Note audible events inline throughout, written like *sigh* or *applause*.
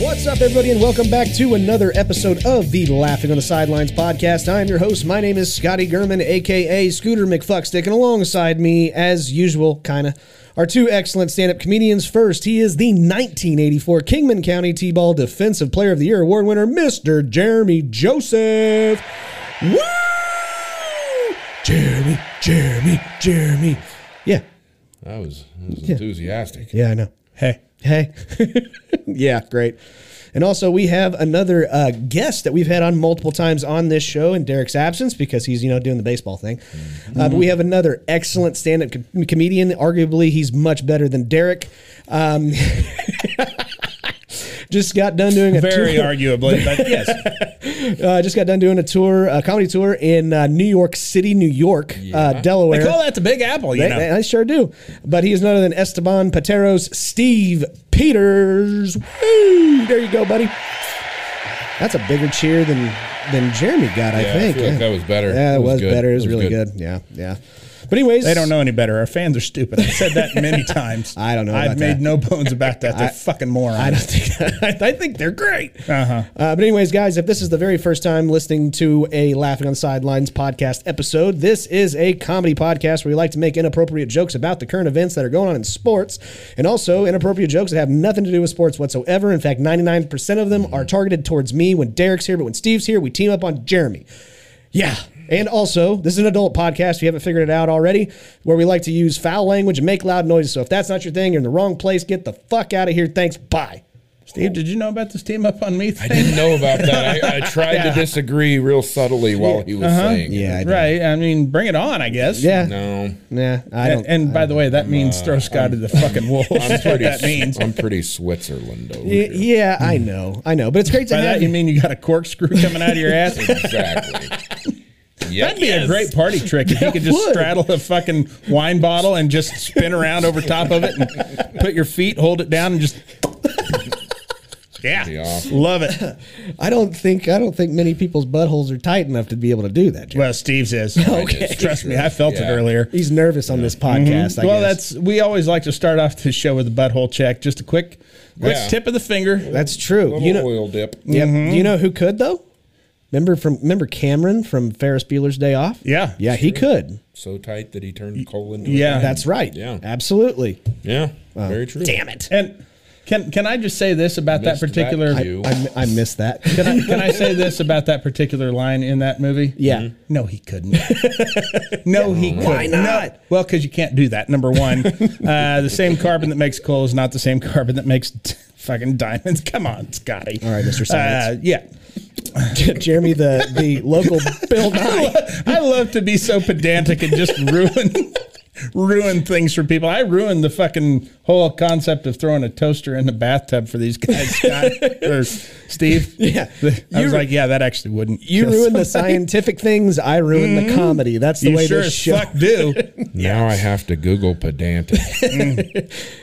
What's up, everybody, and welcome back to another episode of the Laughing on the Sidelines podcast. I'm your host. My name is Scotty Gurman, aka Scooter McFuckstick, and alongside me, as usual, kinda, are two excellent stand-up comedians. First, he is the 1984 Kingman County T-Ball Defensive Player of the Year award winner, Mr. Jeremy Joseph. Woo! Jeremy, Jeremy, Jeremy. Yeah, That was, that was enthusiastic. yeah, *laughs* I know. Hey. Hey. *laughs* yeah, great. And also, we have another uh, guest that we've had on multiple times on this show in Derek's absence because he's, you know, doing the baseball thing. Mm-hmm. Uh, but we have another excellent stand up com- comedian. Arguably, he's much better than Derek. Um, *laughs* just got done doing a Very tour, *laughs* arguably, but yes. uh, just got done doing a tour, a comedy tour in uh, New York City, New York, uh, Delaware. They call that the Big Apple, you They- know. they- I sure do. But he is none other than Esteban Pateros, Steve Peters. Woo! There you go, buddy. That's a bigger cheer than than Jeremy got, I Yeah, I think. feel like that was better. Yeah, it, It was was, good. better. It It was, was really good. good. Yeah, yeah. But anyways, they don't know any better. Our fans are stupid. I've said *laughs* that many times. I don't know I've about made that. no bones about that. *laughs* They're I- fucking morons. I don't *laughs* think. *laughs* I think they're great. Uh-huh. Uh, but anyways, guys, if this is the very first time listening to a Laughing on the Sidelines podcast episode, this is a comedy podcast where we like to make inappropriate jokes about the current events that are going on in sports, and also inappropriate jokes that have nothing to do with sports whatsoever. In fact, 99% of them are targeted towards me when Derek's here, but when Steve's here, we team up on Jeremy. Yeah. And also, this is an adult podcast, if you haven't figured it out already, where we like to use foul language and make loud noises. So if that's not your thing, you're in the wrong place. Get the fuck out of here. Thanks. Bye. Steve, did you know about this team up on me I thing? didn't know about that. I, I tried to disagree real subtly while he was Uh-huh. saying. it. *laughs* I right. I mean, bring it on, I guess. Yeah. No, Nah, I And, don't. uh, and by the way, that means throw Scott to the fucking wolves. *laughs* I'm That's what pretty. that means. I'm pretty Switzerland over Y- here. yeah, I know, I know, but it's great to By have that, you mean you got a corkscrew coming out *laughs* of your ass? Exactly. *laughs* Yeah. That'd be a great party trick if you could just would. straddle a fucking wine bottle and just spin around over top of it and put your feet, hold it down, and just. Be Yeah. awesome. Love it. I don't think I don't think many people's buttholes are tight enough to be able to do that. Jerry. Well, Steve's *laughs* is. Okay. is, for Trust me, sure. I felt it Yeah. earlier. He's nervous on this podcast. I Mm-hmm. well, guess. that's we always like to start off the show with a butthole check. Just a quick, quick Yeah. tip of the finger. that's true. Little You know, oil dip. yep. mm-hmm. Do you know who could though? Remember from remember Cameron from Ferris Bueller's Day Off? Yeah. yeah, he could. So tight that he turned coal into. Yeah. A That's right. Yeah. absolutely. yeah. Very true. Damn it. And can can I just say this about that Missed that particular? cue. I, I missed that. *laughs* Can I, can I say this about that particular line in that movie? Yeah. Mhm. No, he couldn't. no, he couldn't. Why No. Well, because you can't do that. *laughs* Number one, uh, the same carbon that makes coal is not the same carbon that makes *laughs* fucking diamonds. Come on, Scotty. All right, Mr. Science. Uh, yeah. *laughs* Jeremy, the the local Bill Nye. *laughs* I love to be so pedantic and just ruin *laughs* ruin things for people. I ruined the *laughs* fucking whole concept of throwing a toaster in the bathtub for these guys, Scott, or Steve. Yeah. I was You- like, yeah, that actually wouldn't. You kill ruin the somebody. scientific things. I ruin the comedy. That's the Mm-hmm. You way sure this as show. fuck *laughs* do. Now I have to Google pedantic.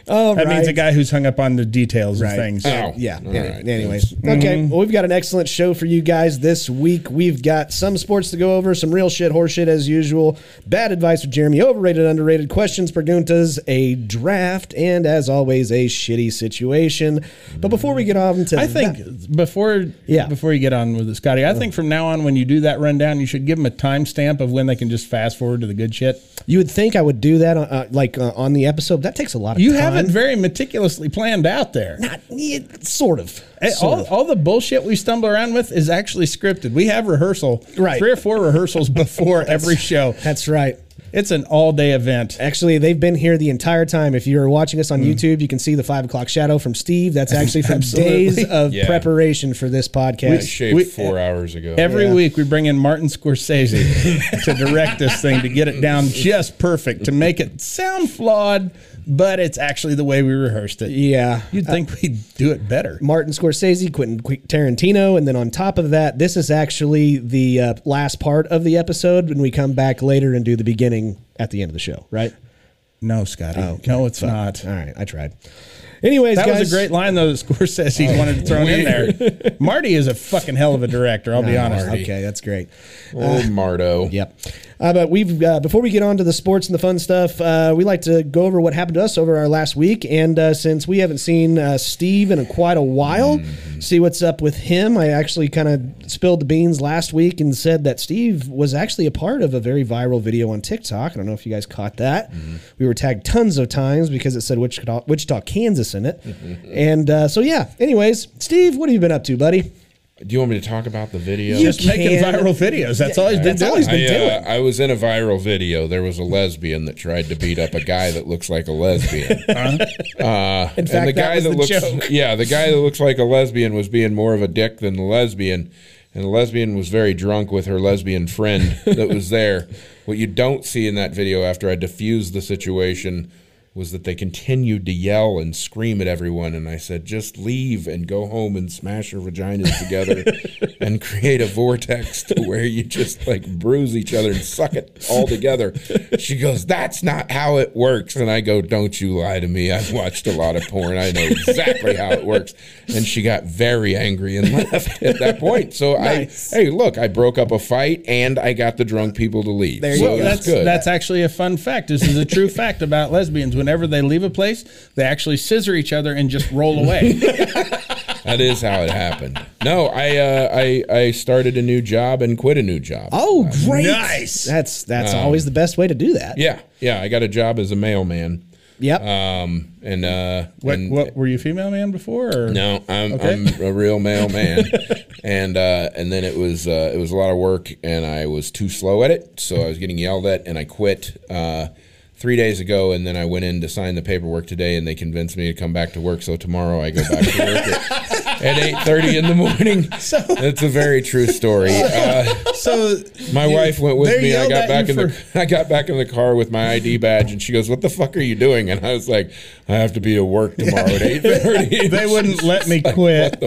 All That means Oh, right. a guy who's hung up on the details Right. of things. Oh, *laughs* Yeah. all Any- right. Anyways, okay. Mm-hmm. Well, we've got an excellent show for you guys this week. We've got some sports to go over, some real shit, horse shit as usual, bad advice with Jeremy, overrated, underrated questions, preguntas, a draft, and as always, a shitty situation. But before we get on to, I think that- before Yeah. before you get on with it, Scotty, I think from now on when you do that rundown, you should give them a timestamp of when they can just fast forward to the good shit. you would think I would do that, uh, like uh, on the episode. That takes a lot of You time. have it very meticulously planned out there. not yeah, sort of. Eh, Sort All, of. all the bullshit we stumble around with is actually scripted. We have rehearsal, Right. Three or four rehearsals *laughs* before every show. That's right. It's an all-day event. Actually, they've been here the entire time. If you're watching us on Hmm. YouTube, you can see the five o'clock shadow from Steve. That's actually *laughs* from days of Yeah. preparation for this I podcast. shaved We- uh, four hours ago. Every Yeah. week we bring in Martin Scorsese *laughs* to direct this thing to get it down just perfect to make it sound flawed, but it's actually the way we rehearsed it. yeah. You'd think we'd do it better. Martin Scorsese, Quentin Qu- Tarantino, and then on top of that, this is actually the uh, last part of the episode when we come back later and do the beginning at the end of the show, right? No, Scotty. no, it's not. Oh, All right, I tried. Anyways, That guys, Oh, was a great line though that Scorsese wanted to throw in there. Marty is a fucking hell of a director. I'll *laughs* be honest. Oh, Ah, Okay, that's great. Old Oh, Mardo. Yep. Uh, but we've uh, before we get on to the sports and the fun stuff, uh, we like to go over what happened to us over our last week. And uh, since we haven't seen uh, Steve in a, quite a while, see what's up with him. I actually kind of spilled the beans last week and said that Steve was actually a part of a very viral video on TikTok. I don't know if you guys caught that. We were tagged tons of times because it said Wichita, Wichita Kansas in it. and uh, so yeah. Anyways, Steve, what have you been up to, buddy? Do you want me to talk about the video? Just making Can- viral videos. That's all he's been That's all doing. he's been I, doing. uh, I was in a viral video. There was a lesbian that tried to beat up a guy that looks like *laughs* a lesbian. Uh, In fact, and the that guy was that the looks joke. yeah, the guy that looks like a lesbian was being more of a dick than the lesbian, and the lesbian was very drunk with her lesbian friend that *laughs* was there. What you don't see in that video after I diffused the situation was that they continued to yell and scream at everyone and I said just leave and go home and smash your vaginas together *laughs* and *laughs* create a vortex to *laughs* where you just like bruise each other and suck it all together. She goes that's not how it works and I go don't you lie to me. I've watched a lot of porn. I know exactly how it works. And she got very angry and left at that point. So I hey look, I broke up a fight and I got the drunk people to leave. There you so go. it's that's good. that's actually a fun fact. This is a true *laughs* fact about lesbians. Whenever they leave a place, they actually scissor each other and just roll away. That is how it happened. No, I uh, I I started a new job and quit a new job. Oh, great! Nice. That's that's always the best way to do that. yeah, yeah. I got a job as a mailman. Yep. Um, and uh, what, and- what were you female man before? Or? No, I'm Okay. I'm a real *laughs* mailman, and uh, and then it was uh, it was a lot of work, and I was too slow at it, so I was getting yelled at, and I quit uh, three days ago, and then I went in to sign the paperwork today, and they convinced me to come back to work, so tomorrow I go back to work *laughs* at, at eight thirty in the morning. That's a very true *laughs* story. Uh, So My you- wife went with they me. I yelled got at back you in the *laughs* I got back in the car with my ID badge, and she goes, "What the fuck are you doing?" And I was like, "I have to be at work tomorrow *laughs* at 8.30. they wouldn't let me quit.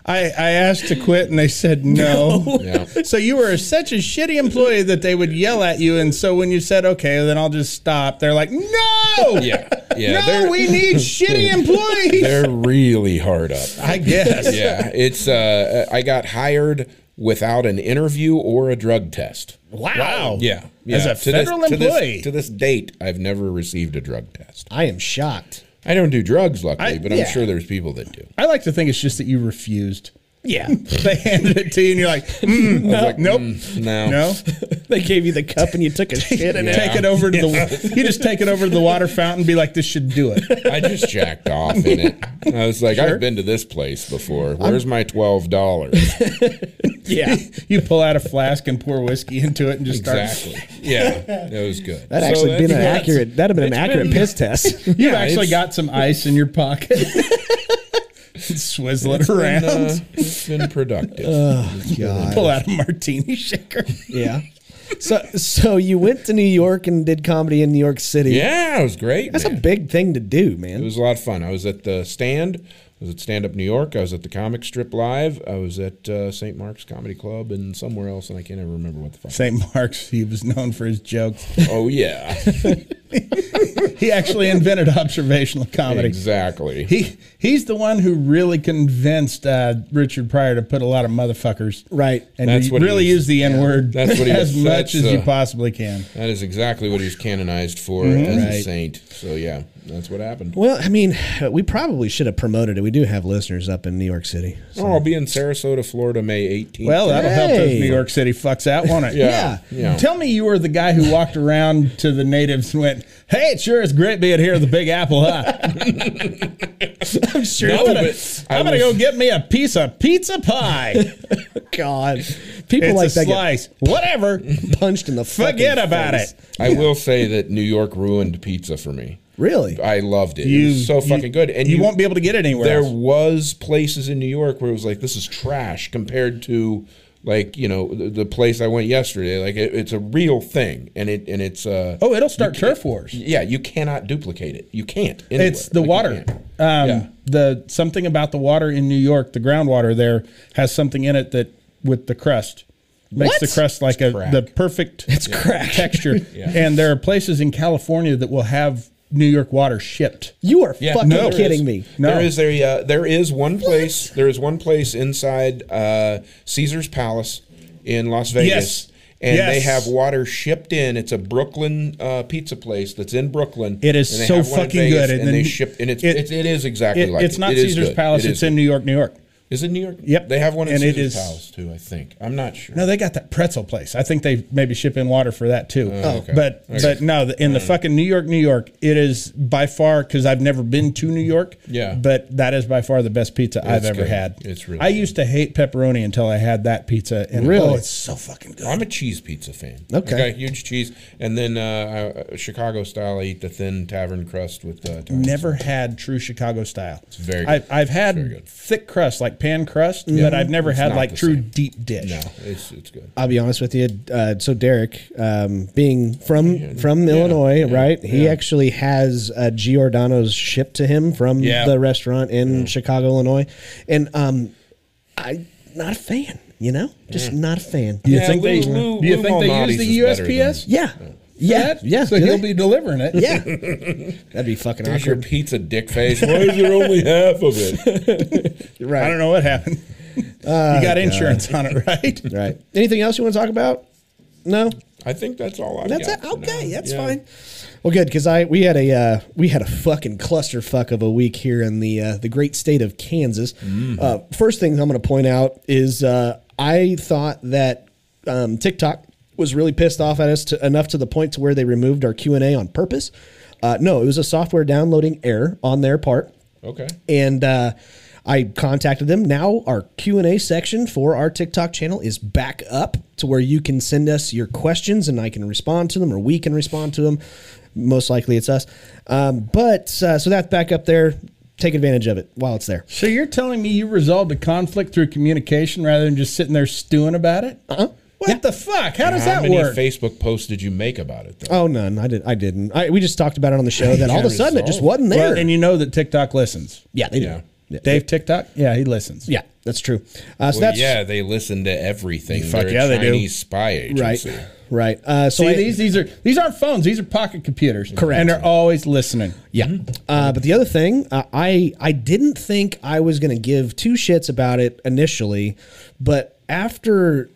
*laughs* I, I asked to quit and they said no. *laughs* Yeah. So you were such a shitty employee that they would yell at you. And so when you said, okay, then I'll just stop, they're like, no. Yeah, yeah. no, they're, we *laughs* need shitty employees. they're really hard up. *laughs* I guess. Yeah, it's. Uh, I got hired without an interview or a drug test. Wow. Yeah, yeah. As a federal this, employee. to this, to this date, I've never received a drug test. I am shocked. I don't do drugs, luckily, but I'm yeah. sure there's people that do. I like to think it's just that you refused. Yeah. They handed it to you and you're *laughs* like, mm, no, nope. No, No, *laughs* *laughs* they gave you the cup and you took *laughs* a shit in take Yeah. it over to the. You just take it over to the water fountain. and Be like, this should do it. I just jacked off in it. I was like, I've been to this place before. Where's my twelve dollars? *laughs* Yeah. You pull out a flask and pour whiskey into it and just start. Exactly. Yeah, it was good. That'd So actually that- been an yeah. accurate that'd have been an accurate *laughs* piss test. You've Yeah, actually it's- got some ice in your pocket. *laughs* Swizzle it around. And, uh, it's been productive. pull out a martini shaker. yeah. So so you went to New York and did comedy in New York City. yeah, it was great. That's man. a big thing to do, man. It was a lot of fun. I was at the stand I was at Stand Up New York. I was at the Comic Strip Live. I was at uh, St. Mark's Comedy Club and somewhere else, and I can't ever remember what the fuck. St. Mark's, he was known for his jokes. Oh *laughs* yeah, He actually invented observational comedy. exactly. He he's the one who really convinced uh, Richard Pryor to put a lot of motherfuckers Right. and That's you what he really was- use the N word That's what he *laughs* as was- much that's, as you uh, possibly can. That is exactly what he was canonized for Mm-hmm. as a saint. So yeah, that's what happened. Well, I mean, we probably should have promoted it. We do have listeners up in New York City. *laughs* Oh, I'll be in Sarasota, Florida, May 18th. Well, that'll help those Hey. New York City fucks out, won't it? Yeah, yeah. Tell me you were the guy who walked around to the natives and went, "Hey, it sure is great being here, at the Big Apple, huh?" I'm sure. No, *laughs* I'm gonna, but *laughs* I I'm gonna was- go get me a piece of pizza pie. God, *laughs* people it's like a that slice. Whatever. get punched in the Forget about it. I will say that New York ruined pizza for me. Really? I loved it. it You- was so fucking good. And you won't be able to get it anywhere There else. was places in New York where it was like this is trash compared to like you know the, the place I went yesterday. Like it, it's a real thing, and it and it's uh Oh, it'll start turf wars. yeah you cannot duplicate it. You can't. anywhere. It's the Like, you water. can't. Um, Yeah. The something about the water in New York, the groundwater there has something in it that with the crust makes the crust like a crack. the perfect *laughs* it's *laughs* crack texture. And there are places in California that will have New York water shipped. You are Yeah, fucking no, there kidding is. me. No. There is a uh, there is one place there is one place inside uh, Caesar's Palace in Las Vegas. Yes. And they Yes. have water shipped in. It's a Brooklyn uh, pizza place that's in Brooklyn. It is and they so have one in fucking Vegas, good. And, then they ship and it's it, it- it's it is exactly it- like it's it. not It is Caesar's good. Palace. It It's is in good. New York, New York. Is it New York? Yep. They have one in And it Caesar's is- Palace too. I think. I'm not sure. No, they got that pretzel place. I think they maybe ship in water for that too. Oh, but but no, the- in the fucking New York, New York, it is by far because I've never been to New York. Yeah. but that is by far the best pizza I've It's ever good. had. It's really I good. used to hate pepperoni until I had that pizza, and Really? oh, it's so fucking good. I'm a cheese pizza fan. Okay. I got a huge cheese, and then uh, I, Chicago style. I eat the thin tavern crust with uh, Italian Never had true Chicago style. It's very I've, good. I've had Very good. thick crust, like pan crust, but I've never It's had not like the true same. deep dish. No, it's it's good. I'll be honest with you. Uh, so Derek, um, being from from Illinois, right? He actually has uh, Giordano's shipped to him from Yeah. the restaurant in Chicago, Illinois, and um, I not a fan. You know, just not a fan. You Yeah, think they Lou- Lou- do you Lou think Malnati's they is use better the than- USPS? Yeah, yeah, yeah. So do he'll they? be delivering *laughs* it. yeah. That'd be fucking There's your awkward. pizza *laughs* dick face. Why is there only half of it? Right. I don't know *laughs* what happened. Oh, you got insurance on it, right? Right. Anything else you want to talk about? No. I think that's all I That's got. it. for Okay, now. that's Yeah. fine. Well, good because I we had a uh, we had a fucking clusterfuck of a week here in the uh, the great state of Kansas. Uh, first thing I'm going to point out is uh, I thought that um, TikTok was really pissed off at us to, enough to the point to where they removed our Q and A on purpose. Uh, no, it was a software downloading error on their part Okay. and uh, I contacted them. Now our Q and A section for our TikTok channel is back up to where you can send us your questions, and I can respond to them, or we can respond to them. Most likely, it's us. Um, but uh, so that's back up there. Take advantage of it while it's there. So you're telling me you resolved a conflict through communication rather than just sitting there stewing about it? Uh-huh. What the fuck? How does How that many work? Facebook posts did you make about it? Though? Oh none, I did. I didn't. I, we just talked about it on the *laughs* show. That all of a sudden it just wasn't Well, there. and you know that TikTok listens. yeah, they Yeah. did. Yeah. Dave TikTok? Yeah, he listens. yeah, that's true. Uh, so Well, that's yeah, they listen to everything. Oh, Fuck They're a yeah, they do. Chinese spy right, *laughs* agency. right. Uh, so See, I- these these are these aren't phones. These are pocket computers. Correct. And they're always listening. Yeah. Uh, but the other thing, uh, I I didn't think I was going to give two shits about it initially, but after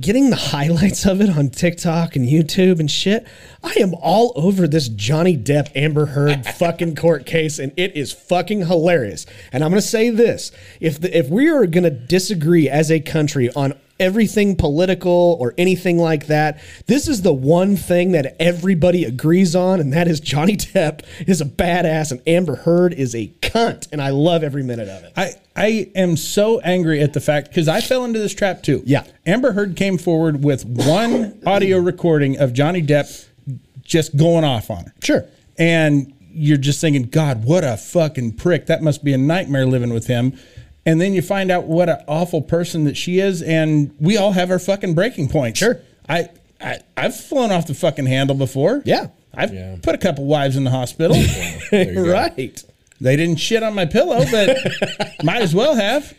getting the *laughs* highlights of it on TikTok and YouTube and shit, I am all over this Johnny Depp Amber Heard fucking court case and it is fucking hilarious. And I'm going to say this, if the, if we are going to disagree as a country on everything political or anything like that. This is the one thing that everybody agrees on, and that is Johnny *laughs* Depp is a badass and Amber Heard is a cunt, and I love every minute of it. I I am so angry at the fact because I fell into this trap too. Yeah. Amber Heard came forward with one audio recording of Johnny Depp just going off on her. Sure. And you're just thinking, God, what a fucking prick. That must be a nightmare living with him. And then you find out what an awful person that she is, and we all have our fucking breaking points. Sure. I, I I've flown off the fucking handle before. Yeah. I've put a couple wives in the hospital. There you go. Right. They didn't shit on my pillow, but might as well have.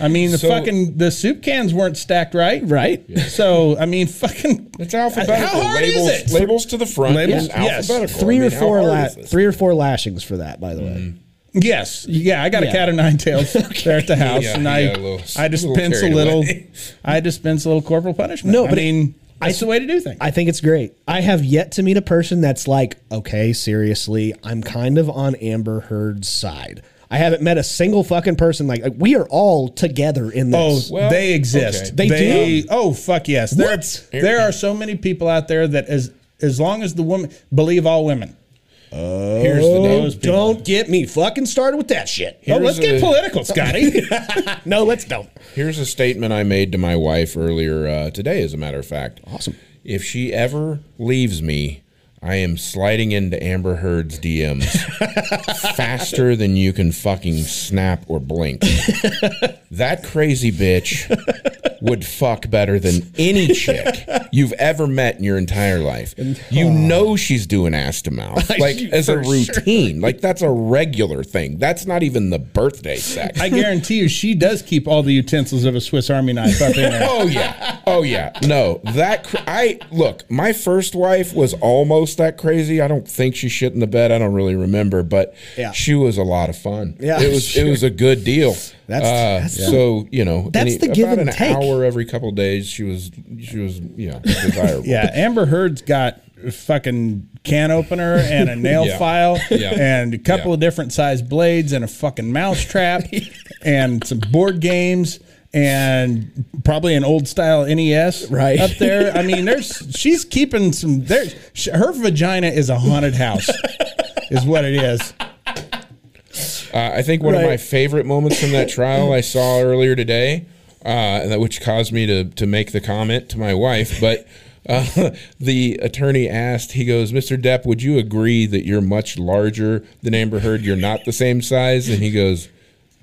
I mean, the So- fucking the soup cans weren't stacked right, Right. So I mean, fucking It's alphabetical. How hard is labels, it? labels to the front. Labels? Labels, Yes. alphabetical. I *laughs* Three or mean, how four hard la- is this? Mm-hmm. three or four lashings for that, by the way. yes, yeah. I got a Yeah. cat of nine tails there at the house, Yeah, and he I got a little- I dispense a carried little, away. I dispense a little corporal punishment. No, I but it- mean, that's the way to do things. I think it's great. I have yet to meet a person that's like, okay, seriously, I'm kind of on Amber Heard's side. I haven't met a single fucking person like like, we are all together in Oh, this. Well, they exist. okay. They do? Oh, fuck yes. There, What? there are so many people out there that as as long as the woman believe all women. Here's the deal. Oh, those people. Oh, Don't get me fucking started with that shit. oh, let's Uh, get a- political, Scotty. *laughs* No, let's don't. Here's a statement I made to my wife earlier uh, today, as a matter of fact. Awesome. If she ever leaves me, I am sliding into Amber Heard's DMs faster than you can fucking snap or blink. that crazy bitch would fuck better than any chick you've ever met in your entire life. You know she's doing ass to mouth, like as a routine. Like that's a regular thing. That's not even the birthday sex. I guarantee you, she does keep all the utensils of a Swiss Army knife up in there. Oh yeah. Oh yeah. No, that cr- I look. My first wife was almost that crazy. I don't think she shit in the bed. I don't really remember, but Yeah. she was a lot of fun. Yeah, it was. It was a good deal. *laughs* That's- Uh, that's the- so you know. that's the give about and an take. hour every couple days. She was. She was. You know, *laughs* desirable. Yeah, Amber Heard's got a fucking can opener and a nail Yeah. file Yeah. and a couple Yeah. of different size blades and a fucking mouse trap and some board games and probably an old style NES Right. up there. I mean, there's she's keeping some there. sh- Her vagina is a haunted house, is what it is. Uh, I think one Right. of my favorite moments from that trial I *laughs* saw earlier today, uh, that which caused me to to make the comment to my wife. But uh, *laughs* the attorney asked, he goes, "Mr. Depp, would you agree that you're much larger than Amber Heard? You're not the same size?" And he goes,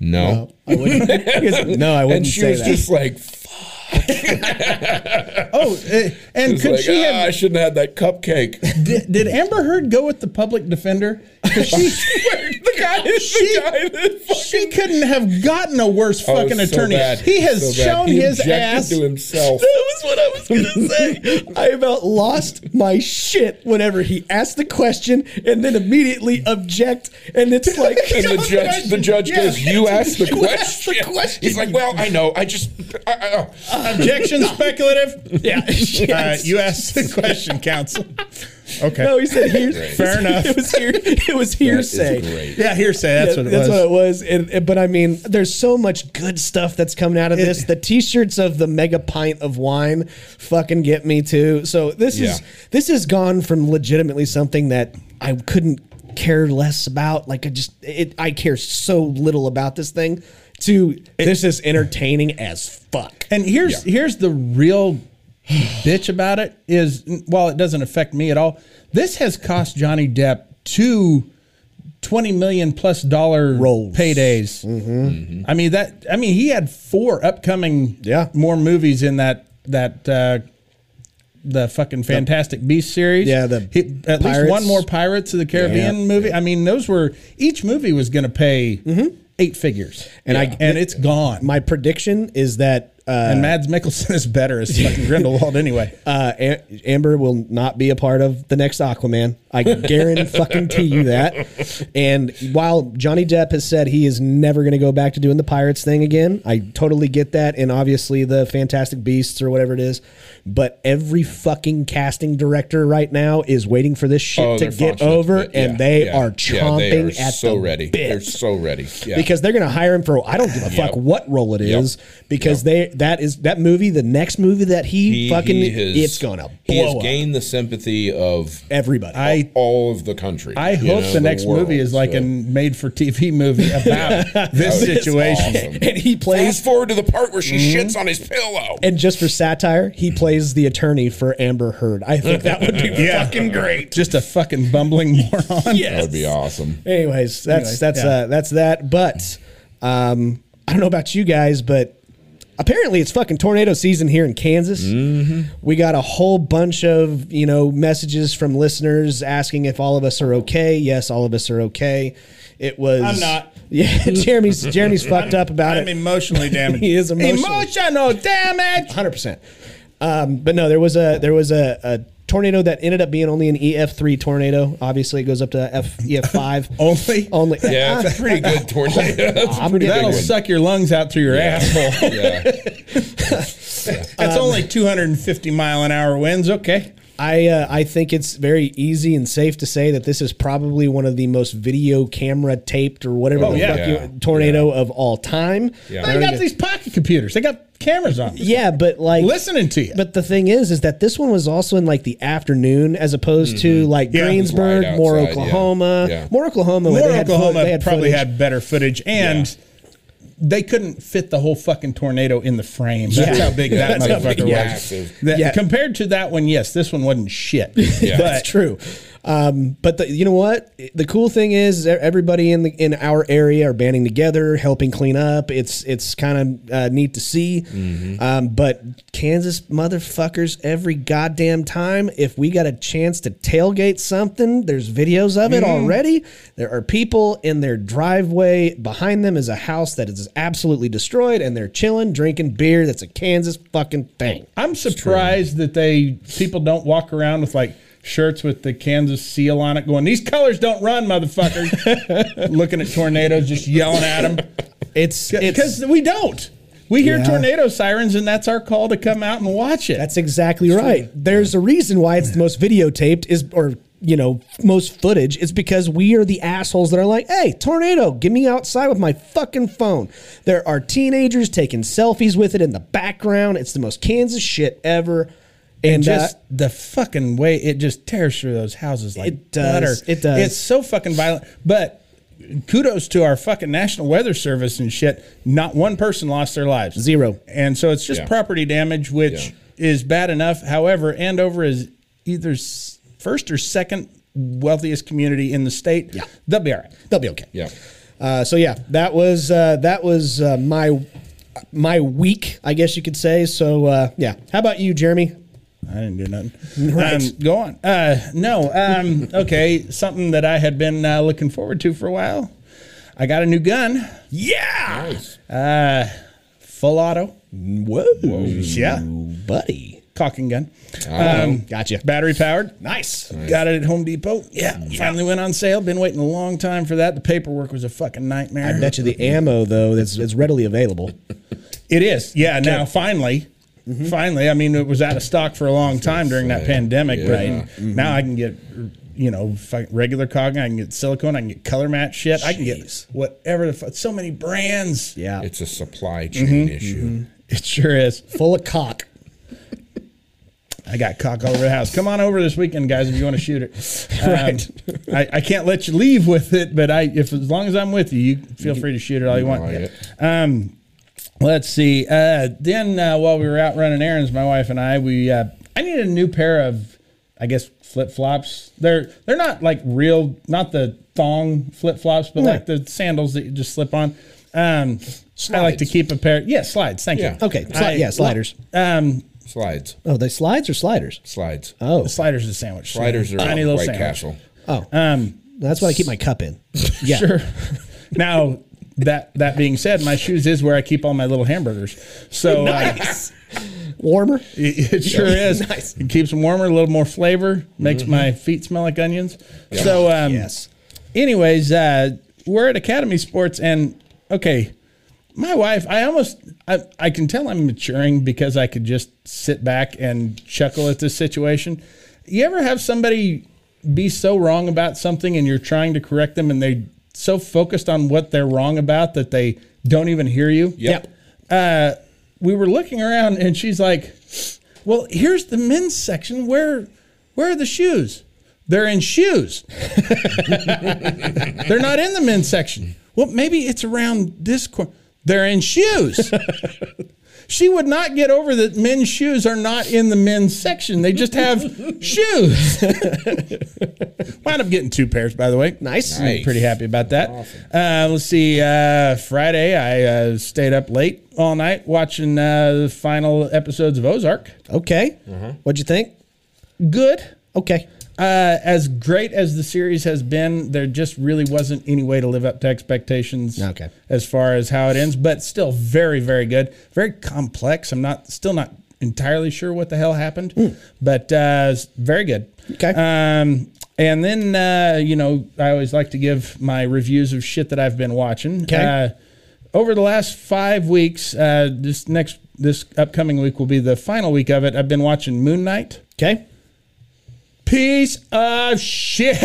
"No." I wouldn't. no, I wouldn't and she say was that. just like, "Fuck!" Oh, eh, and It's could like, she "Ah, have I shouldn't have had that cupcake. *laughs* Did, did Amber Heard go with the public defender? 'Cause She, the guy, the She- guy that she couldn't have gotten a worse Oh, it was fucking so attorney. bad. He has So bad. shown He his objected ass. to *laughs* himself. That was what I was gonna say. I about lost my shit whenever he asked the question and then immediately object, and *laughs* it's like And *laughs* the judge, the judge Yeah. goes, *laughs* "You asked the You asked question." the question. He's like, "Well, I know. I just, I, I, oh." Objection speculative. Yeah. Uh, you asked the question, counsel. Okay. *laughs* No, he said here's Fair enough. *laughs* It was here. It was That is hearsay. great. yeah, hearsay. That's what it was. was. And- and- but I mean, there's so much good stuff that's coming out of this. The T-shirts of the mega pint of wine fucking get me too. So this is Yeah. this has gone from legitimately something that I couldn't care less about. Like I just it, I care so little about this thing. To this is entertaining as fuck. And here's here's the real bitch about it is while it doesn't affect me at all, this has cost Johnny Depp two 20 million plus dollar Rolls. paydays. I mean that I mean he had four upcoming Mm-hmm. Yeah. more movies in that that uh the fucking Fantastic Beast series. Yeah, the He- at least Pirates. one more Pirates of the Caribbean Yeah. Mm-hmm. movie. I mean, those were each movie was going to pay eight figures, And I- and it's gone. My prediction is that uh, And Mads Mikkelsen is better as fucking Grindelwald anyway. uh, Am- Amber will not be a part of the next Aquaman. I guarantee *laughs* fucking to you that. And while Johnny Depp has said he is never going to go back to doing the pirates thing again, I totally get that, and obviously the Fantastic Beasts or whatever it is. But every fucking casting director right now is waiting for this shit Oh, to they're get fawning at the over, bit. and Yeah, they yeah, are yeah, chomping they are at so the ready. bit They're so ready. Yeah. because they're going to hire him for I don't give *laughs* a fuck Yep. what role it Yep. is because they that is that movie the next movie that he, He- fucking he has- it's going to blow He has up gained the sympathy of everybody. I all of the country. I you hope know, the next world, movie is like so. a made-for-TV *laughs* movie about this That was *laughs* situation. *laughs* awesome. *laughs* and he Fast plays forward to the part where she shits on his pillow. Mm-hmm. and just for satire, he plays the attorney for Amber Heard. I think that would *laughs* be fucking great. Just a fucking *laughs* bumbling moron. that would *laughs* be awesome. Anyways, that's uh, Anyways, that's yeah. uh, that's that. But um, I don't know about you guys, but Apparently, it's fucking tornado season here in Kansas. We got a whole bunch of you know messages from listeners asking if all of us are okay. Yes, all of us are okay. It was. I'm not. *laughs* Yeah, Jeremy's Jeremy's fucked up about I'm it. emotionally damaged. He is emotionally- Emotional damage. hundred percent. Um, but no, there was a there was a, a tornado that ended up being only an EF three tornado. Obviously, it goes up to F EF five Only. only. Yeah, it's a *laughs* pretty good tornado. That's a I'm pretty big That'll one. suck your lungs out through your *laughs* asshole. Yeah. That's only 250 mile an hour winds. Okay. I uh, I think it's very easy and safe to say that this is probably one of the most video camera taped or whatever Oh, the yeah. fuck you- Yeah. tornado of all time. Yeah. I They don't got even- these pocket computers. They got cameras on. them. yeah, but like Listening to you. But the thing is, is that this one was also in like the afternoon, as opposed to like Yeah. Greensburg, Mm-hmm. Right more outside, yeah. Oklahoma, Yeah. more Oklahoma. where More Oh, they had fo- Oklahoma they had probably footage. had better footage, and they couldn't fit the whole fucking tornado in the frame. That's Yeah. how big that *laughs* That's how big motherfucker it was. was. That- Yeah. Compared to that one, yes, this one *laughs* wasn't shit. That's true. Um, but the, you know what? The cool thing is e- everybody in the in our area are banding together, helping clean up. It's it's kind of uh, neat to see. Um, but Kansas motherfuckers, every goddamn time, if we got a chance to tailgate something, there's videos of it already. There are people in their driveway. Behind them is a house that is absolutely destroyed, and they're chilling, drinking beer. That's a Kansas fucking thing. I'm surprised that they people don't walk around with like shirts with the Kansas seal on it, going, "These colors don't run, *laughs* motherfuckers!" Looking at tornadoes, just yelling at them It's it's. because we don't. We hear Yeah. tornado sirens, and that's our call to come out and watch it. That's exactly right. There's a reason why it's the most videotaped is or you know most footage is because we are the assholes that are like, "Hey, tornado, get me outside with my fucking phone." There are teenagers taking selfies with it in the background. It's the most Kansas shit ever. And just uh, the fucking way it just tears through those houses like It does. butter. It does. It's so fucking violent. But kudos to our fucking National Weather Service and shit. Not one person lost their lives. Zero. And so it's just Yeah. property damage, which is bad enough. However, Andover is either s- first or second wealthiest community in the state. Yeah. They'll be all right. they'll be okay. *laughs* Yeah. Uh, so yeah, that was uh, that was uh, my my week, I guess you could say. So uh, yeah, how about you, Jeremy? I didn't do nothing. *laughs* Right. Um, go on. Uh, no. *laughs* Um, okay. Something that I had been uh, looking forward to for a while. I got a new gun. Yeah. Nice. Uh, full auto. Whoa, Yeah. buddy, Caulking gun. um, gotcha. Battery powered. Nice. Got it at Home Depot. Yeah. Finally went on sale. Been waiting a long time for that. The paperwork was a fucking nightmare. I bet you the ammo though that's it's readily available. It is. Yeah. Now, finally, finally, I mean, it was out of stock for a long time during that pandemic, but Yeah. now I can get, you know, fi- regular cog, I can get silicone, I can get color match shit, I can get whatever the fuck. So many brands. Yeah, It's a supply chain Mm-hmm. issue. *laughs* It sure is. full of cock. I got cock all over the house. Come on over this weekend, guys, if you want to *laughs* shoot it. Um, I, I can't let you leave with it, but I, if as long as I'm with you, you feel free to shoot it all you want. like it. Um, let's see. Uh, then uh, while we were out running errands, my wife and I, we uh, I needed a new pair of, I guess flip flops. They're they're not like real, not the thong flip flops, but No. like the sandals that you just slip on. Um, I like to keep a pair. Yeah, slides. Thank Yeah. you. Okay, sli- I- yeah, sliders. Um, Slides. Oh, they slides or sliders? Slides. Oh, the sliders are a sandwich. Sliders are Tiny Tiny little White sandwich. Castle. oh, um, that's what I keep my cup in. Yeah, Sure. *laughs* now that that being said, my shoes is where I keep all my little hamburgers. So uh, warmer. it, it sure is. Nice. It keeps them warmer, a little more flavor, makes my feet smell like onions. So um, Mm-hmm. Yes. Anyways, uh, we're at Academy Sports, and okay, my wife, I almost, I, I can tell I'm maturing because I could just sit back and chuckle at this situation. You ever have somebody be so wrong about something and you're trying to correct them and they so focused on what they're wrong about that they don't even hear you? Yep. Uh, we were looking around and she's like, well, here's the men's section. Where, where are the shoes? They're in shoes. They're not in *laughs* the men's section. Well, maybe it's around this corner. They're in shoes. She would not get over that men's shoes are not in the men's section. They just have shoes. *laughs* Wound up getting two pairs, by the way. Nice. I'm pretty happy about that. Uh, let's see. Uh, Friday, I uh, stayed up late all night watching uh, the final episodes of Ozark. Okay. What'd you think? Good. Oh. Okay. Uh, as great as the series has been, there just really wasn't any way to live up to expectations. Okay. As far as how it ends, but still very, very good. Very complex. I'm not still not entirely sure what the hell happened, but uh, it's very good. Hmm. Okay. Um, and then uh, you know I always like to give my reviews of shit that I've been watching. Okay. Uh, over the last five weeks, uh, this next this upcoming week will be the final week of it. I've been watching Moon Knight Okay. piece of *laughs* shit.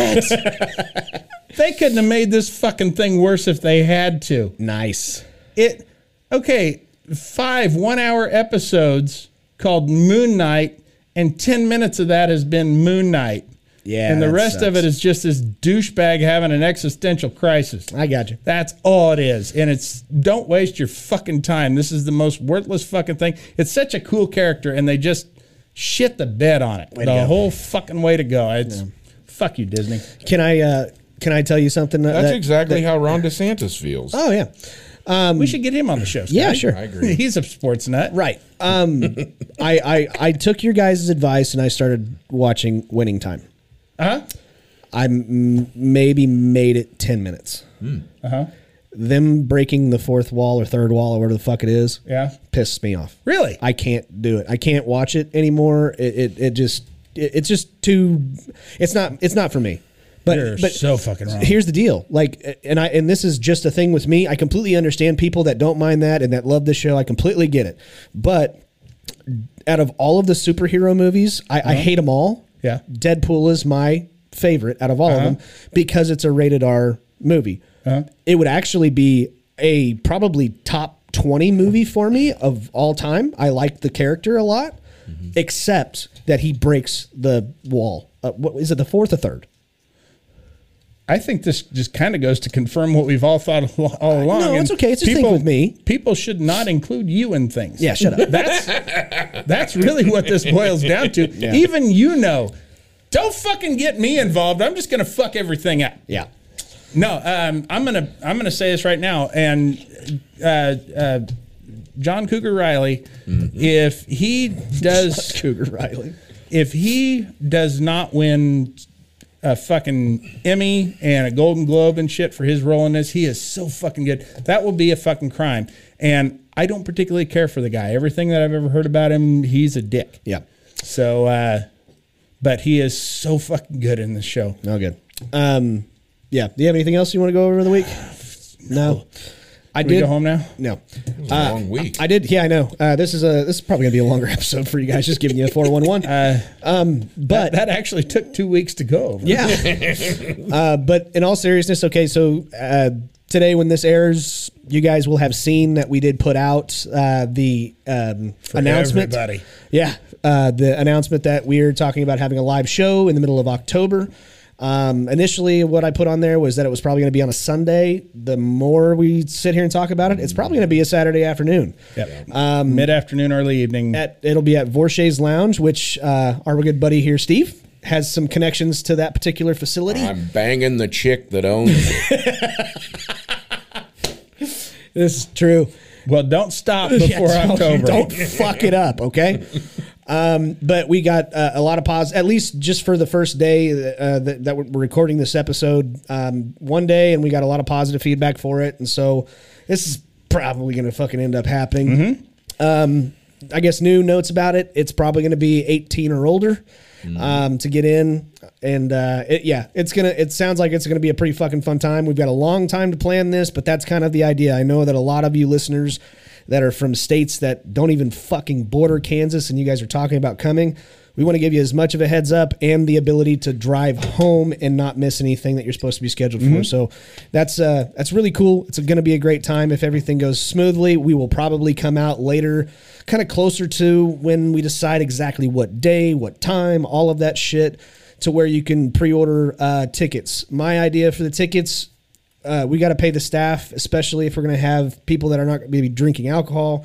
they couldn't have made this fucking thing worse if they had to. Nice. It okay, five one-hour episodes called Moon Knight, and ten minutes of that has been Moon Knight. Yeah, and the that rest of it sucks. is just this douchebag having an existential crisis. I got you. That's all it is. And it's don't waste your fucking time. This is the most worthless fucking thing. It's such a cool character, and they just shit the bed on it. to the go. whole fucking way to go. It's fuck you, Disney. Can I uh can I tell you something? that- That's that- exactly that- how Ron DeSantis feels. Oh yeah. we should get him on the show. Um, Yeah, Scott. sure. I agree. *laughs* He's a sports nut. Right. Um I, I I took your guys' advice and I started watching Winning Time. Huh? I m- maybe made it 10 minutes. Uh-huh. Them breaking the fourth wall or third wall or whatever the fuck it is Yeah. pisses me off. Really? I can't do it. I can't watch it anymore. It it, it just it, it's just too it's not it's not for me. But You're but so fucking wrong. Here's the deal. Like and I and this is just a thing with me. I completely understand people that don't mind that and that love this show. I completely get it. But out of all of the superhero movies, I, I hate them all. Yeah. Deadpool is my favorite out of all of them because it's a rated R movie. It would actually be a probably top 20 movie for me of all time. I like the character a lot, except that he breaks the wall. Uh, what is it, the fourth or third? I think this just kind of goes to confirm what we've all thought *laughs* al- all along. no, and it's okay. It's just think with me. People should not include you in things. Yeah, shut up. *laughs* That's that's really what this boils down to. Even you know, don't fucking get me involved. I'm just gonna fuck everything up. yeah. No, um, I'm gonna I'm gonna say this right now, and uh, uh, John Cougar Riley, Mm-hmm. if he does Cougar Riley. if he does not win a fucking Emmy and a Golden Globe and shit for his role in this, he is so fucking good. That will be a fucking crime. And I don't particularly care for the guy. Everything that I've ever heard about him, he's a dick. Yeah. So, uh, but he is so fucking good in this show. No good. Um, yeah. Do you have anything else you want to go over the week? No. I Can we did. go home now? No. It's a long week. I did. Yeah, I know. Uh, this is a this is probably gonna be a longer *laughs* episode for you guys. Just giving you a four one one. Uh, Um, but That actually took two weeks to go over. yeah. uh, but in all seriousness, okay. So uh, today, when this airs, you guys will have seen that we did put out uh, the um, announcement. everybody. Yeah, uh, the announcement that we're talking about having a live show in the middle of October. Um, initially, what I put on there was that it was probably going to be on a Sunday. The more we sit here and talk about it, it's probably going to be a Saturday afternoon. Yep. Um, Mid afternoon, early evening. at it'll be at Vorshay's Lounge, which uh, our good buddy here, Steve, has some connections to that particular facility. I'm banging the chick that owns it. this is true. well, don't stop *laughs* before Yeah, don't- *laughs* October. Don't fuck it up, *laughs* okay? Um, but we got uh, a lot of pause, at least just for the first day uh, that, that we're recording this episode. Um, one day, and we got a lot of positive feedback for it, and so this is probably going to fucking end up happening. Um, I guess new notes about it. It's probably going to be 18 or older um, to get in, and uh, it, yeah, it's gonna. It sounds like it's gonna be a pretty fucking fun time. We've got a long time to plan this, but that's kind of the idea. I know that a lot of you listeners that are from states that don't even fucking border Kansas and you guys are talking about coming. We want to give you as much of a heads up and the ability to drive home and not miss anything that you're supposed to be scheduled for. So that's uh, that's really cool. It's going to be a great time if everything goes smoothly. We will probably come out later, kind of closer to when we decide exactly what day, what time, all of that shit, to where you can pre-order uh, tickets. My idea for the tickets uh, we got to pay the staff, especially if we're going to have people that are not going to be drinking alcohol.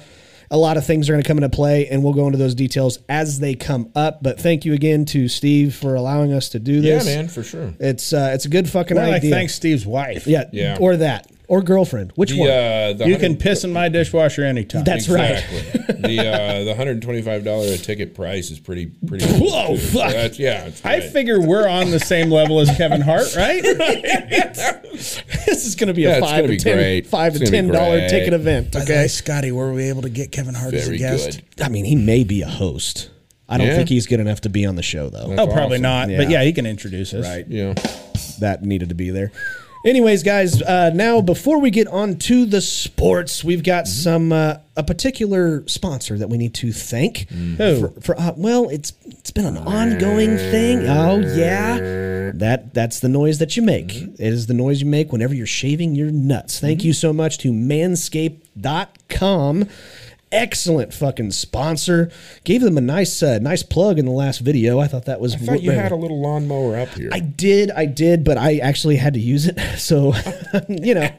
a lot of things are going to come into play, and we'll go into those details as they come up. But thank you again to Steve for allowing us to do Yeah, this. man, for sure. It's uh, it's a good fucking More like idea. thanks Steve's wife. Yeah, Yeah. or that, or girlfriend. Which The, one? uh, the You hundred- can piss in my dishwasher anytime. That's right. Exactly. the uh, the hundred twenty five dollar a ticket price is pretty pretty. cool, Whoa, too. So fuck. that's, yeah, it's I great. figure we're on the same level as Kevin *laughs* Hart, right? *laughs* this is going to be Yeah, a it's five gonna to be ten, great. five It's to gonna ten be dollar great. ticket event. Okay, Scotty, were we able to get Kevin Hart as a very guest? good. I mean, he may be a host. I don't Yeah. think he's good enough to be on the show though. oh, probably awesome. not. But Yeah. yeah, he can introduce us. Right. Yeah, that needed to be there. Anyways, guys, uh, now before we get on to the sports, we've got Mm-hmm. some uh, a particular sponsor that we need to thank Mm-hmm. Who? for. for uh, well, it's it's been an ongoing thing. Oh yeah, that that's the noise that you make. Mm-hmm. It is the noise you make whenever you're shaving your nuts. Thank you so much to Manscaped.com. Excellent fucking sponsor. Gave them a nice uh, nice plug in the last video. I thought that was. I thought you had a little lawnmower up here. I did, I did, but I actually had to use it. *laughs* So, you know,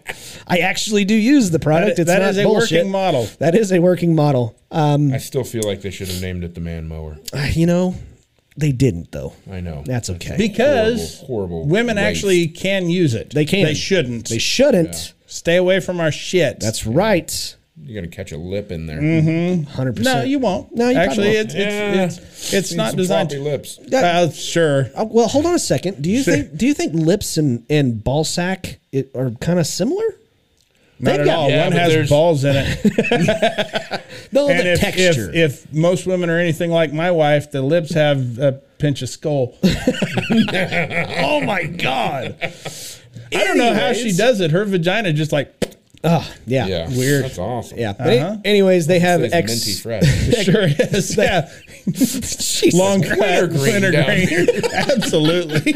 I actually do use the product. That- it's that not is a bullshit. working model. That is a working model. Uh, I still feel like they should have named it the man mower. you know, they didn't though. I know. That's okay. Because Horrible, horrible women waste. actually can use it. they can. They shouldn't. They shouldn't. Stay away from our shit. That's right. You're gonna catch a lip in there. Hundred percent. no, you won't. No, you probably actually, won't. it's Yeah. it's it's, it's Seen not some designed. floppy lips. Uh, sure. Uh, well, hold on a second. Do you think? Do you think lips and and ball sack it, are kind of similar? Not They've at got- all. Yeah, One but has there's- balls in *laughs* it. No, and the if, texture. if if most women are anything like my wife, the lips have a pinch of skull. *laughs* oh my god. I don't know how she does it. Her vagina just like Yeah. Yeah, Yeah. Weird. That's awesome. Yeah. But Uh-huh. any- anyways, they have It's X. minty fresh. *laughs* sure is. Yeah, *laughs* Jesus long Christ. cut, Wintergreen down wintergreen. *laughs* Absolutely.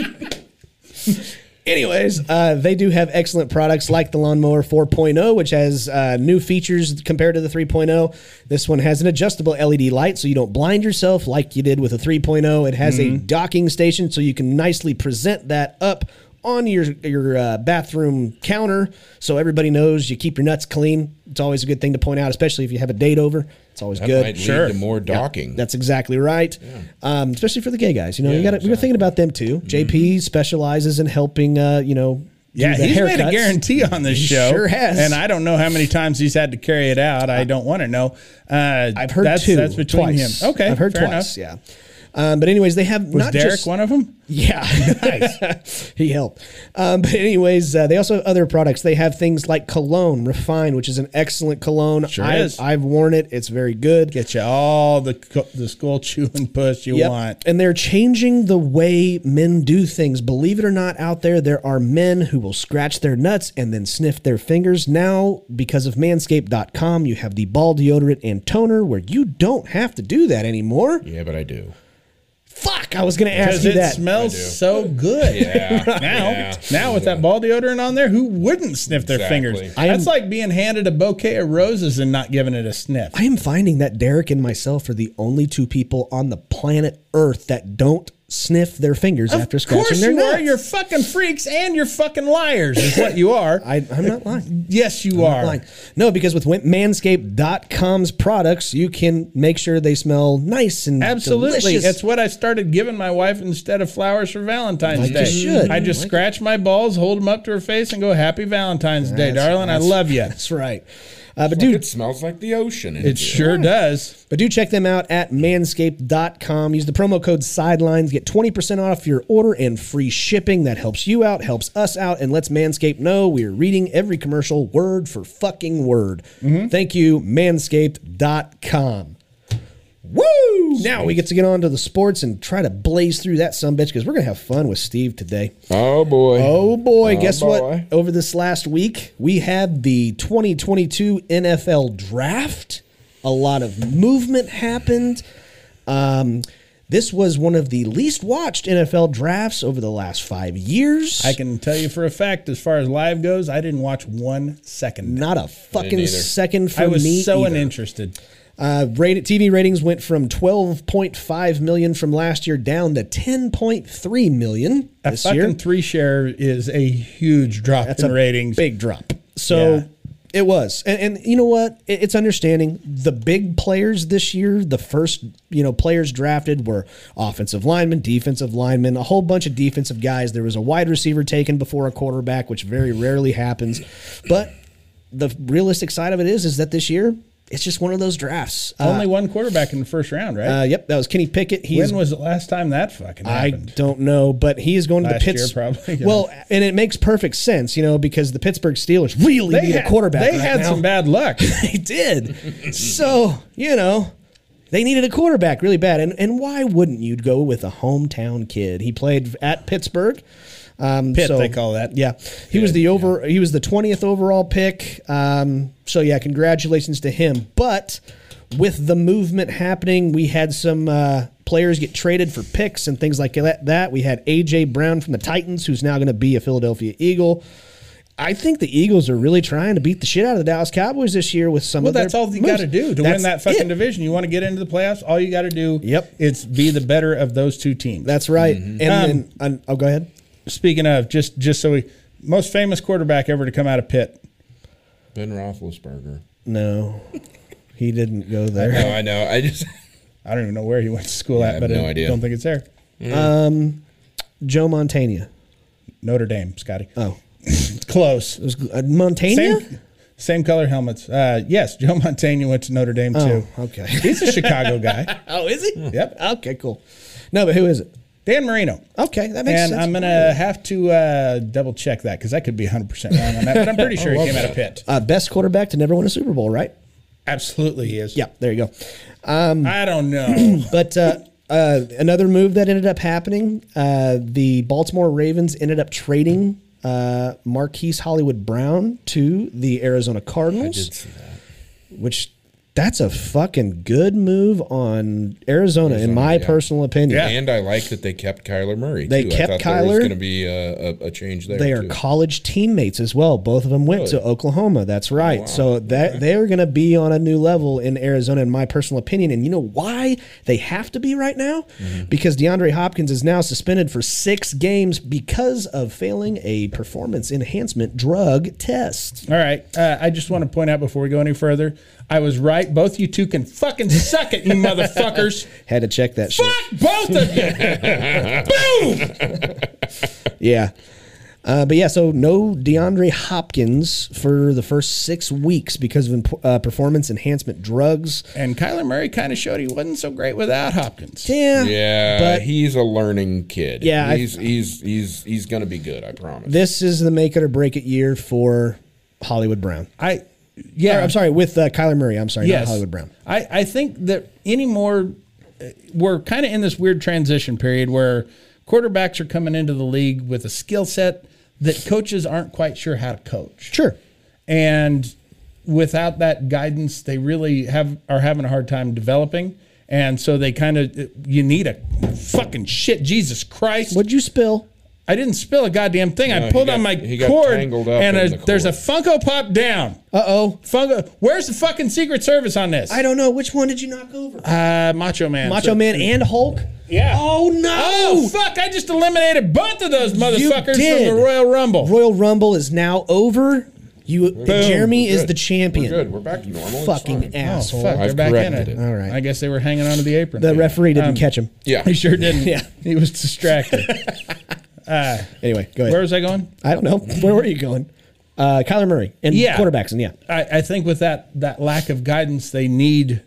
Anyways, uh, they do have excellent products like the Lawnmower 4.0, which has uh, new features compared to the 3.0. This one has an adjustable LED light so you don't blind yourself like you did with a 3.0. oh. It has a Mm-hmm. docking station so you can nicely present that up on your your uh, bathroom counter so everybody knows you keep your nuts clean. It's always a good thing to point out, especially if you have a date over. It's always That good. might lead Sure. to more docking. That's exactly right. Um, especially for the gay guys, you know, you got to we were thinking about them too. Mm-hmm. JP specializes in helping, uh, you know, do Yeah, the he's haircuts. made a guarantee on this show. sure has. and I don't know how many times he's had to carry it out. I don't want to know. Uh, I've heard that's, two. That's between twice. him. Okay, I've heard fair twice. Enough. Yeah. Um, but anyways, they have Was not Derek just one of them? *laughs* Yeah, nice. *laughs* he helped. Um, but anyways, uh, they also have other products. They have things like cologne, Refine, which is an excellent cologne. Sure I've, is. I've worn it. It's very good. Get you all the co- the *laughs* skull chewing puss you Yep. want. And they're changing the way men do things. Believe it or not, out there, there are men who will scratch their nuts and then sniff their fingers. Now, because of manscaped.com, you have the ball deodorant and toner where you don't have to do that anymore. yeah, but I do. Fuck, I was going to ask Because you it that. I smells do. so good. Yeah. *laughs* Now, Yeah. now with that ball deodorant on there, who wouldn't sniff their Exactly. fingers? I am- That's like being handed a bouquet of roses and not giving it a sniff. I am finding that Derek and myself are the only two people on the planet Earth that don't sniff their fingers after of scratching course their you nuts. are. You're fucking freaks and you're fucking liars. Is what you *laughs* are. I, I'm not lying. yes, you are. Fine. No, because with Win- manscaped.com's products, you can make sure they smell nice and Absolutely. delicious. It's what I started giving my wife instead of flowers for Valentine's Like you Day. should. I just Like- scratch my balls, hold them up to her face, and go, Happy Valentine's Day, That's- darling. I that's- love you. That's right. Uh, but Dude, do it smells like the ocean. in It here. sure does. but do check them out at manscaped.com. Use the promo code sidelines, get 20% off your order and free shipping. That helps you out, helps us out, and lets Manscaped know we're reading every commercial word for fucking word. Thank you, manscaped.com. Woo! Now we get to get on to the sports and try to blaze through that some bitch because we're gonna have fun with Steve today. Oh boy. Oh boy, Oh, guess boy. what? Over this last week, we had the 2022 NFL draft. A lot of movement happened. Um, this was one of the least watched NFL drafts over the last five years. I can tell you for a fact, as far as live goes, I didn't watch one second. not a fucking either. second for I was me. so either. uninterested. Uh, rated, TV ratings went from 12.5 million from last year down to 10.3 million A this fucking year. three share is a huge drop in ratings. Big drop. So It was, and, and you know what? It- it's understanding the big players this year. The first you know players drafted were offensive linemen, defensive linemen, a whole bunch of defensive guys. There was a wide receiver taken before a quarterback, which very rarely happens. But the realistic side of it is, is that this year it's just one of those drafts. Uh, Only one quarterback in the first round, right? uh, yep, that was Kenny Pickett. He's when was the last time that fucking I happened? don't know, but he is going to Last the year, Pittsburgh. probably, *laughs* yeah. Well, and it makes perfect sense, you know, because the Pittsburgh Steelers really need had, a quarterback. They right had now. some bad *laughs* luck. They did. so, you know, they needed a quarterback really bad. And and why wouldn't you go with a hometown kid? He played at Pittsburgh. Um, Pitt, so- they call that. Yeah, he was the over. He was the twentieth overall pick. Um, so yeah, congratulations to him. But with the movement happening, we had some uh, players get traded for picks and things like that. That we had AJ Brown from the Titans, who's now going to be a Philadelphia Eagle. I think the Eagles are really trying to beat the shit out of the Dallas Cowboys this year with some Well, of their that's all you moves. got to do to win That's that fucking it. division. You want to get into the playoffs? All you got to do Yep. is be the better of those two teams. That's right. And then Um, and, oh, go ahead. Speaking of, just just so we, most famous quarterback ever to come out of Pitt. Ben Roethlisberger. No, he didn't go there. *laughs* No, I know. I just I don't even know where he went to school Yeah, I at, have but no I idea. don't think it's there. *laughs* Joe Montana. Notre Dame, Scotty. Oh, It's close. it was uh, Montana. Same, same color helmets. Uh, yes, Joe Montana went to Notre Dame too. Oh, okay. *laughs* He's a Chicago guy. Oh, is he? Yep. Okay, cool. No, but who is it? Dan *laughs* Marino. Okay, Oh, that makes And sense. I'm going to have to uh, double check that because I could be 100% wrong on that, but I'm *laughs* Oh, pretty sure he came out of Pitt. uh, best quarterback to never win a Super Bowl, right? Absolutely, he is. Yeah, there you go. I *clears throat* don't know. But uh, uh, another move that ended up happening: uh, the Baltimore Ravens ended up trading uh, Marquise Hollywood Brown to the Arizona Cardinals. Which that's a fucking good move on Arizona, in my personal opinion. And I like that they kept Kyler Murray. They too. kept I thought There was Kyler. going to be a, a, a change there. They are too. college teammates as well. Both of them went to Oklahoma. That's Oh, right. So that they are going to be on a new level in Arizona, in my personal opinion. And you know why they have to be right now? Mm-hmm. Because DeAndre Hopkins is now suspended for six games because of failing a performance enhancement drug test. All right. Uh, I just want to point out before we go any further, I was right. Both you two can fucking suck it, you *laughs* motherfuckers. Had to check that shit. Fuck both of *laughs* you. Boom. Yeah. Uh, but yeah, so no DeAndre Hopkins for the first six weeks because of imp- uh, performance enhancement drugs. And Kyler Murray kind of showed he wasn't so great without Hopkins. Yeah. Yeah, But- he's a learning kid. Yeah, I- he's he's he's he's going to be good. I promise. this is the make it or break it year for Hollywood Brown. I, Or, yeah, I'm sorry, with uh, Kyler Murray. I'm sorry, Yes. not Hollywood Brown. I, I think that anymore, uh, we're kind of in this weird transition period where quarterbacks are coming into the league with a skill set that coaches aren't quite sure how to coach. Sure. and without that guidance they really have are having a hard time developing and so they kind of you need a fucking shit jesus christ What'd you spill? i didn't spill a goddamn thing i No, pulled he on got- my he got cord tangled up and in a, the there's a cord. funko pop down Uh oh. funko where's the fucking secret service on this I don't know. Which one did you knock over? uh macho man Macho So- Man and Hulk? yeah Oh, no. oh fuck i just eliminated both of those motherfuckers did. from the royal rumble Royal Rumble is now over. You, Jeremy is the champion. We're good. We're back to normal. It's Fucking fine. Oh, asshole. fuck, I've they're back in corrected it. it. All right. I guess they were hanging onto the apron. The referee didn't Um, catch him. Yeah. He sure *laughs* didn't. Yeah. He was *laughs* distracted. Anyway, go ahead. Where was I going? I don't know. *laughs* Where were you going? Uh, Kyler Murray and Yeah. quarterbacks and yeah. I, I think with that that lack of guidance, they need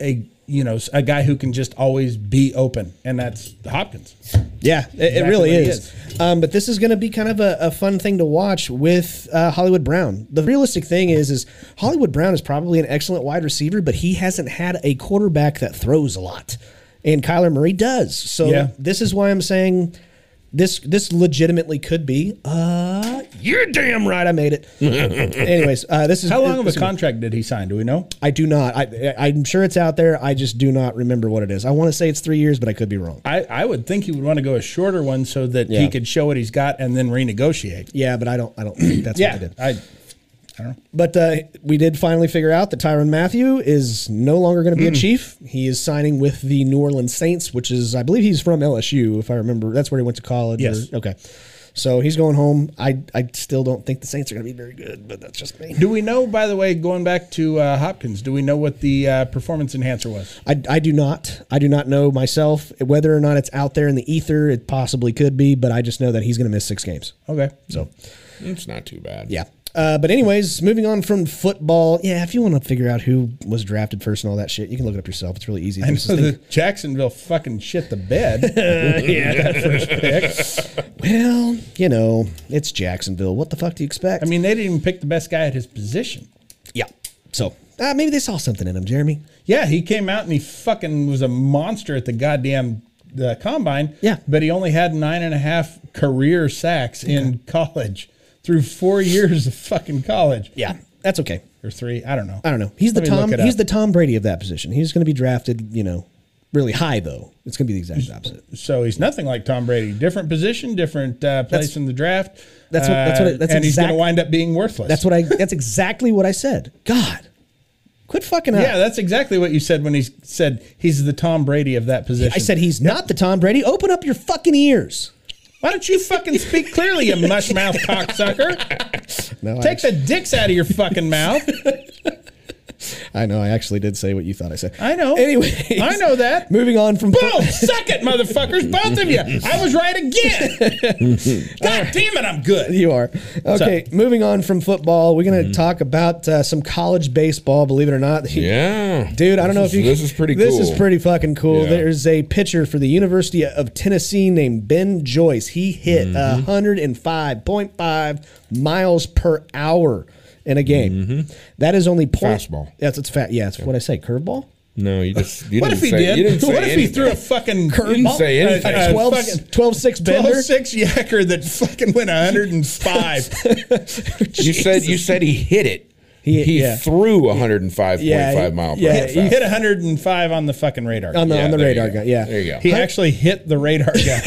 a you know a guy who can just always be open, and that's Hopkins. Yeah, it, it Exactly really what it is. Um, but this is going to be kind of a, a fun thing to watch with uh, Hollywood Brown. The realistic thing is, is Hollywood Brown is probably an excellent wide receiver, but he hasn't had a quarterback that throws a lot, and Kyler Murray does. So Yeah. this is why I'm saying this this legitimately could be. Uh, you're damn right, I made *laughs* it. Anyways, uh, this is How long of a this is- contract did he sign? Do we know? I do not. I I'm sure it's out there. I just do not remember what it is. I want to say it's three years, but I could be wrong. I, I would think he would want to go a shorter one so that Yeah. he could show what he's got and then renegotiate. Yeah, but I don't. I don't think that's what Yeah, I did. I But uh, we did finally figure out that Tyron Matthew is no longer going to be Hmm. a Chief. He is signing with the New Orleans Saints, which is, I believe, he's from LSU. If I remember, that's where he went to college. or- Yes. okay. So he's going home. I I still don't think the Saints are going to be very good, but that's just me. Do we know, by the way, going back to uh, Hopkins, do we know what the uh, performance enhancer was? I, I do not. I do not know myself whether or not it's out there in the ether. It possibly could be, but I just know that he's going to miss six games. Okay. So It's not too bad. yeah. Uh, but anyways, moving on from football. Yeah, if you want to figure out who was drafted first and all that shit, you can look it up yourself. It's really easy. I know Just think, the Jacksonville fucking shit the bed. *laughs* well, you know, it's Jacksonville. What the fuck do you expect? I mean, they didn't even pick the best guy at his position. yeah. So uh, maybe they saw something in him, Jeremy. Yeah, he came out and he fucking was a monster at the goddamn the combine. Yeah. But he only had nine and a half career sacks in college through four years of fucking college. Yeah, that's okay. Or three. I don't know. I don't know. He's the Let me Tom. look it He's up. the Tom Brady of that position. He's going to be drafted, you know, really high though. It's going to be the *laughs* exact opposite. So he's nothing like Tom Brady. Different position, different uh, place That's- in the draft. that's what- that's Uh, what it- that's and he's going exact- to wind up being worthless. That's what I. That's exactly what I said. God, quit fucking up. Yeah, that's exactly what you said when he said he's the Tom Brady of that position. I said he's not the Tom Brady. Open up your fucking ears. why don't you fucking speak *laughs* clearly, you mush mouth cocksucker? No, I, Take the dicks out of your *laughs* fucking mouth. I know. I actually did say what you thought I said. I know. *laughs* Anyway, I know that. Moving on from *laughs* Boom! Suck it, motherfuckers, both of you. I was right again. *laughs* God damn it, I'm good. You are. Okay, moving on from football, we're Mm-hmm. going to talk about uh, some college baseball, believe it or not. *laughs* Yeah. Dude, I don't know This if you. is- this is pretty This is cool. pretty fucking cool. Yeah. There's a pitcher for the University of Tennessee named Ben Joyce. He hit Mm-hmm. 105.5 miles per hour in a game. That is only point, Mm-hmm. Fastball. That's it's fat. Yeah, that's what I say. Curveball. No, you just. You What didn't if he say, did? You *laughs* didn't say what if he anything. threw a fucking You didn't say Uh, anything. uh, 12, fucking- 12 6 12 bender. 6 yacker that fucking *laughs* went 105. You said you said he hit it. He- He, yeah. threw 105.5 Yeah, he- mile per yeah, hour. he he fast. hit 105 on the fucking radar. On the, Yeah, on the there you radar go. guy, yeah. There you go. he actually hit the *laughs* radar guy.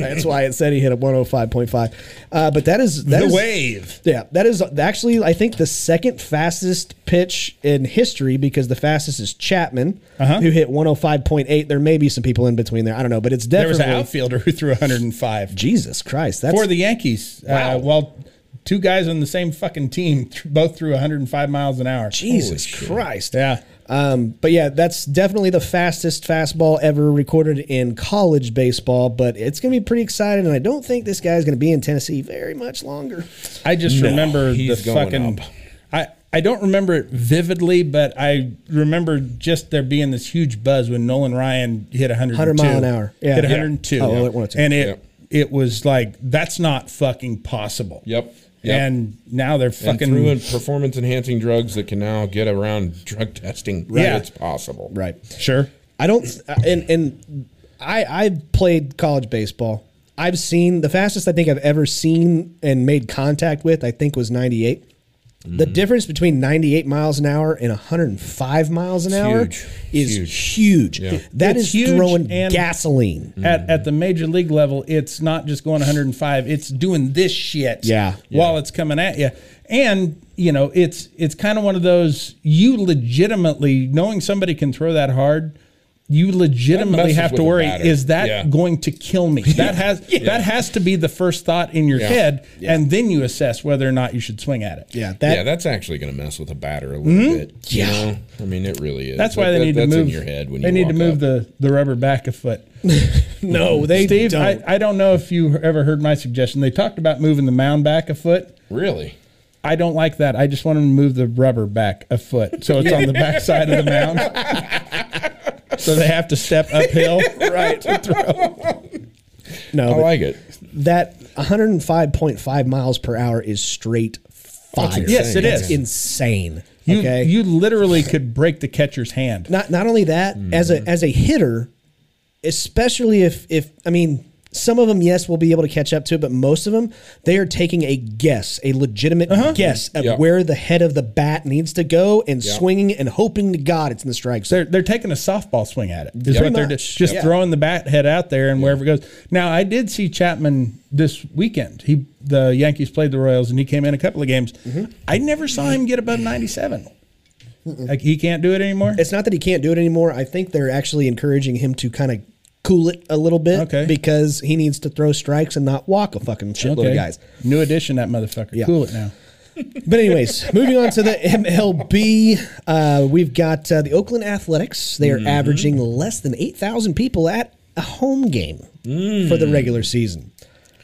That's why it said he hit a 105.5. Uh, but that is that the is- wave. Yeah, that is actually, I think, the second fastest pitch in history because the fastest is Chapman, Uh-huh. who hit 105.8. There may be some people in between there. I don't know, but it's There was definitely. an outfielder who threw 105 Jesus Christ. That's, for the Yankees. Uh, well, two guys on the same fucking team th- both threw 105 miles an hour. Jesus Christ. Yeah. Um, but yeah, that's definitely the fastest fastball ever recorded in college baseball. But it's going to be pretty exciting, and I don't think this guy's going to be in Tennessee very much longer. I just remember the he's going fucking. up. I I don't remember it vividly, but I remember just there being this huge buzz when Nolan Ryan hit 102. 100 mile an hour. Yeah. hit Yeah. 102. Oh, well, it wanted to. and it Yep. it was like that's not fucking possible. Yep. Yep. And now they're and fucking threw in performance enhancing drugs that can now get around drug testing. Right. Yeah. It's possible. Right. sure. I don't, and and I I've played college baseball. I've seen the fastest I think I've ever seen and made contact with. I think was ninety The difference between 98 miles an hour and 105 miles an hour huge. is Huge. huge. That is It's huge throwing and- gasoline. At, at the major league level, it's not just going 105; it's doing this shit. Yeah. while it's coming at you, and you know it's it's kind of one of those you legitimately knowing somebody can throw that hard, you legitimately messes have with to a worry: batter. is that Yeah. going to kill *laughs* me? That has that has to be the first thought in your head, and then you assess whether or not you should swing at it. Yeah, that yeah, that's actually going to mess with a batter a little bit. you Yeah. know? I mean, it really is. That's why That- they that- need that's to move. in your head when they you need walk to move up. the the rubber back *laughs* a foot. no, they Steve, don't. I, I don't know if you ever heard my suggestion. They talked about moving the mound back a foot. Really? I don't like that. I just want them to move the rubber back a foot so it's on *laughs* the back side of the mound. so they have to step uphill. right. no, I but like it. that 105.5 miles per hour is straight fire. Yes, it That's is. insane. You, okay, you literally could break the catcher's hand. not not only that Mm-hmm. as a as a hitter especially if if i mean some of them yes will be able to catch up to it but most of them they are taking a guess a legitimate guess of Uh-huh. Yeah. where the head of the bat needs to go and Yeah. swinging and hoping to god it's in the strike zone They're, they're taking a softball swing at it. Is Pretty what they're much. just, just Yeah. throwing the bat head out there and wherever it goes. Now I did see Chapman this weekend. He the Yankees played the Royals and he came in a couple of games. I never saw him get above ninety seven. Like he can't do it anymore. it's not that he can't do it anymore i think they're actually encouraging him to kind of cool it a little bit Okay. because he needs to throw strikes and not walk a fucking shitload of guys. New edition, that motherfucker. Yeah. Cool it now. But anyways, moving on to the MLB, uh, we've got uh, the Oakland Athletics. They are Mm-hmm. averaging less than eight thousand people at a home game for the regular season.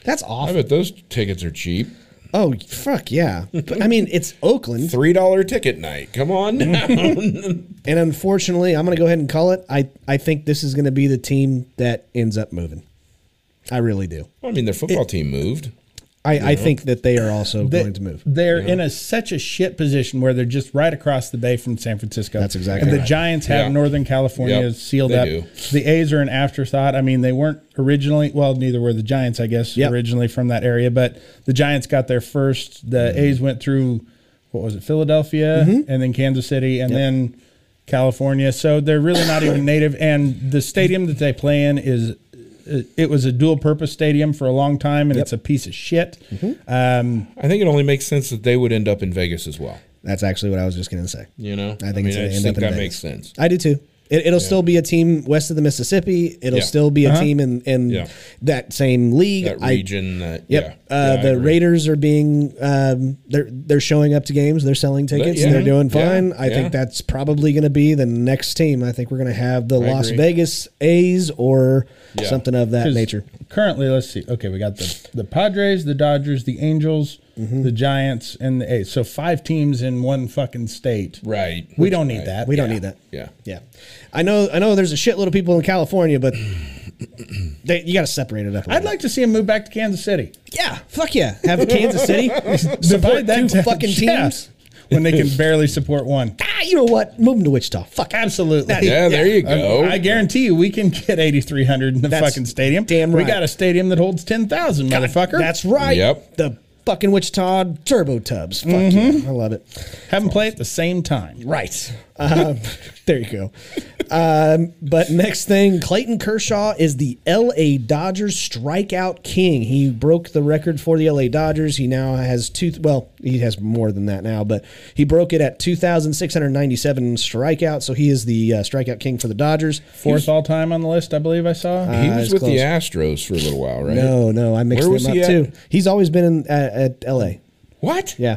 That's Mm. I awful. bet those tickets are cheap. Oh fuck yeah! But, I mean, it's Oakland, Three dollar ticket night. Come on down. *laughs* and unfortunately, I'm going to go ahead and call it. I I think this is going to be the team that ends up moving. I really do. I mean, their football team moved. I, I think that they are also They- going to move. They're in a such a shit position where they're just right across the bay from San Francisco. That's exactly And the right. Giants have Yeah. Northern California Yep, sealed they up. do. The A's are an afterthought. I mean, they weren't originally. Well, neither were the Giants, I guess, Yep. originally from that area. But the Giants got there first. The Mm-hmm. A's went through. What was it? Philadelphia, and then Kansas City, and then California. So they're really not even native. And the stadium that they play in is. It was a dual purpose stadium for a long time, and it's a piece of shit. Mm-hmm. Um, I think it only makes sense that they would end up in Vegas as well. That's actually what I was just going to say. You know, I think mean, it's gonna I just end think up in that Vegas. makes sense. I do too. It, it'll still be a team west of the Mississippi. It'll Yeah. still be a team in, in Yeah. that same league. That I- region, that yep. yeah, uh, Yeah, I the agree. Raiders are being um, they're they're showing up to games. They're selling tickets. yeah. They're doing Yeah. fine. I Yeah. think that's probably going to be the next team. I think we're going to have the Las agree. Vegas A's or Yeah. something of that 'Cause nature. Currently, let's see. Okay, we got the the Padres, the Dodgers, the Angels, Mm-hmm. the Giants, and the A's. So five teams in one fucking state. Right. We don't need Right. that. We don't need that. Yeah. Yeah, I know. I know. There's a shitload of people in California, but they, you got to separate it up. a I'd little. like to see him move back to Kansas City. yeah, fuck yeah, have Kansas City *laughs* support two Divide town- fucking teams. *laughs* Yeah. when they can barely *laughs* support one. Ah, you know what? Move them to Wichita. Fuck it. Absolutely. Yeah, there you go. I guarantee you, we can get eighty three hundred in the That's fucking stadium. damn We right. got a stadium that holds ten thousand, motherfucker. That's right. Yep. The fucking Wichita Turbo Tubs. Fuck yeah. I love it. have them play at the same time. Right. Um, there you go. Um, but next thing, Clayton Kershaw is the LA Dodgers strikeout king. He broke the record for the LA Dodgers. He now has two, well, he has more than that now, but he broke it at 2,697 strikeouts. So he is the uh, strikeout king for the Dodgers. Fourth all time on the list, I believe I saw. He was Uh, it's with close. the Astros for a little while, right? No, no, I mixed Where was them up he at? too. He's always been in, at, at LA. What? Yeah,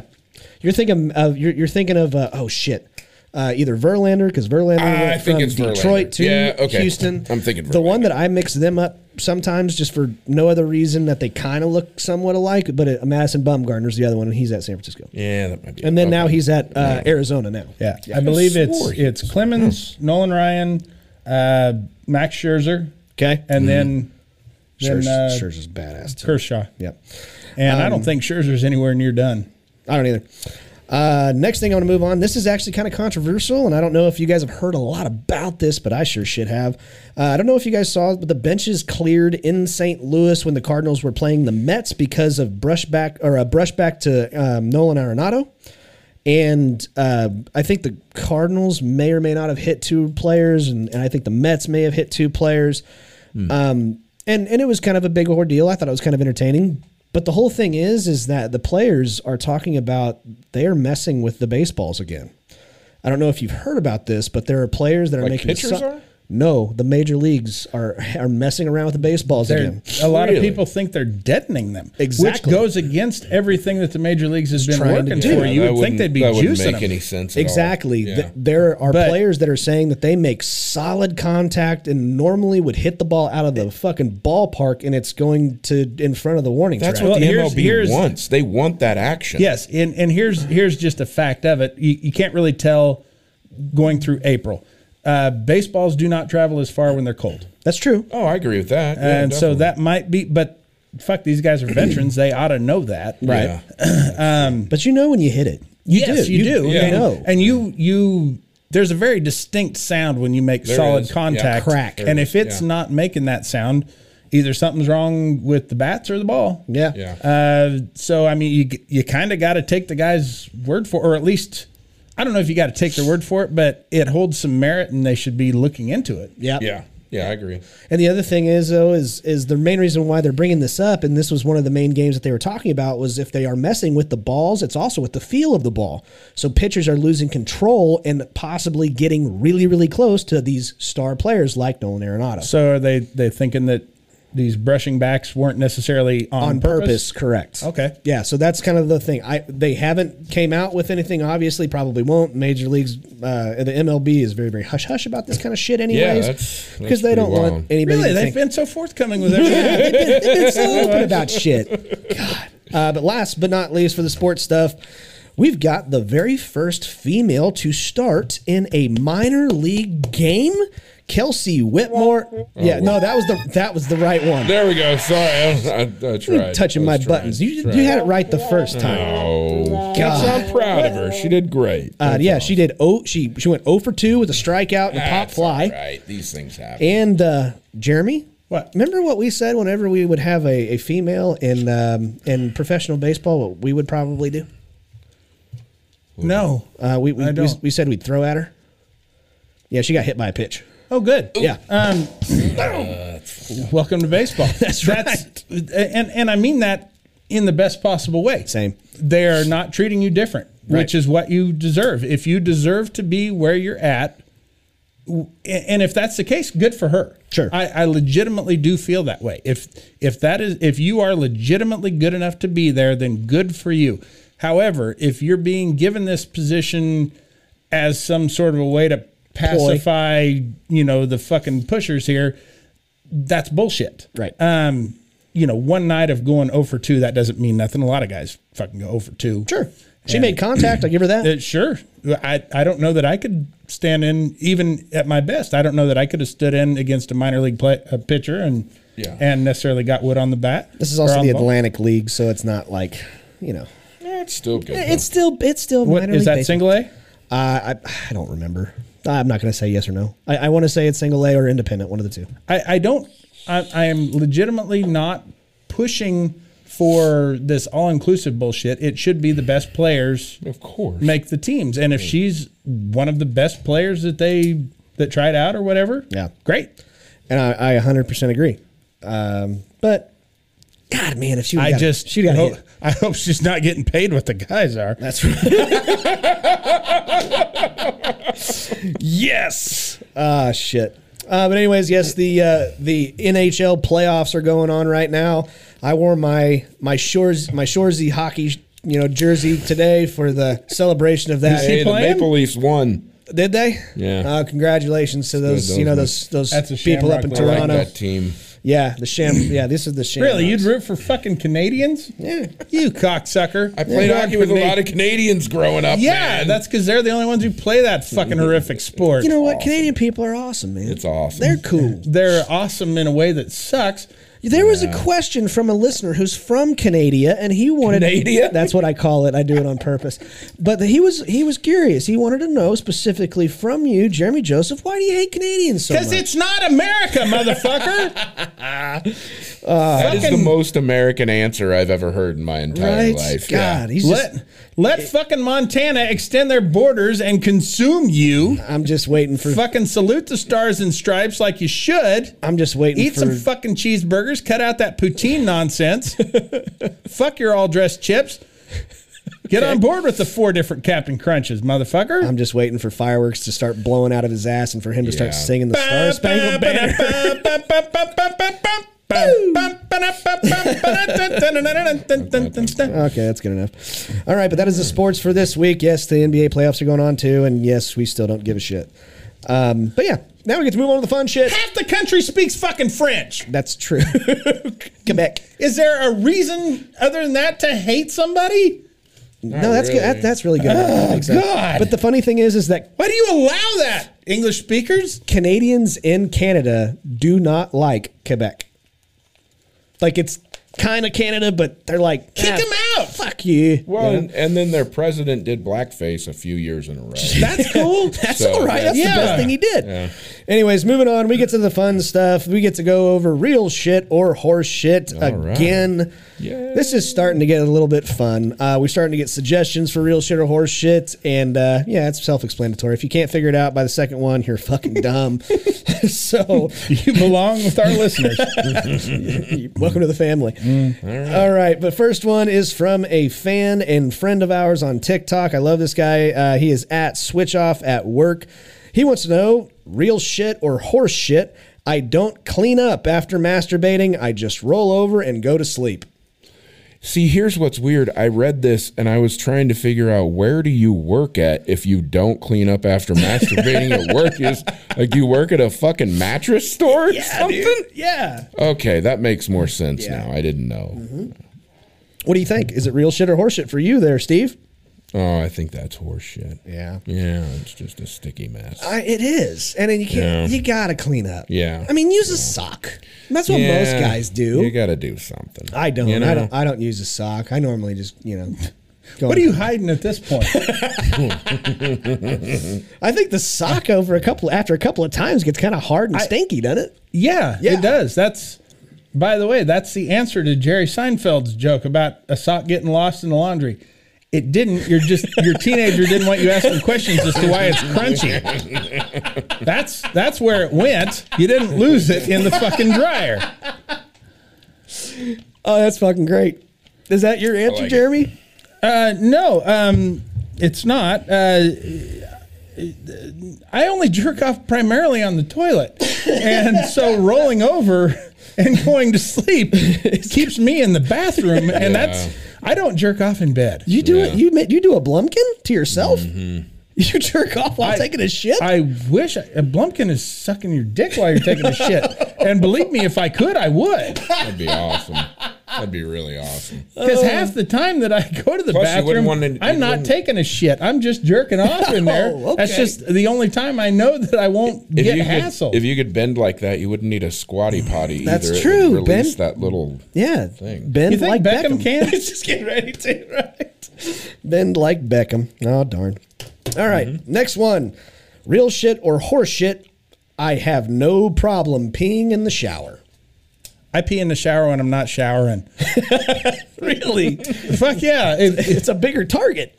you're thinking of you're, you're thinking of uh, oh shit, uh, either Verlander because Verlander Ah, I went think from it's Verlander. Detroit to Yeah, okay. Houston. I'm thinking the one Verlander. that I mix them up sometimes just for no other reason that they kind of look somewhat alike. But uh, Madison Bumgarner's the other one, and he's at San Francisco. Yeah, that might be. And then okay. now he's at uh, Arizona now. Yeah, I believe it's swore he *laughs* it's Clemens, Nolan Ryan, uh, Max Scherzer, Okay. and Mm-hmm. then then Scherz- uh, Scherzer's badass. Too. Kershaw. Yep. And Um, I don't think Scherzer's anywhere near done. I don't either. Uh, next thing I want to move on. This is actually kind of controversial, and I don't know if you guys have heard a lot about this, but I sure should have. Uh, I don't know if you guys saw, it, but the benches cleared in St. Louis when the Cardinals were playing the Mets because of brushback or a brushback to um, Nolan Arenado, and uh, I think the Cardinals may or may not have hit two players, and, and I think the Mets may have hit two players. Hmm. Um, and and it was kind of a big ordeal. I thought it was kind of entertaining. But the whole thing is, is that the players are talking about they're messing with the baseballs again. I don't know if you've heard about this, but there are players that are Like making pitchers su- are? No, the major leagues are *laughs* are messing around with the baseballs They're- again. a lot Really? of people think they're deadening them, Exactly. which goes against everything that the major leagues has been trying to working do. for. Yeah, You that would think wouldn't- they'd be that wouldn't juicing make them. any sense. At Exactly. All. Th- Yeah. there are But- players that are saying that they make solid contact and normally would hit the ball out of the fucking ballpark, and it's going to in front of the warning That's track. what Well, the here's- MLB here's- wants. They want that action. Yes, and and here's here's just a fact of it. You, you can't really tell going through April. Uh, baseballs do not travel as far when they're cold. That's true. Oh, I agree with that. Yeah, and so definitely. that might be but fuck these guys are veterans they ought to know that Yeah. But you know when you hit it. You yes do. you, do Yeah. And- know. and you you there's a very distinct sound when you make There solid is. Yeah. contact Crack. and if it's Yeah. not making that sound either something's wrong with the bats or the ball Yeah. Yeah. *laughs* uh, so I mean, you you kind of got to take the guy's word for, or at least I don't know if you got to take their word for it, but it holds some merit, and they should be looking into it. Yeah. yeah. Yeah, I agree. And the other thing is though is is the main reason why they're bringing this up, and this was one of the main games that they were talking about was if they are messing with the balls, it's also with the feel of the ball. So pitchers are losing control and possibly getting really really close to these star players like Nolan Arenado So are they they thinking that these brushing backs weren't necessarily on, on purpose. Correct. Okay. Yeah. So that's kind of the thing. I they haven't came out with anything. Obviously, probably won't. Major leagues, uh, the MLB is very very hush hush about this kind of shit, anyways, that's- that's because they pretty don't wild. want anybody. Really, to they've think- *laughs* been so forthcoming with everything. they've been, they've been so open about shit. God. Uh, but last but not least for the sports stuff, we've got the very first female to start in a minor league game. Kelsey Whitmore. Oh, yeah, no, that was the that was the right one. There *laughs* we go. Sorry, I, I, I You tried. touching I my was trying, buttons. You, tried. you had it right the first time. Oh, God. I'm proud of her. She did great. Uh, yeah, she did. Oh, she she went 0 for two with a strikeout and a pop That's fly. all Right, these things happen. And uh, Jeremy, What? Remember what we said whenever we would have a, a female in um, in professional baseball? What we would probably do? *laughs* no. Uh, we, we, I we don't. we said we'd throw at her. Yeah, she got hit by a pitch. Oh, good. Yeah. Um, welcome *laughs* to baseball. That's Uh, right. and and I mean that in the best possible way. Same. They are not treating you different, Right. which is what you deserve. If you deserve to be where you're at, w- and if that's the case, good for her. Sure. I, I legitimately do feel that way. If if that is if you are legitimately good enough to be there, then good for you. However, if you're being given this position as some sort of a way to pacify, you know, the fucking pushers here, that's bullshit. Right. Um, you know, one night of going 0 for 2, that doesn't mean nothing. A lot of guys fucking go 0 for 2. Sure. She made contact. I give her that. Uh, sure. I, I don't know that I could stand in even at my best. I don't know that I could have stood in against a minor league play, a pitcher and Yeah. and necessarily got wood on the bat. This is or also on the ball. Atlantic League, so it's not like you know. It's still good. It's still it's still What minor is league that baseball. single A? Uh, I I don't remember. I'm not going to say yes or no. I, I want to say it's single A or independent, one of the two. I, I don't. I, I am legitimately not pushing for this all-inclusive bullshit. It should be the best players though. of course. make the teams, and if she's one of the best players that they that tried out or whatever, Yeah. great. And I, I 100% agree. Um, but God, man, if she I would've got- just she got hope, hit. I hope she's not getting paid what the guys are. That's right. yes. Ah, shit. Uh, but anyways, yes, the uh, the NHL playoffs are going on right now. I wore my my shores my Shoresy hockey you know jersey today for the celebration of that. hey, the playing? Maple Leafs won. Did they? Yeah. Uh, congratulations to those, those you know ones. those those That's a people up in Shamrock I Toronto. like that team. yeah, the sham. Yeah, this is the sham. Really, you'd root for fucking Canadians? Yeah. You cocksucker. I played hockey with a lot of Canadians growing up. Yeah, man. that's because they're the only ones who play that fucking horrific sport. You know what? Canadian people are awesome, man. It's awesome. They're cool. they're awesome in a way that sucks. There was a question from a listener who's from Canada, and he wanted Canada? *laughs* That's what I call it. I do it on purpose. But he was he was curious. He wanted to know specifically from you, Jeremy Joseph, why do you hate Canadians so much? Because it's not America, *laughs* motherfucker. Uh, That is the fucking- most American answer I've ever heard in my entire right. life. God, he's let just. let fucking Montana extend their borders and consume you. I'm just waiting for. Fucking salute the stars and stripes like you should. I'm just waiting Eat for. some fucking cheeseburgers. Cut out that *laughs* poutine nonsense. Fuck your all dressed chips. Get on board with the four different Captain Crunches, motherfucker. I'm just waiting for fireworks to start blowing out of his ass and for him to start Yeah. singing the Star Spangled Banner. That's *laughs* Okay, that's good enough. All right, but that is the sports for this week. Yes, the NBA playoffs are going on too, and yes, we still don't give a shit. Um, but yeah, now we get to move on to the fun shit. half the country speaks fucking French. That's true. *laughs* Quebec. Is there a reason other than that to hate somebody? no, that's good. really. That, that's really good. *sighs* Thanks, Zach. God. But the funny thing is, is that Why do you allow that, English speakers? Canadians in Canada do not like Quebec. Like it's kind of Canada, but they're like Kick "Ah, them out. Fuck you. Well, and, and then their president did blackface a few years in a row. That's cool. That's So, all right. That's the yeah. best thing he did. Anyways, moving on, we get to the fun stuff. We get to go over real shit or horse shit right. again. This is starting to get a little bit fun. Uh, we're starting to get suggestions for real shit or horse shit, and uh, yeah, it's self-explanatory. If you can't figure it out by the second one, you're fucking dumb. *laughs* so, *laughs* You belong with our listeners. *laughs* welcome to the family. all, right. but first one is from a fan and friend of ours on TikTok. I love this guy. Uh, he is at Switch Off at work. He wants to know real shit or horse shit. I don't clean up after masturbating. I just roll over and go to sleep. See, here's what's weird. I read this and I was trying to figure out where do you work at if you don't clean up after masturbating at work? Is like you work at a fucking mattress store or something? Yeah. Okay, that makes more sense now. I didn't know. What do you think? Is it real shit or horse shit for you there, Steve? Oh, I think that's horseshit. Yeah. Yeah, it's just a sticky mess. I, it is, and then you can't. You gotta clean up. Yeah. I mean, use a sock. That's what most Yeah, guys do. You got to do something. I don't. you I know? don't. I don't use a sock. I normally just you know. *laughs* go What are in- you hiding at this point? I think the sock over a couple after a couple of times gets kind of hard and stinky, doesn't it? Yeah, Yeah. it does. That's by the way, that's the answer to Jerry Seinfeld's joke about a sock getting lost in the laundry. It didn't. You're just your teenager didn't want you asking questions as to why it's crunchy. That's that's where it went. You didn't lose it in the fucking dryer. Oh, that's fucking great. Is that your answer, like it. Jeremy? Uh, no, um, it's not. Uh, I only jerk off primarily on the toilet, and so rolling over and going to sleep keeps me in the bathroom, and that's I don't jerk off in bed. You do it. Yeah. You ma- you do a blumpkin to yourself. You jerk off while taking a shit. I wish I, a Blumpkin is sucking your dick while you're taking a shit, and believe me, if I could, I would. *laughs* That'd be awesome. That'd be really awesome. *laughs* Because half the time that I *laughs* go to the Plus, Oh. you wouldn't bathroom, want to- I'm you not wouldn't- taking a shit. I'm just jerking *laughs* off in there. Oh, okay. That's just the only time I know that I won't If get you hassled. could, if you could bend like that, you wouldn't need a squatty potty That's either. It true, would Release bend- that little. yeah, Thing. bend You think like Beckham Beckham. *laughs* *laughs* can? He's just getting ready to right. Bend like Beckham. Oh darn. All right, next one. Real shit or horse shit? I have no problem peeing in the shower. I pee in the shower when I'm not showering. Really? Fuck yeah. It- *laughs* it's a bigger target.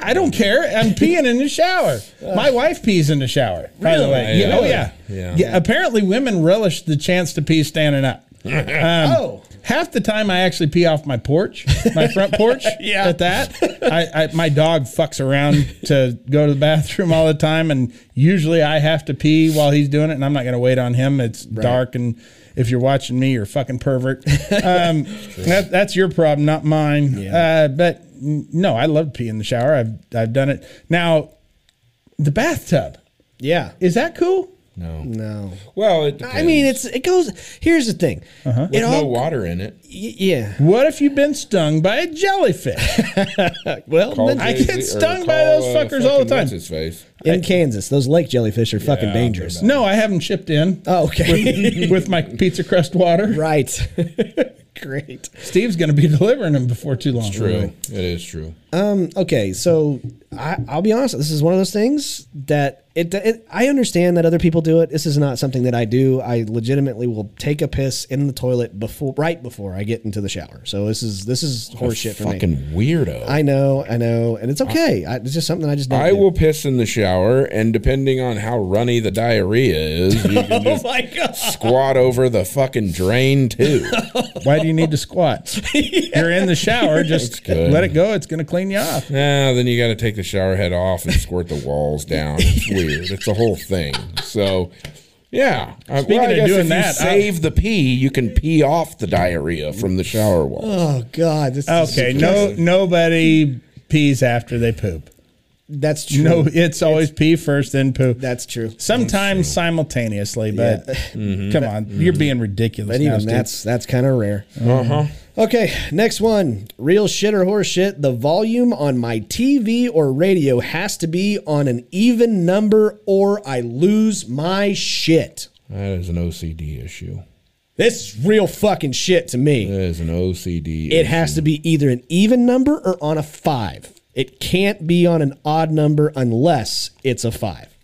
I don't care. I'm peeing in the shower. My wife pees in the shower, by the way. Really? Yeah, Oh, yeah. Yeah. Apparently, women relish the chance to pee standing up. oh, Half the time, I actually pee off my porch, my front porch. *laughs* Yeah. At that, I, I, my dog fucks around to go to the bathroom all the time, and usually I have to pee while he's doing it, and I'm not going to wait on him. It's dark, and if you're watching me, you're a fucking pervert. *laughs* Um, that, that's your problem, not mine. Uh, but n- no, I love to pee in the shower. I've I've done it. Now, the bathtub yeah. is that cool? No. No. Well, it depends. I mean, it's it goes. Here's the thing. It With no all. water in it. y- yeah. What if you've been stung by a *laughs* jellyfish? Well, Call then- I Jay-Z- get or stung by call, those uh, fuckers all fucking the time. what's His face. in Kansas, those lake jellyfish are fucking Yeah, dangerous. No, I haven't chipped in. Oh, *laughs* okay. with, with my pizza crust water. *laughs* right. *laughs* Great. Steve's going to be delivering them before too long. True. It is true. Okay, so I, I'll be honest. This is one of those things that it, it. I understand that other people do it. This is not something that I do. I legitimately will take a piss in the toilet before, right before I get into the shower. So this is this is horseshit for me. Fucking weirdo. I know, I know, and it's okay. I, it's just something I just. Don't I do. will piss in the shower, and depending on how runny the diarrhea is, *laughs* you can just Oh my God. squat over the fucking drain too. Why do you need *laughs* to squat? You're in the shower. Just good. let it go. It's going to clean you off. Nah, Ah, then you got to take the shower head off and squirt the walls down. It's weird. It's a whole thing. So, yeah. I- Speaking I of guess doing if you that, I- save the pee. You can pee off the diarrhea from the shower wall. Oh God. This Is, Okay. No, nobody pees after they poop. that's true. No, it's always pee first, then poop. that's true. Sometimes simultaneously, but come on, you're being ridiculous. But now, even Steve. that's that's kind of rare. Uh Uh-huh. huh. Okay, next one. Real shit or horse shit. The volume on my TV or radio has to be on an even number or I lose my shit. That is an OCD issue. This is real fucking shit to me. That is an OCD. It has to be either an even number or on a five. It can't be on an odd number unless it's a five.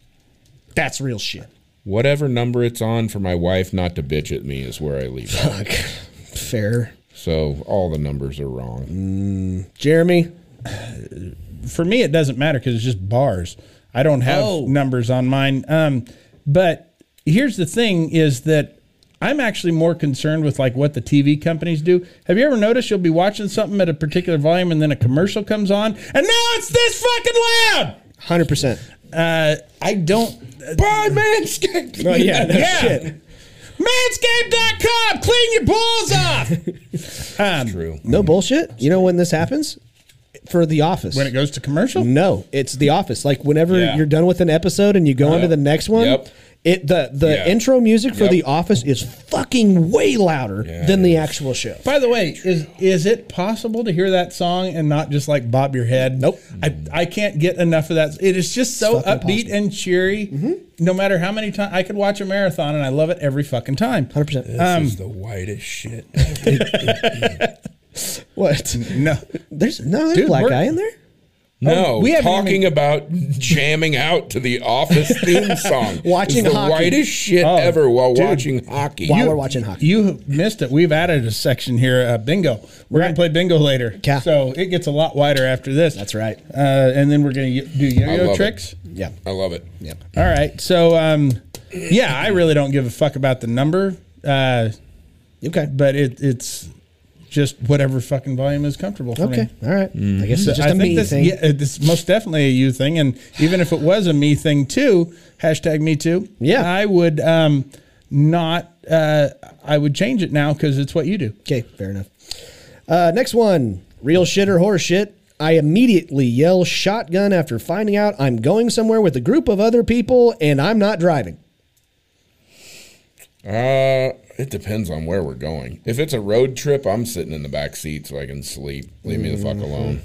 That's real shit. whatever number it's on for my wife not to bitch at me is where I leave it. Fuck. Fair. So all the numbers are wrong. Jeremy, for me it doesn't matter because it's just bars i don't have Oh. numbers on mine um, but here's the thing is that i'm actually more concerned with like what the tv companies do have you ever noticed you'll be watching something at a particular volume and then a commercial comes on and now it's this fucking loud 100%. uh, i don't By Manscaped. uh, *laughs* Oh, yeah. No Yeah. shit. manscaped.com clean your balls off *laughs* Um, True. No bullshit. You know when this happens? For The Office. when it goes to commercial No, it's The Office. Like whenever Yeah. Uh-huh. you're done with an episode and you go on to the next one, Yep. it the the Yeah. intro music for Yep. The Office is fucking way louder than the actual show. By the way, is is it possible to hear that song and not just like bob your head? Nope. I, I can't get enough of that. It is just so upbeat fucking possible. Mm-hmm. and cheery. No matter how many times I could watch a marathon and I love it every fucking time. 100%. Um, It's the whitest shit. what? *laughs* no, There's no there's Dude, black we're- guy in there. No, Oh, we haven't talking even- about jamming out to the Office *laughs* theme song. Watching is the hockey. whitest shit Oh, ever while dude. watching hockey. While we're watching hockey. you missed it. We've added a section here, uh, bingo. We're gonna play bingo later, Yeah. so it gets a lot wider after this. That's right. Uh, and then we're gonna y- do love yo-yo it. tricks. Yeah. I love it. All right, so um, yeah, I really don't give a fuck about the number. Uh, Okay. but it it's just whatever fucking volume is comfortable for Okay. me. All right. I guess it's just I a me think this, thing. yeah, it's most definitely a you thing, and even if it was a me thing too, hashtag me too. Yeah. I would um, not. Uh, I would change it now because it's what you do. Okay, fair enough. Uh, next one, real shit or horse shit. I immediately yell shotgun after finding out I'm going somewhere with a group of other people and I'm not driving. Uh, it depends on where we're going. If it's a road trip, I'm sitting in the back seat so I can sleep. Leave me the Mm-hmm. fuck alone.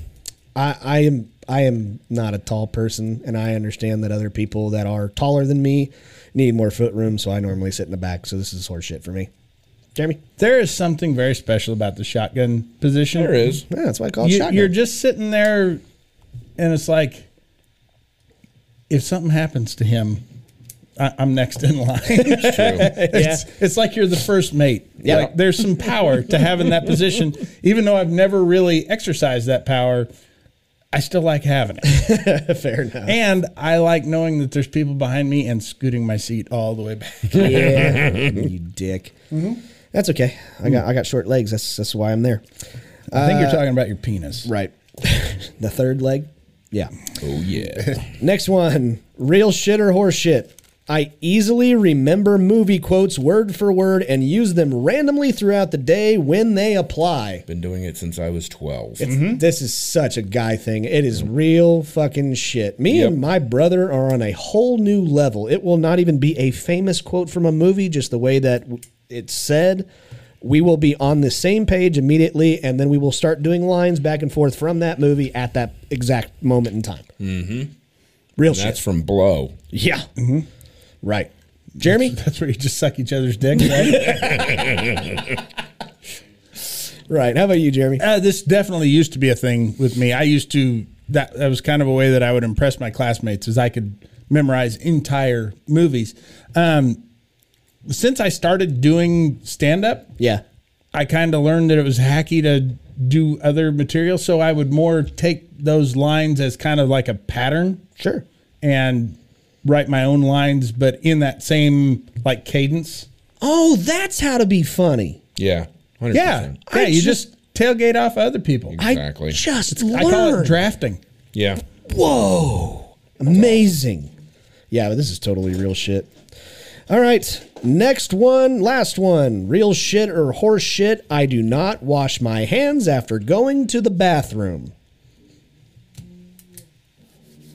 I, I am I am not a tall person, and I understand that other people that are taller than me need more foot room, so I normally sit in the back. So this is horse shit for me. Jeremy, There is something very special about the shotgun position. There is. yeah, that's why I call it You- shotgun. you're just sitting there, and it's like, if something happens to him, I, I'm next in *laughs* line. True. *laughs* It's, it's like you're the first mate. Yeah. Like there's some power to having that position, even though I've never really exercised that power. I still like having it, *laughs* fair enough. and I like knowing that there's people behind me and scooting my seat all the way back. Uh, yeah, *laughs* you dick. That's okay. I got I got short legs. That's that's why I'm there. I think you're talking about your penis. Right. *laughs* the third leg. Yeah. oh yeah. *laughs* Next one, real shit or horse shit. I easily remember movie quotes word for word and use them randomly throughout the day when they apply. Been doing it since I was twelve. It's- This is such a guy thing. It is real fucking shit. Me and my brother are on a whole new level. It will not even be a famous quote from a movie, just the way that w- it's said. We will be on the same page immediately, and then we will start doing lines back and forth from that movie at that exact moment in time. Mm-hmm. Real shit. That's from Blow. Yeah. Right. Jeremy? *laughs* That's where you just suck each other's dick. Right? *laughs* Right. How about you, Jeremy? uh, this definitely used to be a thing with me. I used to that that was kind of a way that I would impress my classmates is I could memorize entire movies. Um, since I started doing stand up, Yeah. I kind of learned that it was hacky to do other material, so I would more take those lines as kind of like a pattern Sure. and write my own lines, but in that same like cadence. Oh, that's how to be funny. Yeah. 100%. Yeah, yeah. I you just- just, tailgate off other people. Exactly. I just I call it learned. drafting. Yeah. Whoa. Amazing. Yeah, but this is totally real shit. All right. Next one. Last one. Real shit or horse shit. I do not wash my hands after going to the bathroom.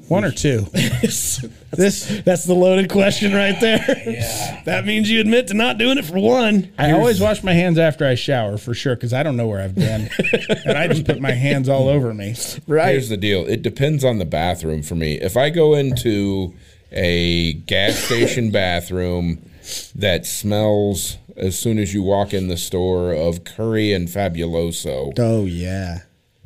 One *laughs* or two. This that's the loaded question right there. *laughs* That means you admit to not doing it for one. I always wash my hands after I shower for sure because I don't know where *laughs* I've been, and I just put my hands all over me. Right. Here's the deal. It depends on the bathroom for me. If I go into a gas station bathroom that smells as soon as you walk in the store of curry and fabuloso, Oh yeah.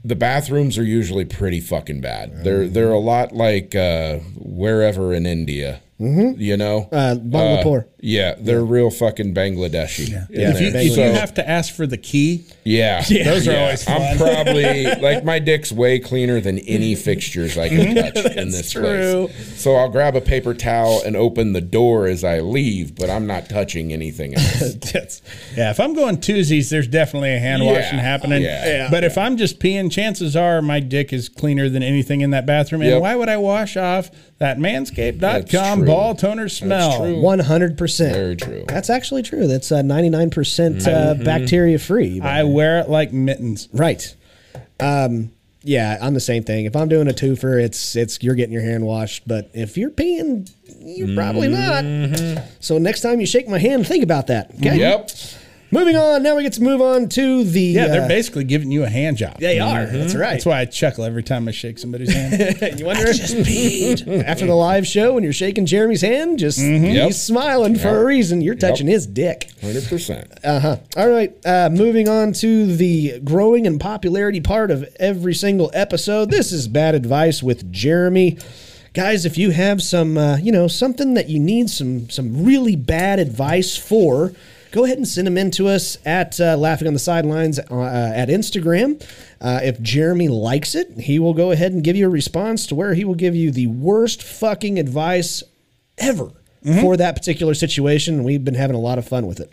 the bathrooms are usually pretty fucking bad. They're they're a lot like uh, wherever in India. You know, Uh, Bon Lapore. yeah, they're real fucking Bangladeshi. Yeah, If you, if you so, have to ask for the key, *laughs* yeah, Those are always I'm probably like my dick's way cleaner than any fixtures I can touch in this Mm-hmm. true. place. So I'll grab a paper towel and open the door as I leave, but I'm not touching *laughs* anything else. that's- yeah. If I'm going Tuesdays, there's definitely a hand Yeah. washing happening. Yeah. Yeah. But if I'm just peeing, chances are my dick is cleaner than anything in that bathroom. And Yep. why would I wash off that That's manscaped.com true. ball toner smell? true. One hundred percent. Very true. That's actually true. That's ninety nine percent uh, bacteria free. I wear it like mittens. Right. Um, yeah, I'm the same thing. If I'm doing a twofer, it's it's you're getting your hand washed, but if you're peeing, you're probably not. So next time you shake my hand, think about that. Mm-hmm. Okay. Yep. Moving on. Now we get to move on to the. Yeah, uh, they're basically giving you a hand job. Mm-hmm. They are. That's right. That's why I chuckle every time I shake somebody's *laughs* hand. you wonder just peed. *laughs* after the live show when you're shaking Jeremy's hand, just he's Yep. smiling for a reason. You're touching his dick. 100%. All right, uh, moving on to the growing in popularity part of every single episode. This is bad advice with Jeremy. Guys, if you have some, uh, you know, something that you need some some really bad advice for, go ahead and send them in to us at uh, Laughing on the Sidelines uh, at Instagram. Uh, if Jeremy likes it, he will go ahead and give you a response to where he will give you the worst fucking advice ever for that particular situation. We've been having a lot of fun with it.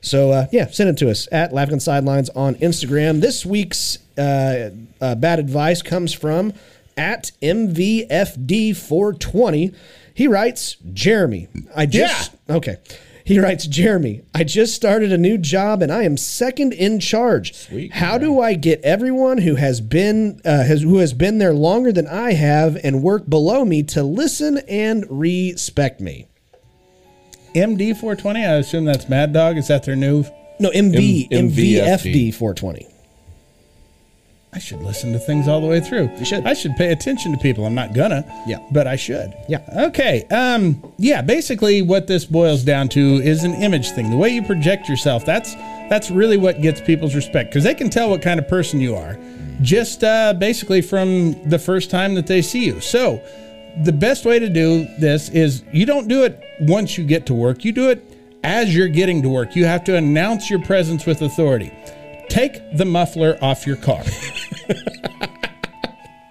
So uh, yeah, send it to us at Laughing Sidelines on Instagram. This week's uh, uh, bad advice comes from at MVFD420. He writes, Jeremy, I just okay. He writes, Jeremy, I just started a new job and I am second in charge. How do I get everyone who has been uh, has who has been there longer than I have and work below me to listen and respect me? MD420, I assume that's Mad Dog. Is that their new? No, MV M- MVFD. MVFD 420. I should listen to things all the way through. You should. I should pay attention to people. I'm not gonna. Yeah. But I should. Yeah. Okay. Um. Yeah. Basically, what this boils down to is an image thing. The way you project yourself. That's that's really what gets people's respect because they can tell what kind of person you are, just uh, basically from the first time that they see you. So, the best way to do this is you don't do it once you get to work. You do it as you're getting to work. You have to announce your presence with authority. Take the muffler off your car.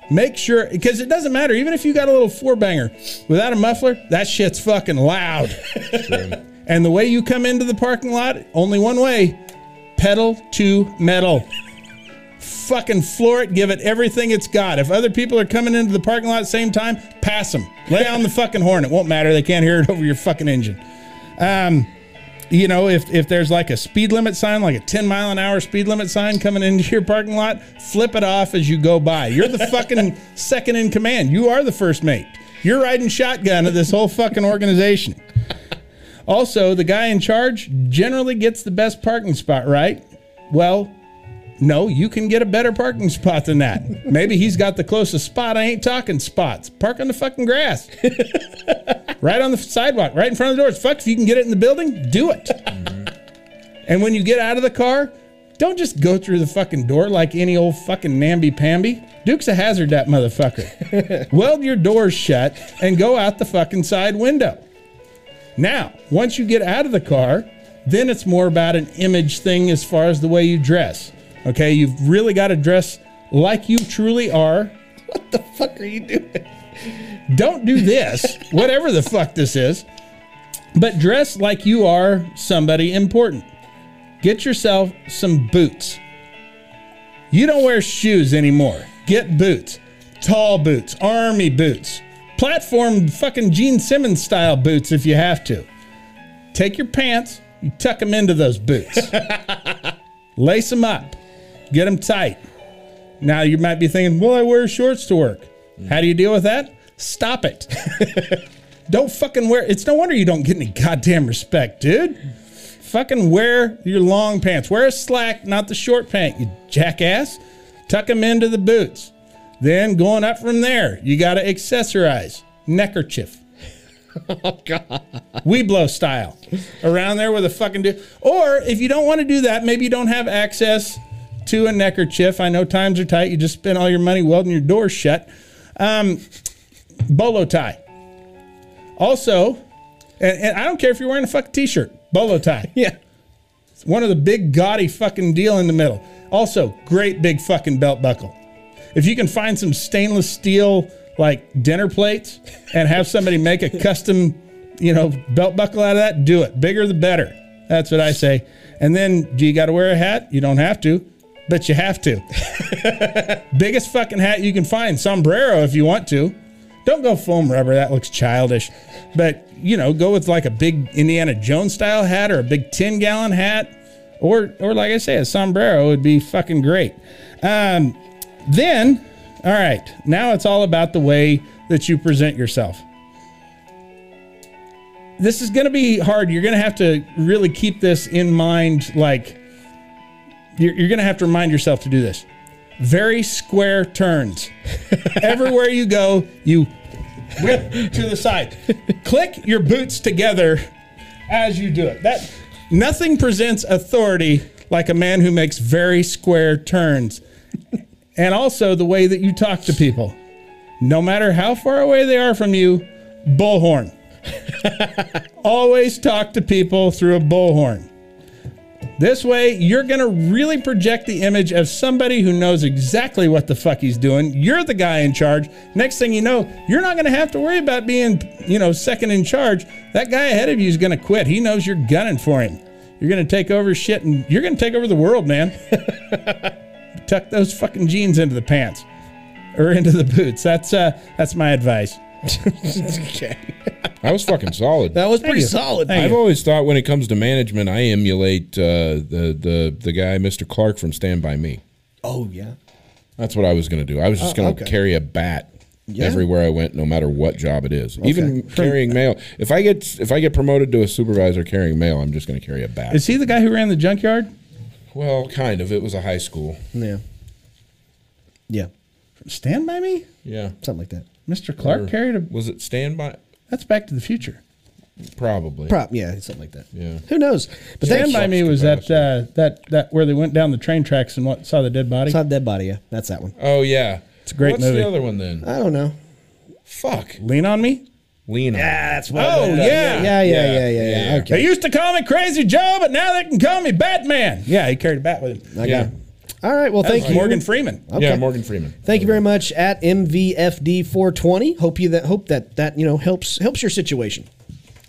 Make sure, because it doesn't matter. Even if you got a little four banger without a muffler, that shit's fucking loud. and the way you come into the parking lot, only one way pedal to metal. fucking floor it, give it everything it's got. If other people are coming into the parking lot at the same time, pass them. Lay on the fucking horn. It won't matter. They can't hear it *laughs* over your fucking engine. Um, you know, if, if there's like a speed limit sign, like a 10 mile an hour speed limit sign coming into your parking lot, flip it off as you go by. You're the fucking second in command. You are the first mate. You're riding shotgun of this whole fucking organization. Also, the guy in charge generally gets the best parking spot, right? Well, no, you can get a better parking spot than that. Maybe he's got the closest spot. I ain't talking spots. Park on the fucking grass. right on the sidewalk, right in front of the doors. Fuck, if you can get it in the building, do it. And when you get out of the car, don't just go through the fucking door like any old fucking namby pamby. Duke's a hazard, that motherfucker. Weld your doors shut and go out the fucking side window. Now, once you get out of the car, then it's more about an image thing as far as the way you dress. Okay, you've really got to dress like you truly are. What the fuck are you doing? Don't do this, whatever the fuck this is, but dress like you are somebody important. Get yourself some boots. You don't wear shoes anymore. Get boots. Tall boots, army boots, platform fucking Gene Simmons style boots if you have to. Take your pants, you tuck them into those boots. Lace them up. Get them tight. Now you might be thinking, "Well, I wear shorts to work." How do you deal with that? Stop it. *laughs* don't fucking wear It's no wonder you don't get any goddamn respect, dude. Fucking wear your long pants. Wear a slack, not the short pant, you jackass. Tuck them into the boots. Then going up from there, you got to accessorize. Neckerchief. Weeblow style around there with a fucking do. Or if you don't want to do that, maybe you don't have access to a neckerchief. I know times are tight. You just spend all your money welding your doors shut. Um, bolo tie. Also, and, and I don't care if you're wearing a fucking t-shirt, bolo tie. Yeah. One of the big gaudy fucking deal in the middle. Also, great big fucking belt buckle. If you can find some stainless steel like dinner plates and have somebody make a custom, you know, belt buckle out of that, do it. Bigger the better. That's what I say. And then do you got to wear a hat? You don't have to, but you have to. *laughs* Biggest fucking hat you can find, sombrero if you want to. Don't go foam rubber, that looks childish. But, you know, go with like a big Indiana Jones style hat or a big 10 gallon hat or or like I say, a sombrero would be fucking great. Um, then, all right, now it's all about the way that you present yourself. This is going to be hard. You're going to have to really keep this in mind. Like, you're, you're going to have to remind yourself to do this. Very square turns. *laughs* Everywhere you go, you whip to the side. Click your boots together as you do it. That nothing presents authority like a man who makes very square turns. and also the way that you talk to people. No matter how far away they are from you, bullhorn. *laughs* Always talk to people through a bullhorn. This way, you're going to really project the image of somebody who knows exactly what the fuck he's doing. You're the guy in charge. Next thing you know, you're not going to have to worry about being, you know, second in charge. That guy ahead of you is going to quit. He knows you're gunning for him. You're going to take over shit and you're going to take over the world, man. *laughs* Tuck those fucking jeans into the pants or into the boots. That's uh that's my advice. okay. I was fucking solid. That was pretty you. solid. Thank I've you. always thought when it comes to management, I emulate uh, the the the guy, Mr. Clark from Stand by Me. Oh yeah. That's what I was going to do. I was just going to Oh, okay. carry a bat everywhere I went, no matter what job it is. Even carrying mail. If I get if I get promoted to a supervisor carrying mail, I'm just going to carry a bat. Is he the guy who ran the junkyard? well, kind of. It was a high school. Yeah. Yeah. Stand by me? Yeah. Something like that. Mr. Clark carried a Was it Stand by? That's Back to the Future. Probably. Prop. Yeah. Something like that. Yeah. Who knows? But Stand thank by you. me was that uh, that that where they went down the train tracks and what saw the dead body. It's not dead body. Yeah. That's that one. Oh yeah. It's a great What's movie. the other one then? I don't know. Fuck. Lean on me. Lean on. Yeah, that's Oh yeah. Yeah. Yeah. Yeah. Yeah. Yeah. yeah, yeah. Okay. They used to call me Crazy Joe, but now they can call me Batman. Yeah, he carried a bat with him. I got Yeah. it. All right. Well, thank you, Morgan Freeman. Yeah, Okay. Morgan Freeman. Thank you very much at MVFD420. Hope you that hope that that you know helps helps your situation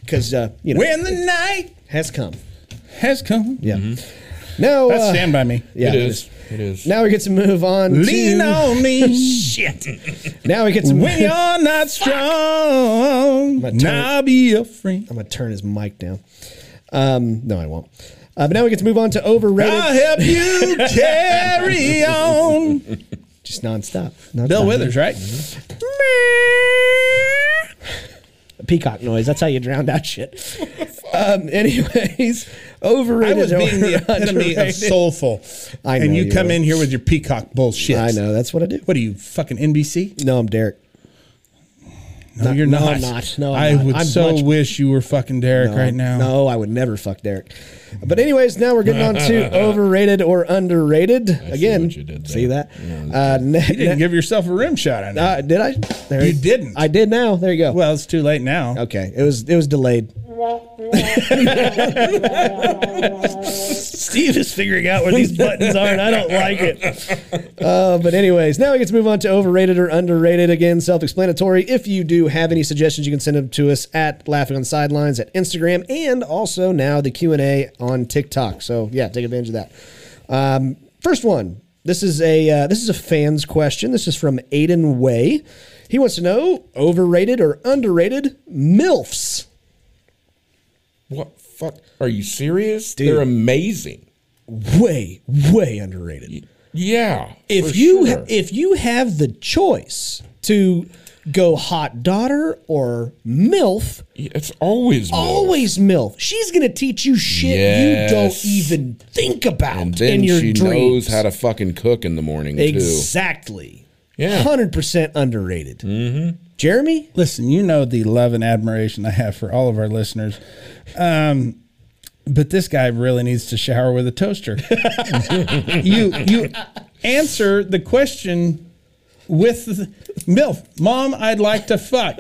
because uh, you know When the night has come. has come. Yeah. Now Mm-hmm. That's uh, Stand by Me. Yeah, It is. It is. Now we get to move on. Lean to, on *laughs* me Shit. Now we get to when you're not strong. turn- And I'll be your friend. *laughs* I'm gonna turn his mic down. Um, no, I won't. Uh, but now we get to move on to overrated. I'll *laughs* help you carry on. just nonstop. nonstop. Bill Withers, right? Mm-hmm. Peacock noise. That's how you drowned out *laughs* shit. um, anyways, *laughs* overrated. I was being *laughs* the or epitome of underrated. soulful. I know and you you come were. in here with your peacock bullshit. I know. That's what I do. What are you, fucking NBC? No, I'm Derek. No, you're no, not. I'm not. No, I'm I not. would I'm so much- wish you were fucking Derek right now. No, I would never fuck Derek. But anyways, now we're getting on *laughs* to overrated or underrated. Again, what you did see there. that? Uh, ne- You didn't give yourself a rim shot. I know. uh, did I? There You didn't. I did now. There you go. well, it's too late now. Okay, it was it was delayed. Steve is figuring out where these buttons are, and I don't like it. Uh, but anyways, now we get to move on to overrated or underrated. Again, self-explanatory. If you do have any suggestions, you can send them to us at Laughing on Sidelines at Instagram, and also now the Q and A on TikTok. So yeah, take advantage of that. Um, first one. This is a uh, this is a fan's question. This is from Aiden Way. He wants to know overrated or underrated milfs. What fuck? Are you serious? They're amazing. Way way underrated. Yeah. If for you sure. if you have the choice to go hot daughter or milf, it's always milk. always milf. She's gonna teach you shit you don't Yes. even think about and then in your she dreams. knows how to fucking cook in the morning exactly. Yeah. hundred percent underrated. Mm-hmm. Jeremy, Listen, you know the love and admiration I have for all of our listeners. Um, but this guy really needs to shower with a toaster. *laughs* you you answer the question with MILF, Mom, I'd like to fuck.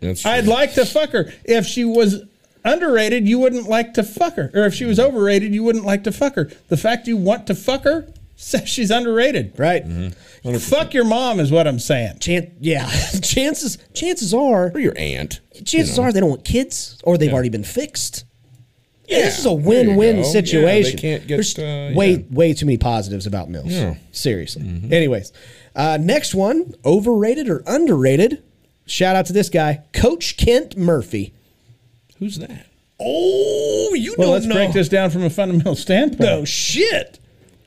That's I'd true. like to fuck her. If she was underrated, you wouldn't like to fuck her. Or if she was overrated, you wouldn't like to fuck her. The fact you want to fuck her *laughs* says she's underrated. Right. Mm-hmm. Fuck your mom is what I'm saying. Chan- yeah. *laughs* chances chances are Or your aunt. chances are they don't want kids or they've already been fixed. Yeah, this is a there you win-win go. Yeah, they situation. can't get, There's uh, way yeah. Mm-hmm. way too many positives about mills. Seriously. Anyways, uh, next one, overrated or underrated? Shout out to this guy, Coach Kent Murphy. Who's that? Oh, you Well, don't let's know. break this down from a fundamental standpoint. Oh shit!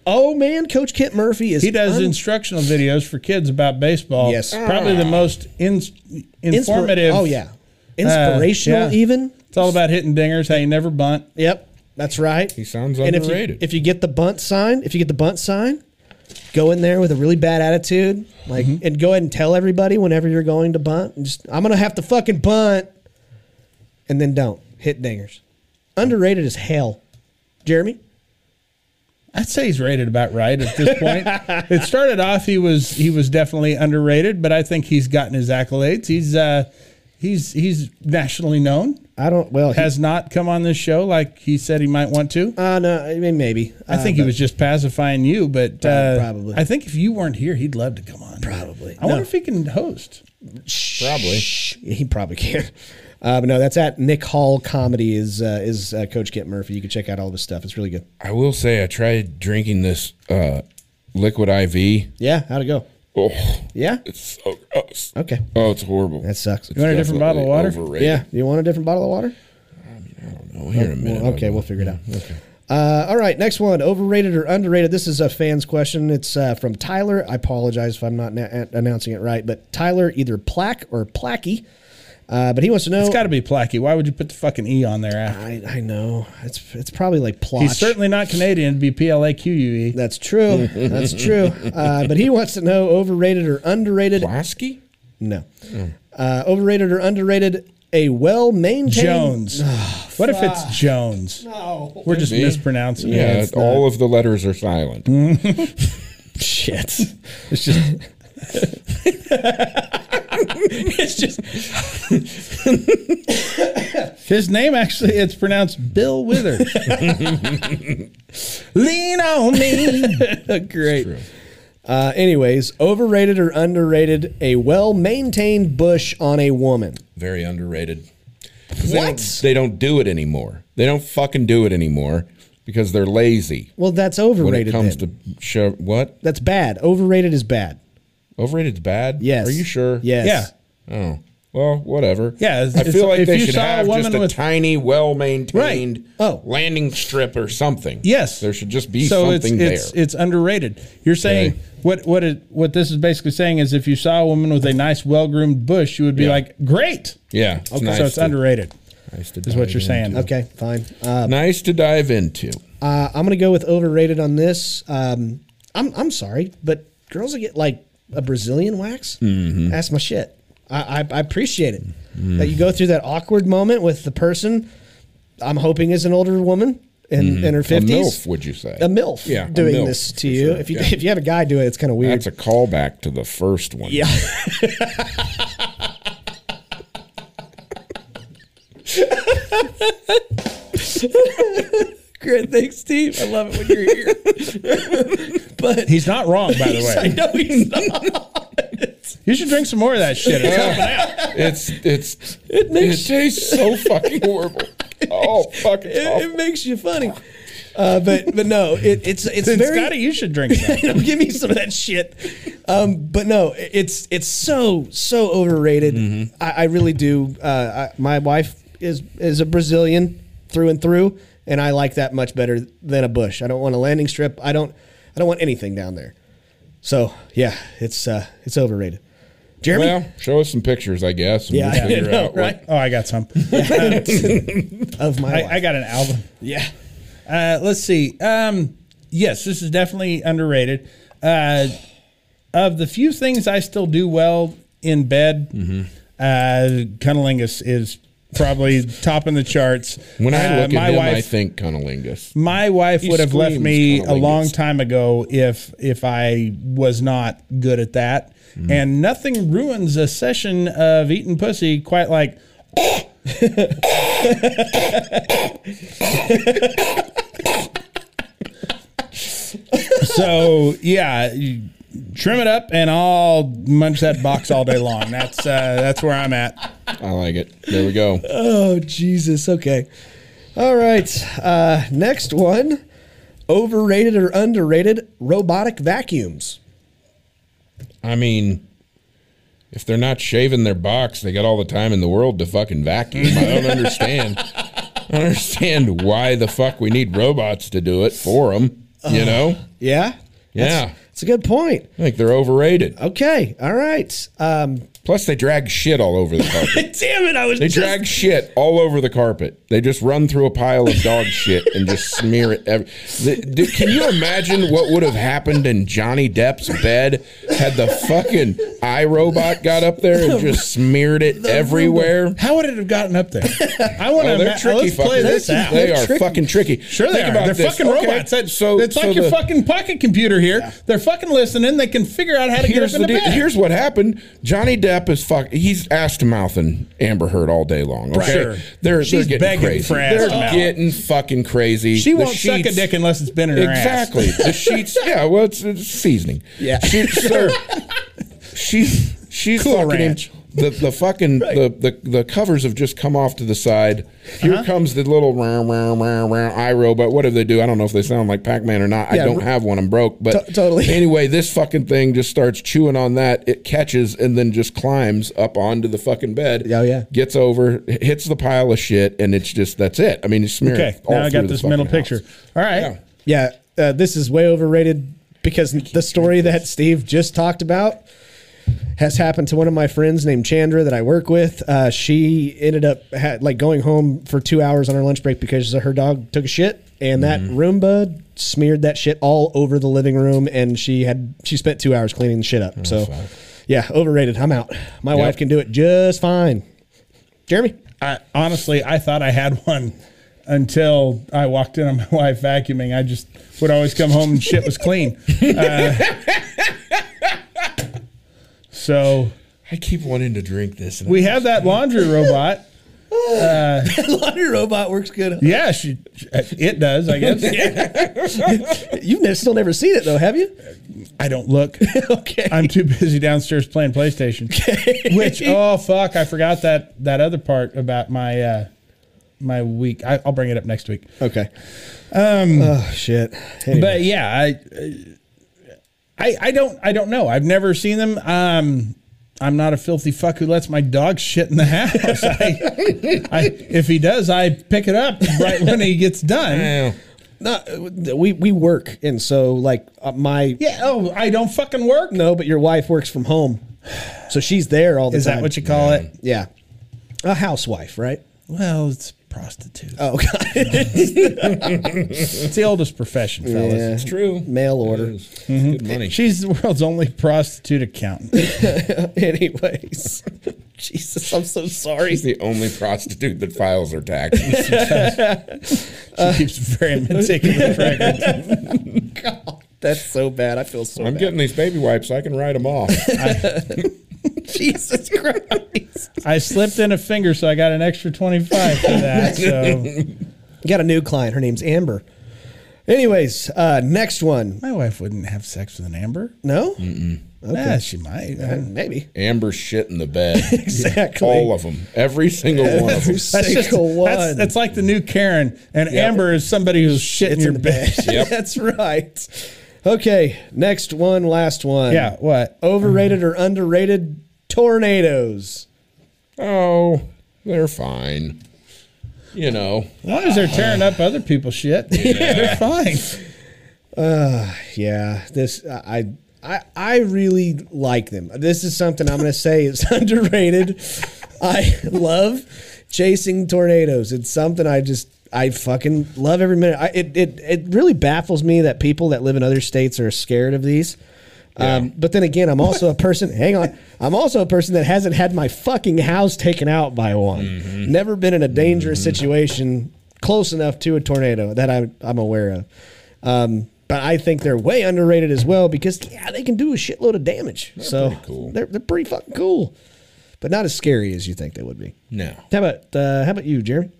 Oh man, Coach Kent Murphy is He does un- instructional videos for kids about baseball. Yes. Probably the most in, inspir- informative. uh, oh yeah, inspirational yeah. even. It's all about hitting dingers, how you never bunt. Yep, that's right. He sounds And if underrated. you, if you get the bunt sign, if you get the bunt sign, go in there with a really bad attitude, like, and go ahead and tell everybody whenever you're going to bunt, and just I'm gonna have to fucking bunt, and then don't hit dingers. Underrated as hell, Jeremy. I'd say he's rated about right at this *laughs* point. it started off he was he was definitely underrated, but I think he's gotten his accolades. He's uh he's he's nationally known. I don't. Well, he, Has not come on this show like he said he might want to. uh, no, I mean maybe. Uh, I think he was just pacifying you, but Prob- uh, probably. I think if you weren't here, he'd love to come on. Probably. I wonder No. if he can host. Probably. He probably can. Uh, but no, that's at Nick Hall Comedy is uh, is uh, Coach Kent Murphy. You can check out all of his stuff. It's really good. I will say I tried drinking this uh, liquid IV. Yeah, how'd it go? Oh, Yeah. it's so gross. Okay. Oh, it's horrible. That sucks. It's You want a different definitely bottle of water? overrated. Yeah. You want a different bottle of water? Oh, here in a minute. Well, okay, we'll figure it out. Okay. Uh, all right, next one. Overrated or underrated? This is a fan's question. It's uh, from Tyler. I apologize if I'm not na- an- announcing it right, but Tyler either Plack or Placky. Uh, but he wants to know. It's got to be Placky. Why would you put the fucking E on there after? I, I know it's it's probably like plot. He's certainly not Canadian. It'd be P L A Q U E. That's true. That's true. Uh, but he wants to know overrated or underrated. Plasky? No. Uh, overrated or underrated? A well maintained Jones. what if Ah. it's Jones? Oh, No. We're just Could be. mispronouncing Yeah, it. it's- all of the letters are silent. *laughs* Shit. It's just. it's just. His name actually it's pronounced *laughs* Bill Wither. Lean on me. Great. Uh, anyways, overrated or underrated? A well maintained bush on a woman. Very underrated. 'Cause They don't, What? they don't do it anymore. They don't fucking do it anymore because they're lazy. Well, that's When overrated. it comes then. to show what that's bad. Overrated is bad. overrated's bad. Yes. Are you sure? Yes. Yeah. Oh. Well, whatever. Yeah, it's- I it's- feel like if they you should saw a have just woman a with- tiny, well-maintained Right. Oh. landing strip or something. Yes. There should just be so it's something it's there. it's underrated. You're saying Okay. what what it, what this is basically saying is if you saw a woman with a nice well groomed bush, you would be Yeah. like, Great. yeah. It's Okay. so it's underrated. Nice to Is what dive you're saying. into. Okay, fine. Uh, Nice to dive into. uh, I'm gonna go with overrated on this. Um, I'm I'm sorry, but girls that get like a Brazilian wax, Mm-hmm. that's my shit. I, I, I appreciate it that you go through that awkward moment with the person. I'm hoping is an older woman in, in her Mm-hmm. A fifties. milf, would you say? A milf Yeah, a doing milf, this to for you. sure, If you yeah. if you have a guy do it, it's kind of weird. That's a callback to the first one. yeah. Great, thanks, Steve. I love it when you're *laughs* here. but He's not wrong, *laughs* by the way. know he's not. You should drink some more of *laughs* that shit. It's helping out. It's it's it makes- it tastes so fucking horrible. Oh fuck! It's It, awful. it makes you funny. Uh, but but no, it, it's it's Then, very. Scotty, you should drink some. *laughs* you know, give me some of that shit. Um, but no, it's it's so so overrated. Mm-hmm. I, I really do. Uh, I, my wife is is a Brazilian through and through, and I like that much better than a bush. I don't want a landing strip. I don't I don't want anything down there. So yeah, it's uh, it's overrated. Jeremy, Well, show us some pictures, *laughs* I guess. and Yeah, we'll I figure know, out what- right? Oh, I *laughs* got some. of my I, wife. I got an album. yeah. Uh, let's see. Um, yes, this is definitely underrated. Uh, of the few Mm-hmm. things I still do well in bed, uh, cunnilingus is probably topping the charts. When I Uh, look my at him, I wife, think cunnilingus. my wife He would have left screams me kinda a long lingus. time ago if if I was not good at that. Mm-hmm. And nothing ruins a session of eating pussy quite like *laughs* so yeah, you trim it up and I'll munch that box all day long. That's uh, that's where I'm at. I like it. There we go. Oh, Jesus. Okay. All right. Uh, next one overrated or underrated robotic vacuums. I mean, if they're not shaving their box, they got all the time in the world to fucking vacuum. I don't understand. I don't understand why the fuck we need robots to do it for them. You Uh, know? Yeah. Yeah. It's a good point. I think they're overrated. Okay. All right. Um, Plus, they drag shit all over the *laughs* carpet. Damn it. I was They drag shit all over the carpet. They just run through a pile of dog shit and just smear it. Every- the, dude, can you imagine what would have happened in Johnny Depp's bed had the fucking iRobot got up there and just smeared it everywhere? How would it have gotten up there? I want Oh, to. they're tricky. Let's fuckers. play this They're- out. They are fucking tricky. Sure, they Think are. about They're this. fucking Okay, robots. That- so it's so like your the- fucking pocket computer here. They're fucking listening. They can figure out how to get up Here's in the the deal. bed. Here's what happened. Johnny Depp is fuck. He's ass to mouthing Amber Heard all day long. Okay, Sure. they're She's they're getting begging crazy. for ass They're to mouth. getting fucking crazy. she The won't suck a sheets- dick unless it's been in her ass. Exactly. *laughs* The sheets. Yeah. Well, it's, it's seasoning. Yeah. She, sir, she's she's Cool fucking him- Ranch. The, the fucking the, the the covers have just come off to the side. Here Uh-huh. comes the little rah, rah, rah, rah, I robot. What do they do? I don't know if they sound like Pac Man or not. I Yeah, don't r- have one. I'm broke. But To- *laughs* totally. Anyway, this fucking thing just starts chewing on that. It catches and then just climbs up onto the fucking bed. Oh, yeah. Gets over, h- hits the pile of shit, and it's just that's it. I mean, it's smearing. Okay, all now I through got the this middle fucking picture. house. All right. Yeah. Yeah, uh, this is way overrated because the story that Steve just talked about has happened to one of my friends named Chandra that I work with. Uh, she ended up ha like going home for two hours on her lunch break because her dog took a shit, and that Roomba smeared that shit all over the living room, and she had she spent two hours cleaning the shit up. so, yeah, overrated. I'm out. My wife can do it just fine. Jeremy, I, honestly, I thought I had one until I walked in on my *laughs* wife vacuuming. I just would always come home and shit *laughs* was clean. Uh, so I keep wanting to drink this. And we have that laundry robot. *laughs* laundry robot works *laughs* good. Yeah, she, it does, *laughs* I guess. You've ne- still never seen it though, have you? *laughs* I don't look. Okay. *laughs* I'm too busy downstairs playing PlayStation. *laughs* Which oh fuck, I forgot that that other part about my uh my week. I, I'll bring it up next week. Okay. Um, Oh shit. Anyway. but yeah, I, I I don't I don't know. I've never seen them. Um, I'm not a filthy fuck who lets my dog shit in the house. *laughs* I, I, if he does, I pick it up right when he gets done. Yeah. No, we we work, and so like uh, my Yeah. Oh, I don't fucking work. no, but your wife works from home, so she's there all the Is time. that what you call it? Yeah, a housewife, right? Well, it's prostitute. Oh god, *laughs* It's the oldest profession, fellas. It's true. mail order. It is. It's Mm-hmm. Good money. She's the world's only prostitute accountant. *laughs* Anyways, Jesus, I'm so sorry. She's *laughs* the only prostitute that files her *laughs* taxes. She keeps *laughs* very meticulous records. God, that's so bad. I feel so I'm bad. getting these baby wipes. I can write them *laughs* off. *laughs* Jesus Christ. I slipped in a finger, so I got an extra twenty-five for that. *laughs* So Got a new client. Her name's Amber. Anyways, uh, next one. my wife wouldn't have sex with an Amber. No, Nah, she might. maybe Amber shit in the *laughs* bed. *laughs* exactly. All of them. Every single one of them. That's just Single one. That's, that's like the new Karen, and Yeah. Amber is somebody who's shit in It's your in the bed. bed. Yep. That's right. Okay, next one, last one. *laughs* Yeah, what? Oh. Overrated or underrated tornadoes? Oh, they're fine. You know, As long as they're tearing up other people's *laughs* shit, they're fine. Yeah, this I I I really like them. This is something I'm going to say is *laughs* underrated. I love chasing tornadoes. It's something I just I fucking love every minute. I, it it it really baffles me that people that live in other states are scared of these. Um, but then again, I'm also a person. Hang on, I'm also a person that hasn't had my fucking house taken out by one. Mm-hmm. Never been in a dangerous situation close enough to a tornado that I, I'm aware of. Um, but I think they're way underrated as well because yeah, they can do a shitload of damage. so they're they're pretty fucking cool, but not as scary as you think they would be. No. How about uh, how about you, Jeremy?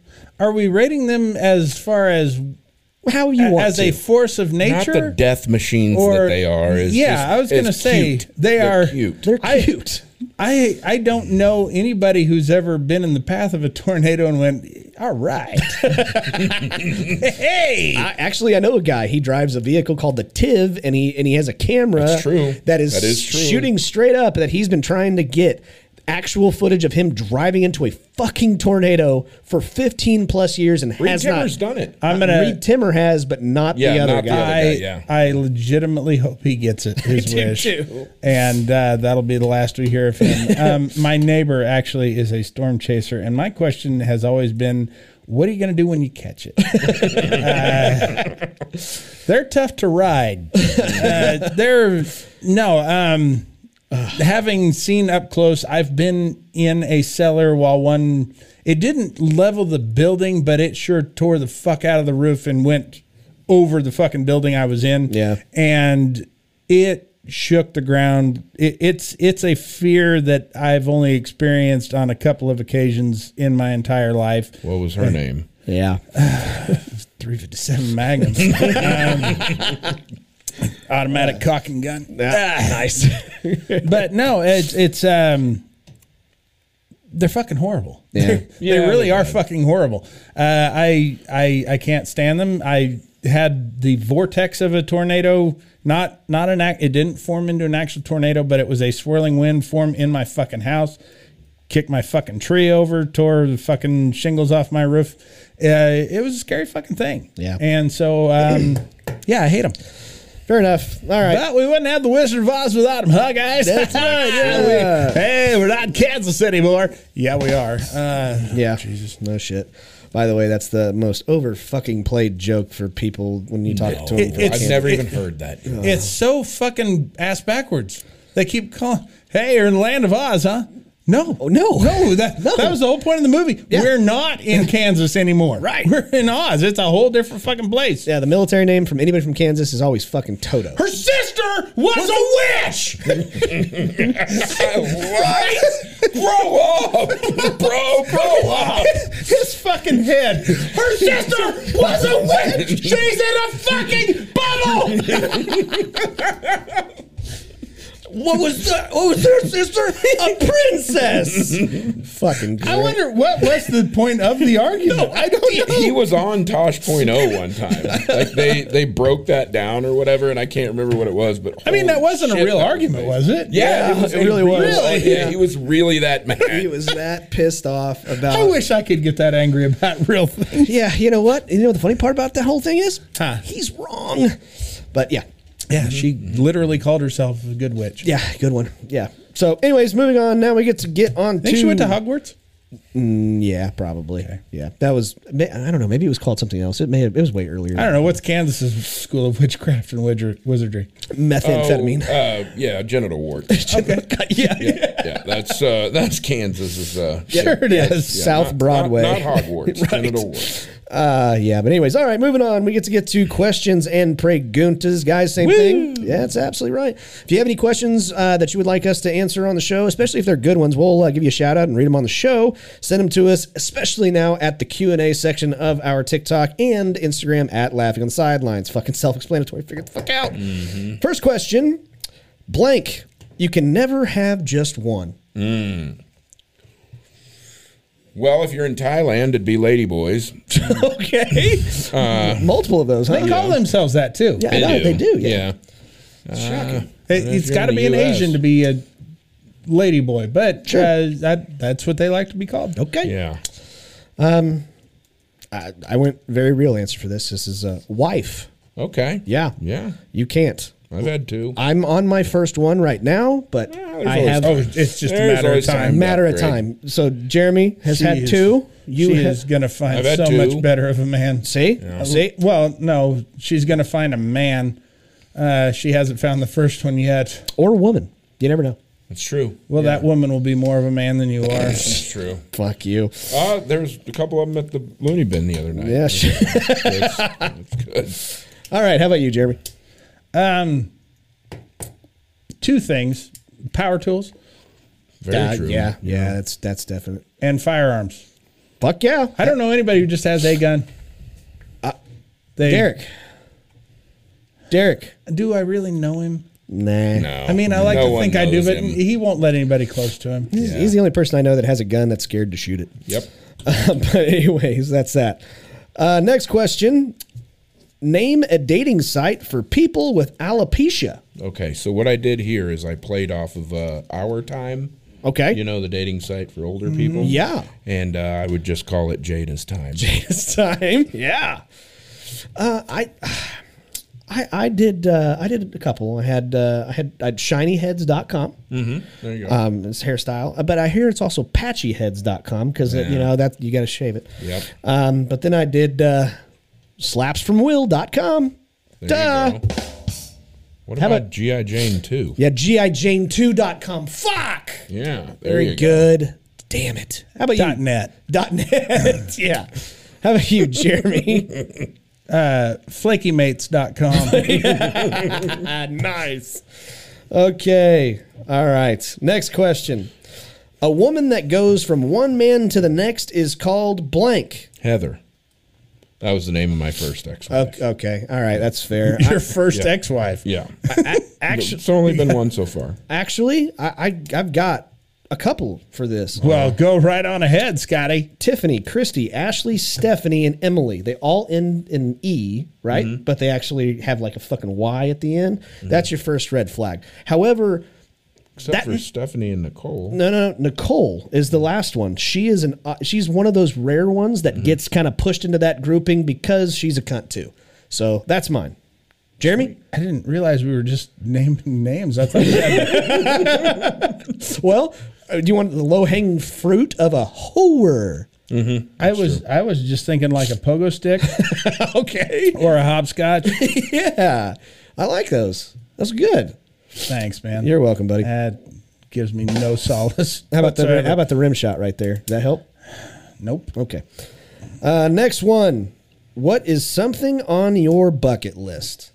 Are we rating them as far as How you want as to. a force of Not nature? the death machines that they are. Is yeah, just- I was gonna is say cute. they They're are cute. *laughs* They're I- cute. I I don't know anybody who's ever been in the path of a tornado and went, all right. hey, I, actually, I know a guy. He drives a vehicle called the Tiv, and he and he has a camera. That's true. That is, That is true. shooting straight up. That he's been trying to get actual footage of him driving into a fucking tornado for 15 plus years and Reed has Timmer's not. uh, done it. I'm gonna. Reed Timmer has, but not Yeah, the other not the guy. other. I yeah. I legitimately hope he gets it. His do wish, too. and uh, that'll be the last we hear of him. um, my neighbor actually is a storm chaser, and my question has always been, "What are you going to do when you catch it?" Uh, they're tough to ride. Uh, they're no. Um, having seen up close, I've been in a cellar while one. It didn't level the building, but it sure tore the fuck out of the roof and went over the fucking building I was in. Yeah. and it shook the ground. It, it's it's a fear that I've only experienced on a couple of occasions in my entire life. What was her name? Yeah, 357 Magnum. Um, automatic cock and gun. Ah, nice. but no, it's it's um they're fucking horrible. Yeah. *laughs* they really are fucking horrible. Uh, I I I can't stand them. I had the vortex of a tornado, not not an act. It didn't form into an actual tornado, but it was a swirling wind form in my fucking house. Kicked my fucking tree over, tore the fucking shingles off my roof. Uh, it was a scary fucking thing. Yeah. And so, um, *clears throat* yeah, I hate them. fair enough. All right. But we wouldn't have the Wizard of Oz without him, huh, guys? That's *laughs* right, Yeah, we- yeah. hey, we're not in Kansas anymore. Yeah, we are. Uh, Yeah. Jesus. No shit. By the way, that's the most over fucking played joke for people when you talk to them. It- for it's- cancer. I've never it- even heard that. *laughs* It's so fucking ass backwards. They keep calling, "Hey, you're in the land of Oz, huh?" No, Oh, no. *laughs* no. That No. that was the whole point of the movie. Yeah. We're *laughs* not in Kansas anymore. Right, we're in Oz. It's a whole different fucking place. yeah, the military name from anybody from Kansas is always fucking Toto. Her sister was a witch. *laughs* right? grow up, bro. Grow up. His fucking head. Her sister was a witch. She's in a fucking *laughs* bubble. What was that? What was their sister? a princess. Fucking. I great. wonder what was the point of the argument. I don't *laughs* know. He was on Tosh.0 one time. Like they they broke that down or whatever, and I can't remember what it was. But I mean, that wasn't a real argument, was it? Yeah, Yeah, it really was. *laughs* Really? Yeah, he was really that mad. he was that pissed off about. I wish I could get that angry about real things. Yeah, you know what? You know what the funny part about that whole thing is? Huh. He's wrong. But yeah, Yeah, she literally called herself a good witch. yeah, good one. Yeah. So, anyways, moving on. Now we get to get on I think to. Mm, she went to Hogwarts. Yeah, probably. Yeah, that was. ma- I don't know. Maybe it was called something else. It may. Have, it was way earlier. I don't know what's Kansas's school of witchcraft and widger- wizardry. Oh, Methamphetamine. uh, yeah, genital wart. *laughs* yeah. yeah, that's uh, that's Kansas's. Uh, Sure it is. yeah, South not- Broadway. not, not *laughs* Hogwarts. Right. Genital wart. Uh, yeah, but anyways, all right, moving on. We get to get to questions and preguntas, guys. Same thing. Yeah, that's absolutely right. If you have any questions uh, that you would like us to answer on the show, especially if they're good ones, we'll uh, give you a shout out and read them on the show. Send them to us, especially now at the Q and A section of our TikTok and Instagram at Laughing on the Sidelines. Fucking self-explanatory. Figure the fuck out. Mm-hmm. First question, blank. You can never have just one. Well, if you're in Thailand, it'd be Lady Boys. okay. *laughs* Multiple of those. Huh? They call themselves that too. Yeah, I know, *laughs* they do. Yeah. It, has you're got to in be the an US. Asian to be a lady boy, but Sure. uh, that, that's what they like to be called. Okay. yeah. I, I went very real answer for this. This is a wife. Okay. Yeah. Yeah. You can't. I've had two. I'm on my first one right now, but there's I always have Oh, it's just There's a matter of always time. time. matter of Upgrade. time. So Jeremy has had is- two. You You she have, is gonna find I've had so two. much better of a man. see, see. Well, no, she's gonna find a man Uh, she hasn't found the first one yet. or a woman. You never know. It's true. Well, that woman will be more of a man than you *laughs* are. It's true. Fuck you. Uh, there was a couple of them at the loony bin the other night. Yeah. sure. That's, that's *laughs* good. All right. How about you, Jeremy? Um, two things: power tools Very Uh, true. Yeah. Yeah. That's that's definite. and firearms. Fuck yeah. I don't know anybody who just has a gun. Uh, they, Derek. Derek. do I really know him? Nah. No, I mean, I like Oh, no to one think I do, knows but him. he won't let anybody close to him. He's, he's the only person I know that has a gun that's scared to shoot it. Yep. *laughs* but anyways, that's that. Uh, next question. Name a dating site for people with alopecia. Okay. So what I did here is I played off of uh, our time. Okay. *laughs* You know the dating site for older people. Mm, Yeah. And uh, I would just call it Jada's time. It's time. Yeah. Uh, I, I, I did. Uh, I did a couple. I had. Uh, I had. I had shinyheads.com. There you go. Um, it's hairstyle, Uh, but I hear it's also patchyheads.com because uh, you know that you got to shave it. Yep. Um, but then I did uh, slapsfromwill.com. there duh. you go. What How about, about- GI Jane too? Yeah, gijane2.com. Fuck. Yeah. There Very you go. good. Damn it. How about Dot you? net Dot *laughs* net. yeah. How about you, *laughs* Jeremy? flakymates.com. Ah, nice. Okay. All right. Next question. A woman that goes from one man to the next is called blank. Heather. That was the name of my first ex. Okay. okay. All right. That's *laughs* fair. Your first Yeah. *laughs* ex-wife. Yeah. Actually, it's only been one so far. Actually, I, I I've got a couple for this. Well, go right on ahead, Scotty. Tiffany, Christy, Ashley, Stephanie, and Emily. They all end in E, right? Mm-hmm. But they actually have like a fucking Y at the end. That's your first red flag. However, Except That- for Stephanie and Nicole. no, no, no, Nicole is the last one. She is an uh, she's one of those rare ones that gets kind of pushed into that grouping because she's a cunt too. So that's mine. Jeremy? I didn't realize we were just naming names. I thought we *laughs* had *laughs* Well, uh, do you want the low hanging fruit of a whore? *laughs* I was I was just thinking like a pogo *laughs* stick Okay. or a hopscotch. yeah. I like those. That's good. Thanks, man. You're welcome, buddy. that gives me no solace. *laughs* How about the whatsoever. how about the rim shot right there? Does that help? nope? Okay. Uh, next one. What is something on your bucket list?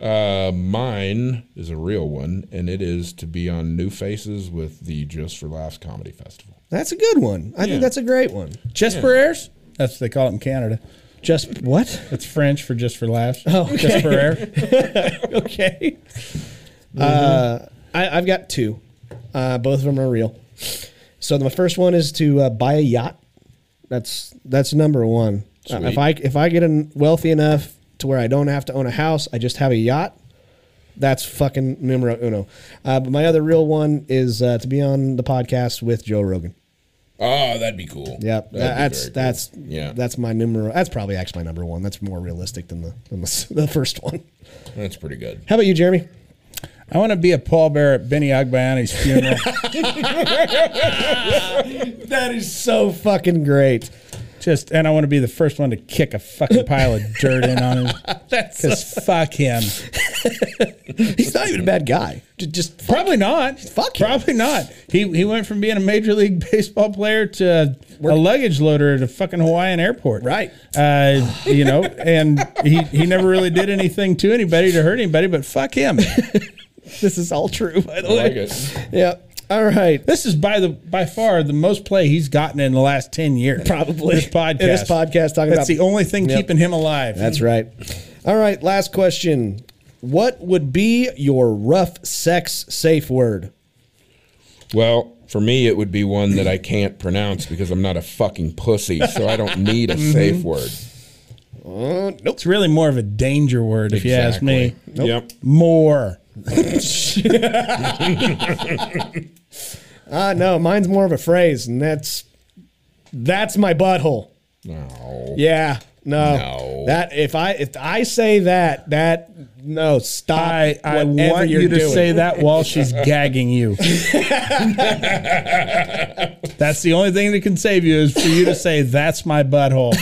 Uh, mine is a real one, and it is to be on New Faces with the Just for Laughs Comedy Festival. That's a good one. I think that's a great one. Just for airs? That's what they call it in Canada. Just what? It's French for just for laughs. Oh, just *laughs* for air. okay. Mm-hmm. Uh, I, I've got two. Uh, both of them are real. So the first one is to uh, buy a yacht. That's that's number one. Uh, if Sweet. I if I get en- wealthy enough to where I don't have to own a house, I just have a yacht. That's fucking numero uno. Uh, but my other real one is uh, to be on the podcast with Joe Rogan. Oh, that'd be cool. Yep, That'd be that's very cool. that's yeah, that's That's my numero. That's probably actually my number one. That's more realistic than the than the, *laughs* the first one. that's pretty good. How about you, Jeremy? I want to be a pallbearer at Benny Agbayani's funeral. *laughs* That is so fucking great. just and I want to be the first one to kick a fucking pile of dirt in *laughs* on him. That's because fuck him. He's not even a bad guy. J- Just Probably not. Fuck him. Probably not. He he went from being a major league baseball player to a luggage loader at a fucking Hawaiian airport. Right. Uh, you know, and he he never really did anything to anybody to hurt anybody, but fuck him. this is all true, *laughs* by the I like way. it. Yeah. All right. This is by the by far the most play he's gotten in the last ten years. Probably. this podcast. In this podcast, talking about- That's the only thing Yep. keeping him alive. That's right. All right. Last question. What would be your rough sex safe word? Well, for me, it would be one that I can't pronounce because I'm not a fucking pussy, so I don't need Mm-hmm. a safe word. It's really more of a danger word, if you ask me. Exactly. Yep. More. Uh no, mine's more of a phrase, and that's that's my butthole. No. Yeah. No. No. That if I if I say that that no stop. I, I whatever want you're you to doing. say that while she's gagging you. *laughs* That's the only thing that can save you is for you to say, That's my butthole.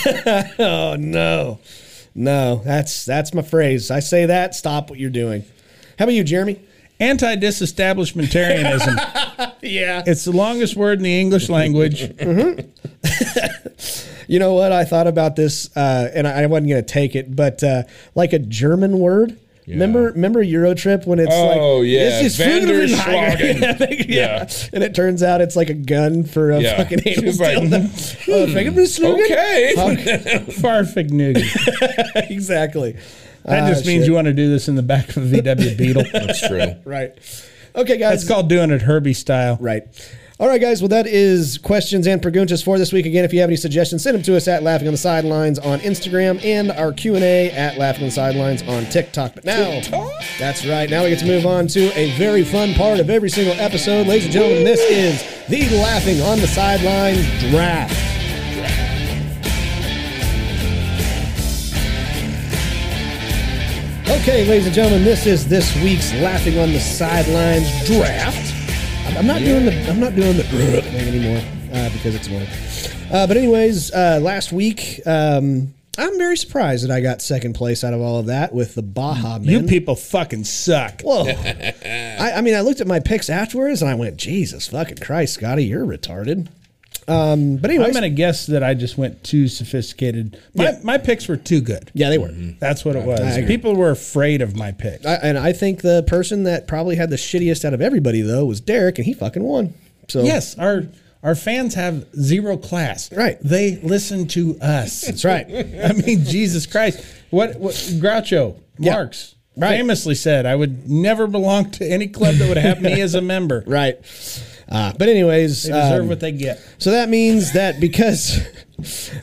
Oh no. No, that's that's my phrase. I say that. Stop what you're doing. How about you, Jeremy? Anti disestablishmentarianism. yeah. It's the longest word in the English language. You know what? I thought about this, uh, and I I wasn't going to take it, but uh, like a German word. Remember, remember Eurotrip when it's like, Oh, yeah. this is food of the higher- Vanderschlagen. *laughs* yeah, they- yeah. Yeah. *laughs* and it turns out it's like a gun for a Yeah. *laughs* fucking anal She's like, dildo. *laughs* Oh, Vanderschlagen? Okay. *laughs* Farfignugan. *laughs* exactly. That just Ah, means shit. you want to do this in the back of a VW *laughs* Beetle. That's true. right. Okay, guys. That's called doing it Herbie style. Right. All right, guys. Well, that is questions and preguntas for this week. Again, if you have any suggestions, send them to us at Laughing on the Sidelines on Instagram and our Q and A at Laughing on the Sidelines on TikTok. But now, that's right. Now we get to move on to a very fun part of every single episode, ladies and gentlemen. This is the Laughing on the Sidelines draft. Okay, ladies and gentlemen, this is this week's Laughing on the Sidelines draft. I'm- I'm not doing the I'm not doing the thing anymore uh, because it's annoying. Uh, but anyways, uh, last week um, I'm very surprised that I got second place out of all of that with the Baja men. You people fucking suck. Whoa. I, I mean, I looked at my picks afterwards and I went, Jesus fucking Christ, Scotty, you're retarded. Um, but anyways, I'm going to guess that I just went too sophisticated. My, my picks were too good. yeah, they were. That's what it was. I agree. People were afraid of my picks. I, and I think the person that probably had the shittiest out of everybody though was Derek, and he fucking won. So yes, our our fans have zero class. Right. They listen to *laughs* us. that's right. I mean, Jesus Christ. What, what Groucho Yeah. Marx Right. famously said, I would never belong to any club that would have me as a *laughs* member. Right. Uh, but anyways, They deserve um, what they get. so that means that because *laughs*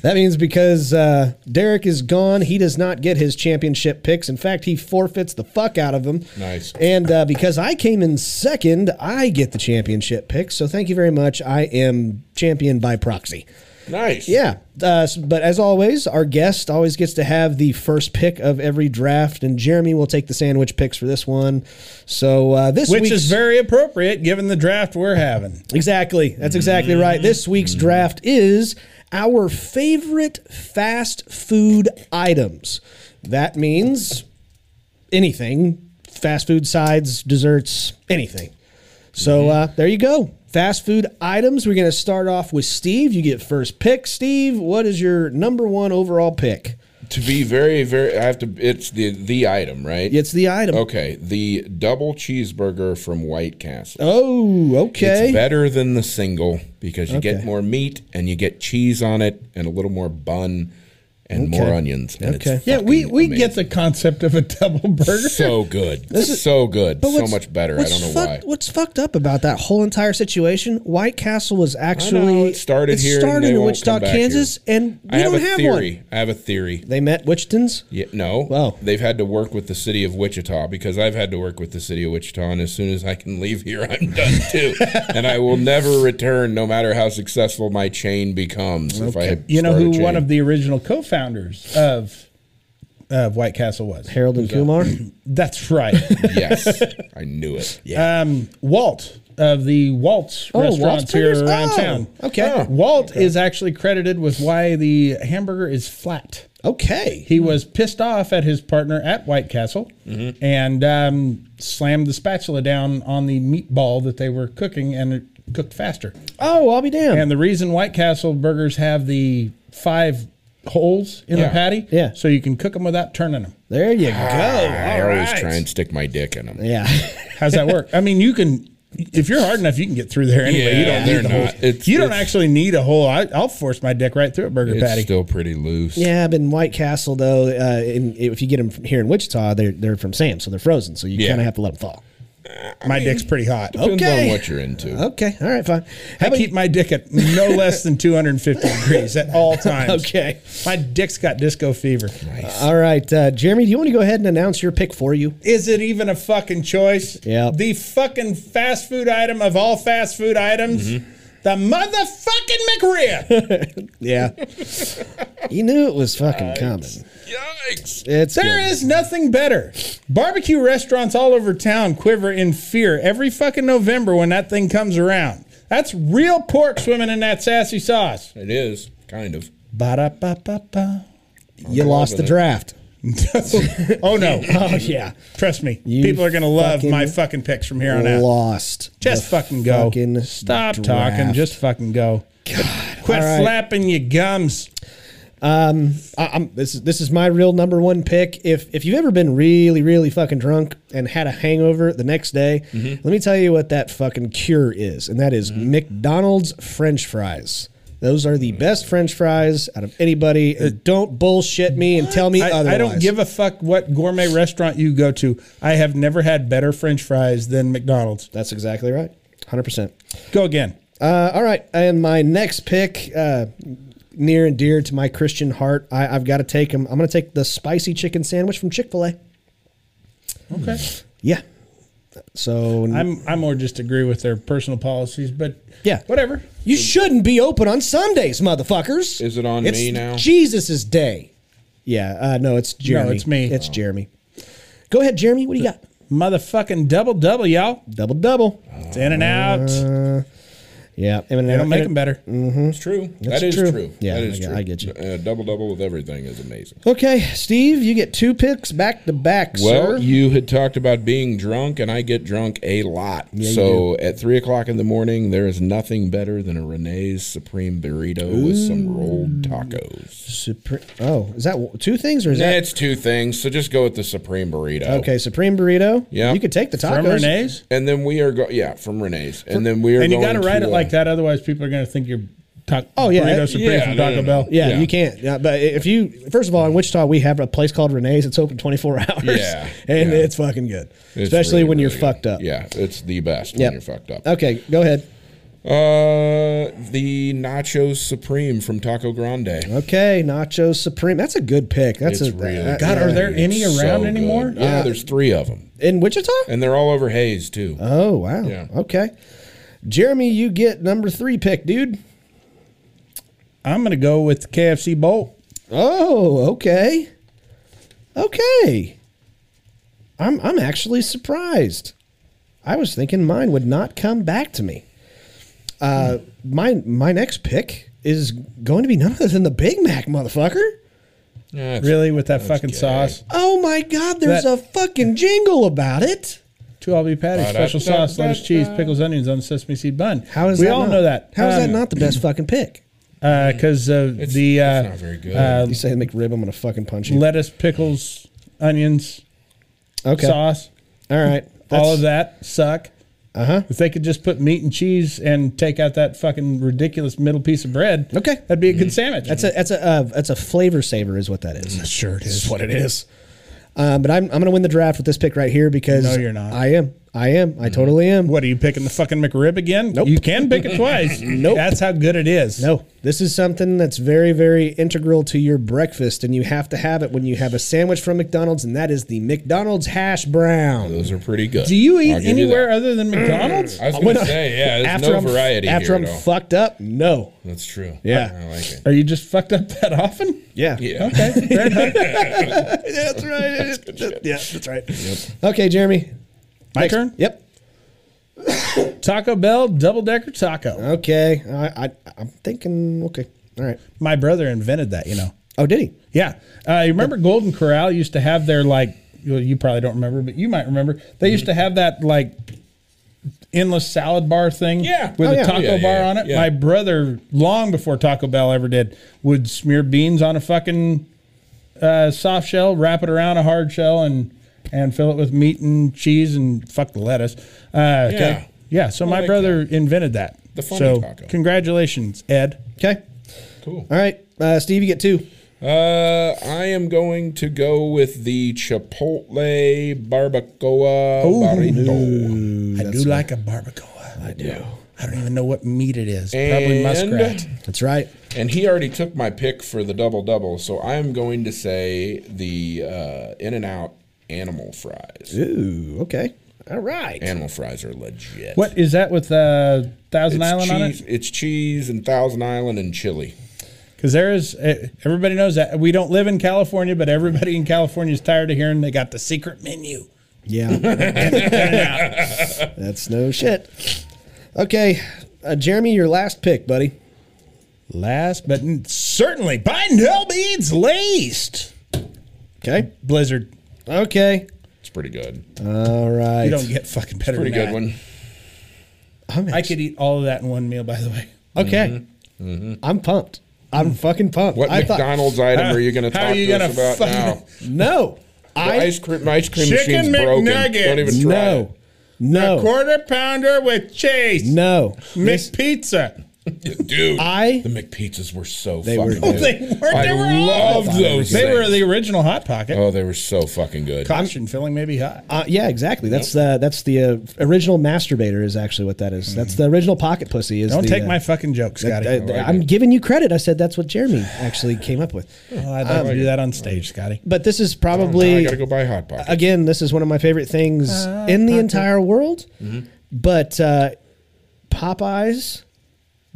that means because uh, Derek is gone, he does not get his championship picks. In fact, he forfeits the fuck out of them. Nice. And uh, because I came in second, I get the championship picks. So thank you very much. I am champion by proxy. Nice. Yeah. Uh, s- but as always, our guest always gets to have the first pick of every draft, and Jeremy will take the sandwich picks for this one. So uh, this Which week's- is very appropriate given the draft we're having. Exactly. That's exactly Mm. right. This week's draft is our favorite fast food items. That means anything fast food sides, desserts, anything. So Mm-hmm. uh, there you go. Fast food items. We're going to start off with Steve. You get first pick. Steve, what is your number one overall pick? To be very, very, I have to. It's the the item, right? It's the item. Okay, the double cheeseburger from White Castle. Oh, It's okay. better than the single because you get Okay. more meat and you get cheese on it and a little more bun and more onions. And Okay. It's Yeah, we, fucking we amazing. get the concept of a double *laughs* burger. so good. This is- is so good. But So what's- much better. I what's don't know fuck- why. What's fucked up about that whole entire situation? White Castle was actually it started here and they in won't Wichita, come back here. Kansas, and we I have don't a have theory. one. I have a theory. They met Wichtons. Yeah, no. Wow. They've had to work with the city of Wichita because I've had to work with the city of Wichita, and as soon as I can leave here, I'm done *laughs* too, and I will never return, no matter how successful my chain becomes. If I you know start a who chain. one *laughs* of the original co-founders of of White Castle was? Harold and Kumar. *clears throat* That's right. yes, I knew it. Yeah, um, Walt of the Walt's Oh, Walt's restaurants here Burgers? around Oh, town. okay. Oh, Walt is actually credited with why the hamburger is flat. Okay. He was pissed off at his partner at White Castle Mm-hmm. and um, slammed the spatula down on the meatball that they were cooking and it cooked faster. Oh, I'll be damned. And the reason White Castle burgers have the five holes in Yeah. the patty, Yeah. so you can cook them without turning them. there you go. I All always right. try and stick my dick in them. Yeah. *laughs* How's that work? I mean, you can if you're hard enough, you can get through there anyway. you don't they're need the whole. not. It's- you don't it's- actually need a whole. I, I'll force my dick right through a burger It's patty. still pretty loose. yeah, but in White Castle though, uh, in, if you get them from here in Wichita, they're they're from Sam, so they're frozen. So you Yeah. kind of have to let them thaw. my dick's pretty hot. Depends Okay. on what you're into. Okay. All right. Fine. How I about keep my dick at no less than 250 degrees at all *laughs* times. *laughs* Okay. My dick's got disco fever. All right, uh, Jeremy. Do you want to go ahead and announce your pick for you? Is it even a fucking choice? Yep. The fucking fast food item of all fast food items. Mm-hmm. The motherfucking McRib. Yeah. you knew it was fucking coming. Yikes! It's There good. is nothing better. Barbecue restaurants all over town quiver in fear every fucking November when that thing comes around. That's real pork swimming in that sassy sauce. It is kind of. Hmm. Ba-da-ba-ba-ba. *laughs* You lost the loving it. draft. oh no. *laughs* Oh yeah, Trust me. You people are gonna love fucking my fucking picks from here on out. lost. Just the fucking go. fucking Stop draft. talking. Just fucking go. Quit All right. slapping your gums. I, I'm this is this is my real number one pick. If if you've ever been really really fucking drunk and had a hangover the next day, Mm-hmm. let me tell you what that fucking cure is, and that is McDonald's French fries. Those are the best French fries out of anybody. and don't bullshit me and tell me otherwise. Uh, I, I don't give a fuck what gourmet restaurant you go to. I have never had better French fries than McDonald's. That's exactly right. Hundred percent. Go again. Uh, all right, and my next pick, uh, near and dear to my Christian heart, I, I've got to take him. I'm going to take the spicy chicken sandwich from Chick Fil A. Okay. Yeah. So I'm I more just agree with their personal policies, but Yeah. whatever. you shouldn't be open on Sundays, motherfuckers. Is it on It's me now? Jesus's day. Yeah. Uh, no, it's Jeremy. it's me. It's Jeremy. Go ahead, Jeremy. What do you got? Motherfucking double double, y'all. Double double. It's in and out. Yeah. Uh, And, Mm. they don't make them better. It's true. That's true. true. Yeah, that is I get- true. I get you. Uh, double double with everything is amazing. Okay, Steve, you get two picks back to back, Well, sir. you had talked about being drunk, and I get drunk a lot. so at three o'clock in the morning, there is nothing better than a Renee's Supreme burrito with some rolled tacos. Supre- oh, is that w- two things or is that That's two things. So just go with the Supreme burrito. Okay, supreme burrito. Yeah. you could take the tacos. From Renee's. And then we are going. Yeah, from Renee's. And then we are. And you got to going write it uh, like that, otherwise people are going to think you're taco. Oh, yeah, burrito uh, supreme yeah, from no, Taco no, no. Bell. Yeah, Yeah. you can't. Yeah, but if you, first of all, in Wichita, we have a place called Renee's. It's open 24 *laughs* hours. Yeah, And yeah. it's fucking good, It's especially really, when you're really good. fucked up. Yeah, it's the best Yep. when you're fucked up. Okay, go ahead. Uh, the Nachos Supreme from Taco Grande. Okay, Nacho Supreme. That's a good pick. That's It's a really that- God, are there any It's so around good. anymore? Uh, Yeah, there's three of them, in Wichita? and they're all over Hayes too. Uh, Oh wow. Yeah. Okay, Jeremy, you get number three pick, dude. I'm going to go with the KFC bowl. Oh, okay, okay. I'm I'm actually surprised. I was thinking mine would not come back to me. Uh, my my next pick is going to be none other than the Big Mac, motherfucker. Yeah, it's- Really, with that fucking sauce. Oh my God, there's That- a fucking jingle about it. Two all beef patties, special sauce, lettuce, cheese, pickles, onions on the sesame seed bun. How is we that all not- know that? How is that Um, not the best fucking pick? because uh, the uh, it's not very good. uh, You say McRib, I'm gonna fucking punch you. lettuce, pickles, onions, okay, sauce, all right, all of That's- Uh-huh. that suck. Uh huh. If they could just put meat and cheese and take out that fucking ridiculous middle piece of bread, Okay. that'd be a good sandwich. That's a that's a uh, that's a flavor saver, is what that Mm, is. Sure, it is what it is. Um, but I'm, I'm going to win the draft with this pick right here because No, you're not. Mm-hmm. I am. I am. I totally am. What are you picking the fucking McRib again? Nope. You can pick *laughs* it twice. nope. That's how good it is. No, this is something that's very, very integral to your breakfast, and you have to have it when you have a sandwich from McDonald's, and that is the McDonald's hash brown. those are pretty good. Do you I'll eat give you anywhere that. other than McDonald's? I was gonna say, yeah, there's no I'm, variety After here I'm at all. fucked up, no. That's true. Yeah. I like *laughs* it. Are you just fucked up that often? *laughs* Yeah. Yeah. Okay. *laughs* fair enough. *laughs* that's right. yeah, that's right. Okay, Jeremy. My turn. Yep. Taco Bell double decker taco. Okay. I, I I'm thinking. Okay. All right. My brother invented that. You know. Oh, did he? Yeah. Uh, you remember Golden Corral used to have their like, well, you probably don't remember, but you might remember. They used to have that like endless salad bar thing Yeah. with Oh, a yeah. taco Yeah, yeah, bar yeah. on it. Yeah. My brother, long before Taco Bell ever did, would smear beans on a fucking uh, soft shell, wrap it around a hard shell, and and fill it with meat and cheese and fuck the lettuce. Uh, yeah. Yeah. Okay. Yeah. So my like brother invented that. The funny so taco. congratulations, Ed. Okay. Cool. All right. Uh, Steve, you get two. Uh, I am going to go with the Chipotle Barbacoa Burrito. I do like a barbacoa. I do. I don't even know what meat it is. Probably And- muskrat. That's right. And he already took my pick for the double double, so I am going to say the uh, In and Out Animal Fries. Ooh. Okay. All right. Animal fries are legit. What is that with uh, Thousand It's Island on cheese, it? It's cheese and Thousand Island and chili. Because there is, eh, everybody knows that. We don't live in California, but everybody in California is tired of hearing they got the secret menu. Yeah. *laughs* That's no shit. Okay. Uh, Jeremy, your last pick, buddy. Last but n- certainly, by no means least, Okay. Blizzard. Okay. It's pretty good. All right. You don't get fucking better. Pretty than good that. one. I'm I could eat all of that in one meal. By the way, Okay. I'm pumped. I'm fucking pumped. Mm-hmm. What I thought- *laughs* McDonald's item are you going to How talk are you to gonna us about fucking- now? No. The I ice cream, my ice cream Chicken machine's broken. Don't McNuggets. even try. no. a No. quarter pounder with cheese. No. McPizza. it. dude. I- the McPizzas were so They were fucking good. *laughs* They were. I They were all. loved those. They things. were the original hot pocket. Oh, they were so fucking good. Caution filling maybe hot. Uh, yeah, exactly. That's uh, that's the uh, original masturbator is actually what that is. Mm. That's the original pocket pussy. Is Don't the, take uh, my fucking joke, Scotty. I, am giving you credit. I said that's what Jeremy actually came up *laughs* with. Um, Oh, I'd love to do that on stage, Scotty. But this is Now I probably gotta go buy hot pocket. again, this is one of my favorite things Uh, in the entire world. Mm-hmm. But uh, Popeyes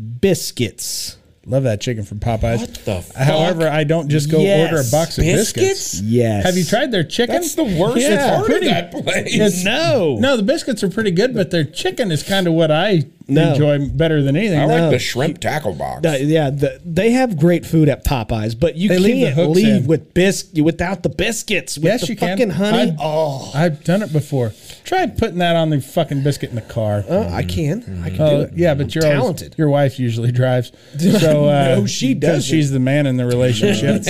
biscuits. Love that chicken from Popeyes. Uh, What the fuck? However, I don't just go Yes. order a box of biscuits. Biscuits? Yes. Have you tried their chicken? That's the worst Yeah. part Pretty- of that place. It's- No. No, the biscuits are pretty good, but their chicken is kind of what I No. enjoy better than anything. I no. like the shrimp tackle box. Uh, yeah, the, they have great food at Popeyes, but you They leave the can't leave, hooks in. with bis- without the biscuits. With yes, the you can. fucking honey. I've, oh, I've done it before. Try putting that on the fucking biscuit in the car. uh, I can. I can do Oh, it. yeah, but you're always- talented. your wife *laughs* usually drives. So uh, No, she 'cause doesn't. She's the man in *laughs* the relationship.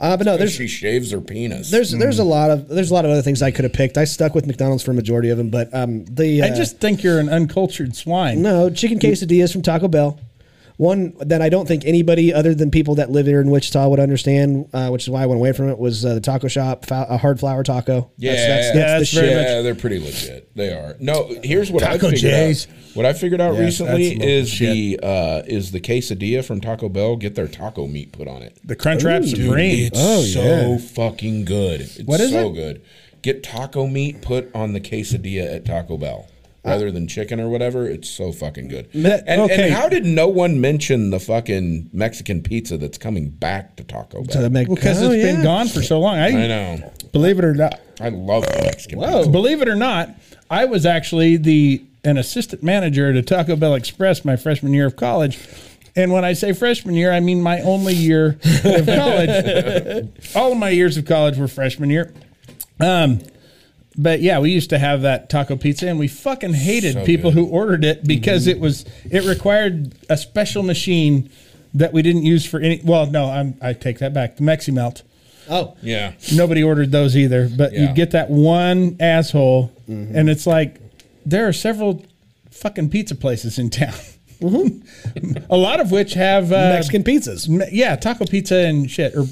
uh, but no, there's she shaves her penis. there's Mm. there's a lot of there's a lot of other things I could have picked. I stuck with McDonald's for a majority of them, but um, the uh, I just think you're an uncultured swine. no chicken quesadillas from Taco Bell. One that I don't think anybody other than people that live here in Wichita would understand, uh, which is why I went away from it, was uh, the taco shop, fou- a hard flour taco. yeah, that's, that's, that's yeah, the that's very shit. much- they're pretty legit. They are. No, here's what I Taco figured J's. out. What I figured out Yes, that's recently local is shit. the uh, is the quesadilla from Taco Bell. Get their taco meat put on it. The Crunchwrap Supreme. It's so fucking good. It's What is so it? good. Get taco meat put on the quesadilla at Taco Bell. Rather than chicken or whatever, it's so fucking good. That- and, okay. and how did no one mention the fucking Mexican pizza that's coming back to Taco Bell? To the Mc- Because Oh, it's yeah. been gone for so long. I, I know. Believe it or not, I love the Mexican Oh. pizza. Believe it or not, I was actually the an assistant manager to Taco Bell Express my freshman year of college. And when I say freshman year, I mean my only year *laughs* of college. All of my years of college were freshman year. Um, but yeah, we used to have that taco pizza, and we fucking hated So people good. who ordered it because it was it required a special machine that we didn't use for any. Well, no, I'm, I take that back. The Mexi Melt Oh, Yeah. nobody ordered those either. But Yeah. you get that one asshole, and it's like there are several fucking pizza places in town. *laughs* a lot of which have uh, Mexican pizzas. me- yeah, taco pizza and shit. Or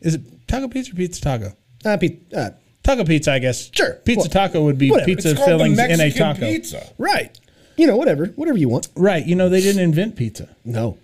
is it taco pizza or pizza taco? Uh, pi- uh, Taco pizza, I guess. Sure. Pizza Well, taco would be whatever. pizza It's called the fillings in a Mexican taco. pizza. right. You know, whatever, whatever you want. Right. You know, they didn't invent pizza. No,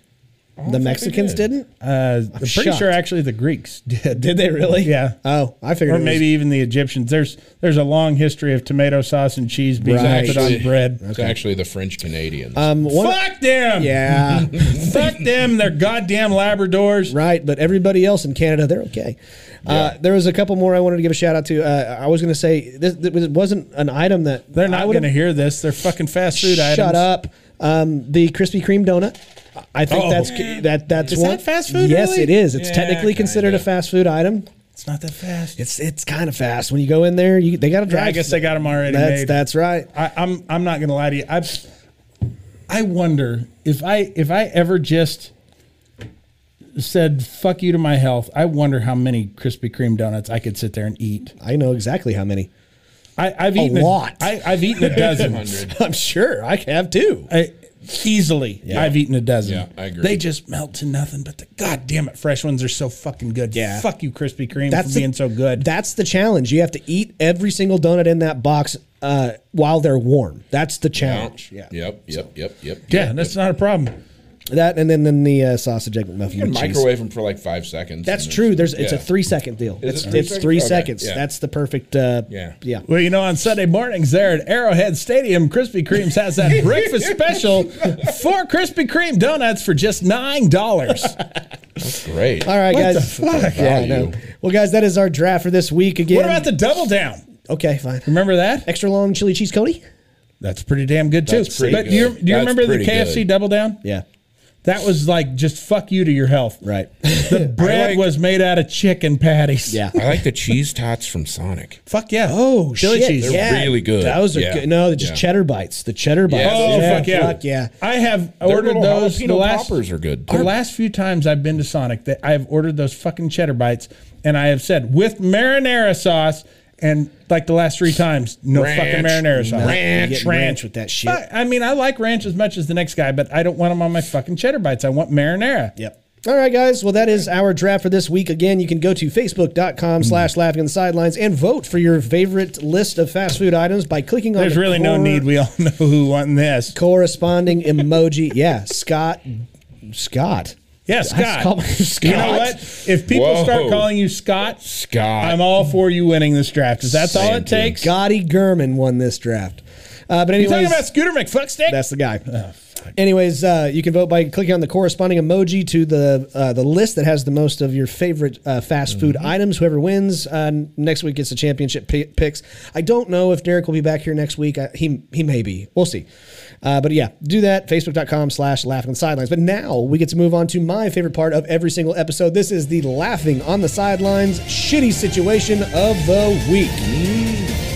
the Mexicans did. didn't. Uh, I'm pretty shocked. sure actually the Greeks *laughs* did. Did they really? Yeah. Oh, I figured. or it was- maybe even the Egyptians. There's there's a long history of tomato sauce and cheese being Right. melted on bread. It's actually the French Canadians. um, one, Fuck them. Yeah, *laughs* Fuck them. They're goddamn Labradors. right. But everybody else in Canada, they're okay. Uh, there was a couple more I wanted to give a shout out to. Uh, I was going to say this, this wasn't an item that They're I not would've- going to hear this. They're fucking fast food Shut items. up. Um, the Krispy Kreme donut. I think Oh. that's that. That's Is one. that fast food, Yes, really? it is. It's Yeah, technically considered a fast food item. It's not that fast. It's it's kind of fast when you go in there. You they got to Yeah, drive. I guess they got them already That's made. that's right. I, I'm I'm not going to lie to you. I I wonder if I if I ever just said fuck you to my health. I wonder how many Krispy Kreme donuts I could sit there and eat. I know exactly how many. *laughs* I, I've eaten lot. I, I've eaten a dozen. I'm sure I have too. I, easily. I've eaten a dozen. Yeah, I agree. They just melt to nothing, but the goddamn it, fresh ones are so fucking good. Yeah. Fuck you, Krispy Kreme, That's for the- being so good. That's the challenge. You have to eat every single donut in that box uh, while they're warm. That's the challenge. Yeah. Yep, yep, yep, yep. yeah, that's not a problem. That and then then the uh, sausage egg muffin. You can with cheese. microwave them for like five seconds. That's and true. there's- There's it's a yeah. three second deal. it It's three it's seconds? three Okay, seconds. yeah. That's the perfect. Uh, Yeah. Yeah. Well, you know, on Sunday mornings there at Arrowhead Stadium, Krispy Kreme's has that *laughs* breakfast special for Krispy Kreme donuts for just *laughs* nine dollars. Great. All right, What guys. the fuck? Yeah, I know. Value. Well, guys, that is our draft for this week. Again. What about the double down? Okay, fine. Remember that? Extra long chili cheese, Cody. That's pretty damn good too. That's pretty but do you good. do you That's remember the pretty KFC good. double down? Yeah. That was like just fuck you to your health. Right. *laughs* The bread like- was made out of chicken patties. *laughs* Yeah. I like the cheese tots from Sonic. Fuck yeah. Oh Chili shit! cheese. They're really good. Those are Yeah. good. No, they're just Yeah. cheddar bites. The cheddar bites. Oh, yeah, fuck yeah. Fuck yeah! I have Their ordered little those. The jalapeno last, poppers are good. The last few times I've been to Sonic, that I've ordered those fucking cheddar bites, and I have said with marinara sauce, and like the last three times, no Ranch. fucking marinara sauce. No, You Ranch. get ranch with that shit. Fuck, I mean, I like ranch as much as the next guy, but I don't want them on my fucking cheddar bites. I want marinara. Yep. All right, guys. Well, that is our draft for this week. Again, you can go to Mm-hmm. facebook.com slash laughing on the sidelines and vote for your favorite list of fast food items by clicking on There's the really no cor- need. We all *laughs* know who won this. corresponding emoji. *laughs* Yeah, Scott. Scott. Yeah, I just call Scott. him Scott. You know what? If people Whoa. start calling you Scott, Scott. I'm all for you winning this draft. 'cause that's all it Same takes. Gotti Gurman won this draft. Uh, but You talking anyways, about Scooter McFuckstick? that's the guy. Anyways, uh, you can vote by clicking on the corresponding emoji to the uh, the list that has the most of your favorite uh, fast food items. Whoever wins uh, next week gets the championship pi picks. I don't know if Derek will be back here next week. I, he he may be. We'll see. Uh, but yeah, do that. Facebook.com slash laughing on the sidelines. But now we get to move on to my favorite part of every single episode. This is the laughing on the sidelines shitty situation of the week.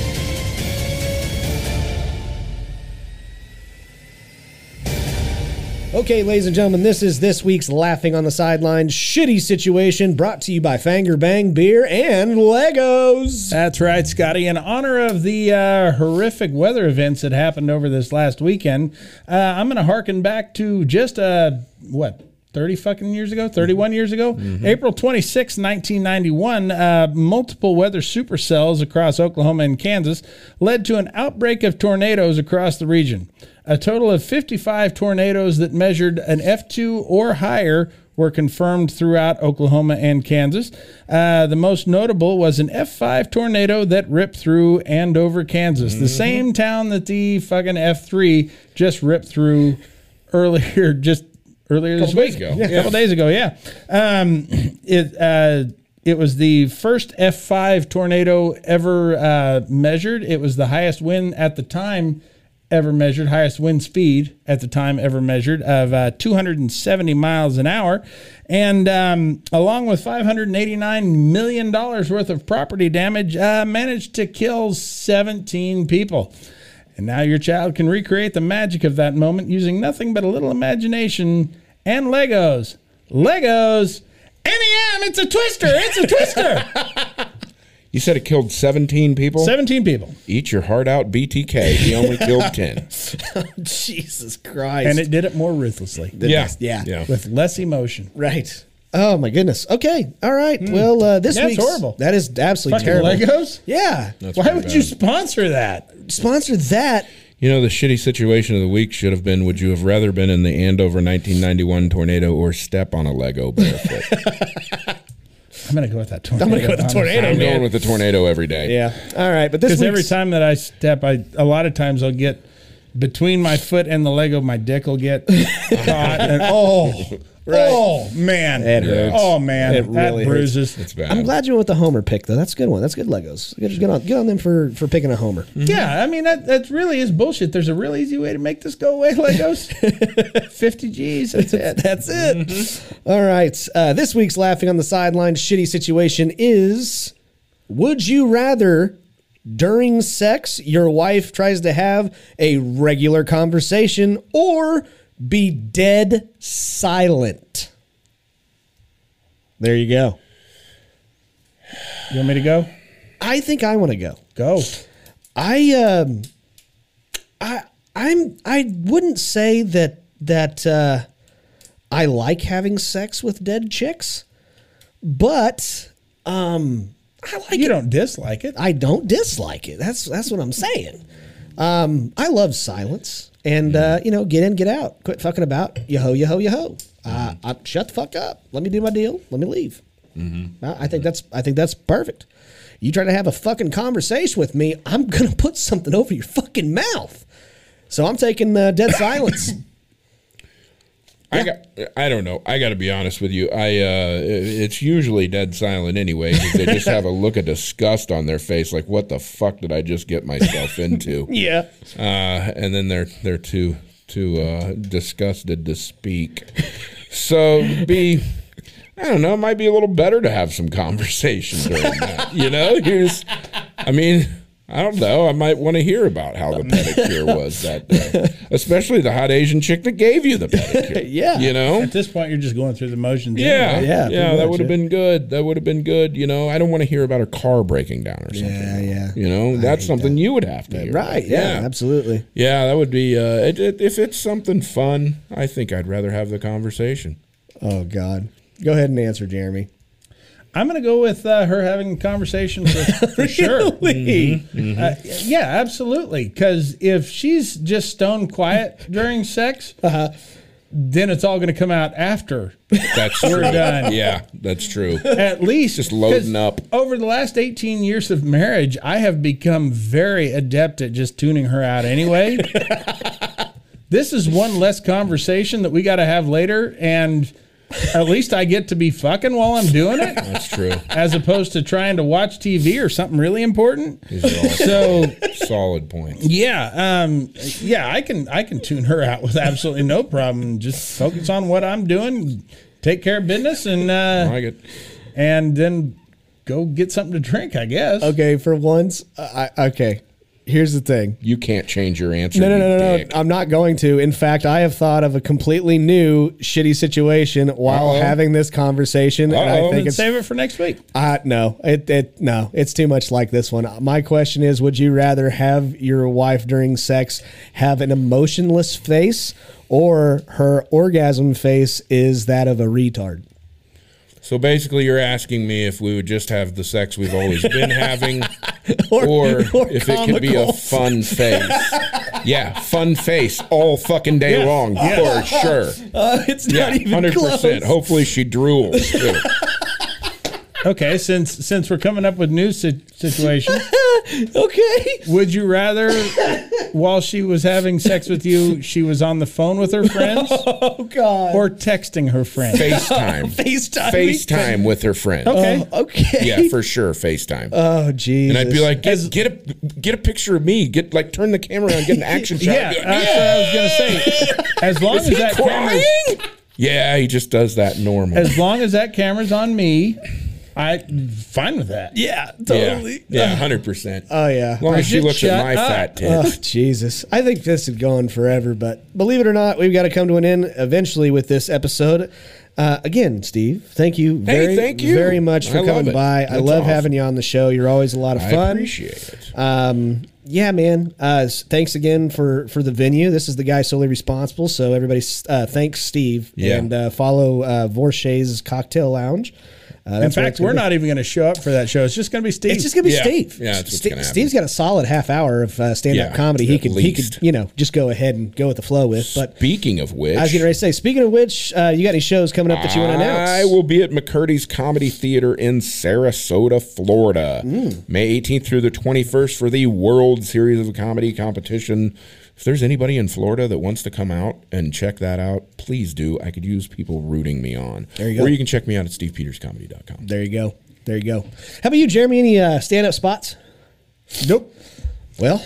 Okay, ladies and gentlemen, this is this week's Laughing on the Sidelines shitty situation brought to you by Fanger Bang Beer and Legos. *laughs* That's right, Scotty. In honor of the uh, horrific weather events that happened over this last weekend, uh, I'm going to harken back to just uh, what. 30 fucking years ago, 31 years ago, Mm-hmm. April 26, 1991, uh, multiple weather supercells across Oklahoma and Kansas led to an outbreak of tornadoes across the region. A total of 55 tornadoes that measured an F2 or higher were confirmed throughout Oklahoma and Kansas. Uh, the most notable was an F5 tornado that ripped through Andover, Kansas, Mm-hmm. the same town that the fucking F3 just ripped through earlier, *laughs* just earlier this Couple week. days ago. Yeah, A couple days ago, yeah. Um, it, uh, it was the first F5 tornado ever uh, measured. It was the highest wind at the time ever measured, highest wind speed at the time ever measured of uh, 270 miles an hour. And um, along with $589 million worth of property damage, uh, managed to kill 17 people. And now your child can recreate the magic of that moment using nothing but a little imagination and Legos. Legos! NEM, it's a twister! It's a twister! You said it killed 17 people? 17 people. Eat your heart out, BTK. He only killed *laughs* 10. Jesus Christ. And it did it more ruthlessly, yeah. yeah. with less emotion. right. Oh, my goodness. Okay. All right. Well, uh, this Hmm. That's week's- horrible. That is absolutely Fucking terrible. Legos? Yeah. Why would you sponsor that? Sponsor that. You know, the shitty situation of the week should have been would you have rather been in the Andover 1991 tornado or step on a *laughs* Lego barefoot? I'm gonna go with that tornado. I'm gonna go with the tornado. I'm going with the tornado every day. Yeah. All right. But this Because week's, every time that I step, I a lot of times I'll get between my foot and the Lego, my dick will get caught, and oh, oh man, hurts. oh man, It really that bruises. It's bad. I'm glad you went with the Homer pick, though. That's a good one. That's good Legos. Good, good on, good on them for, for picking a Homer. Yeah, I mean that that really is bullshit. There's a real easy way to make this go away, *laughs* Legos. Fifty G's, that's *laughs* it. Mm-hmm. That's it. All right. Uh, this week's laughing on the sideline shitty situation is: Would you rather, during sex, your wife tries to have a regular conversation, or be dead silent? There you go. You want me to go? I think I want to go. Go. I um, I I'm I wouldn't say that that uh, I like having sex with dead chicks, but um, I like You it. don't dislike it. I don't dislike it. That's that's what I'm saying. Um, I love silence, and uh, you know, get in, get out, quit fucking about, yo ho, yo ho, yo ho. Uh, I, shut the fuck up. Let me do my deal. Let me leave. I, I think that's I think that's perfect. You try to have a fucking conversation with me, I'm gonna put something over your fucking mouth. So I'm taking uh, *coughs* dead silence. I got. I don't know. I got to be honest with you. I. uh It's usually dead silent anyway. 'cause *laughs* they just have a look of disgust on their face, like "What the fuck did I just get myself into?" yeah. Uh, and then they're they're too too uh, disgusted to speak. So it'd be, I don't know, it might be a little better to have some conversation during that. You know, you just, I mean, I don't know. I might want to hear about how the pedicure was that day, especially the hot Asian chick that gave you the pedicure. *laughs* Yeah. you know, At this point, you're just going through the motions. yeah, yeah, anyway. Yeah, pretty that much, would have yeah. been good. That would have been good. You know, I don't want to hear about her car breaking down or something. Yeah, yeah. You know, that's something you would have to hear. Right. Yeah, yeah, absolutely. Yeah, that would be. Uh, it, it, if it's something fun, I think I'd rather have the conversation. Oh God. Go ahead and answer, Jeremy. I'm going to go with uh, her having a conversation for, *laughs* for sure. Uh, yeah, absolutely. Because if she's just stone quiet during sex, then it's all going to come out after. *laughs* That's true. done. Yeah, that's true. At least Just loading 'cause up. Over the last 18 years of marriage, I have become very adept at just tuning her *laughs* out anyway. this is one less conversation that we got to have later. And at least I get to be fucking while I'm doing it. That's true. as opposed to trying to watch TV or something really important. These are all So solid points. yeah, um, yeah, I can I can tune her out with absolutely no problem. Just focus on what I'm doing, take care of business, and I uh, like it. and then go get something to drink. I guess. Okay, for once, I, I- okay. Here's the thing. You can't change your answer. No, no, no, you no, no. dick. I'm not going to. In fact, I have thought of a completely new shitty situation while Uh-oh. having this conversation, and I Uh-oh. think Then it's save it for next week. Uh, no, it, it no, it's too much like this one. My question is, would you rather have your wife during sex have an emotionless face, or her orgasm face is that of a retard? So basically, you're asking me if we would just have the sex we've always been having, *laughs* or, or if it could be a comical. fun face. yeah, fun face all fucking day long for sure. Uh, it's yeah, hundred percent. Hopefully, she drools. too. Okay, since since we're coming up with new si- situations, *laughs* Okay. would you rather while she was having sex with you, she was on the phone with her friends *laughs* Oh God. or texting her friends? *laughs* FaceTime. FaceTime. FaceTime with her friend. Okay. Um, Okay. Yeah, for sure, FaceTime. Oh Jesus. and I'd be like, get, get a get a picture of me. Get like turn the camera on, get an *laughs* action shot. Yeah, I'd be like, that's what I was gonna say. As long as "Is he that camera's, *laughs* crying? Yeah, he just does that normal. as long as that camera's on me, I fine with that. yeah, yeah, yeah, hundred percent. Oh yeah. As long as she Bridget, looks at shut my up. fat tits. Oh, Jesus. I think this had gone forever, but believe it or not, we've got to come to an end eventually with this episode. Uh, again, Steve, thank you very, thank you. very much for I love coming it. by. I That's love awesome. having you on the show. You're always a lot of I fun. appreciate it. Um, yeah, man. Uh, s- thanks again for for the venue. This is the guy solely responsible. So everybody, s- uh, thanks Steve. Yeah. And uh, follow uh, Vorshay's Cocktail Lounge. Uh, In that's where it's fact, gonna we're be. not even gonna show up for that show. It's just gonna be Steve. It's just gonna be Yeah. Steve. Yeah, that's what's Ste- gonna happen. Steve's got a solid half hour of uh, stand-up Yeah, comedy. He at could he least. could you know just go ahead and go with the flow with. But Speaking of which, I was getting ready to say. Speaking of which, uh, you got any shows coming up that you want to announce? I will be at McCurdy's Comedy Theater in Sarasota, Florida, Mm. May 18th through the 21st for the World Series of Comedy competition. If there's anybody in Florida that wants to come out and check that out, please do. I could use people rooting me on. There you go. Or you can check me out at stevepeterscomedy.com. There you go. There you go. How about you, Jeremy? Any uh, stand-up spots? nope. *laughs* Well,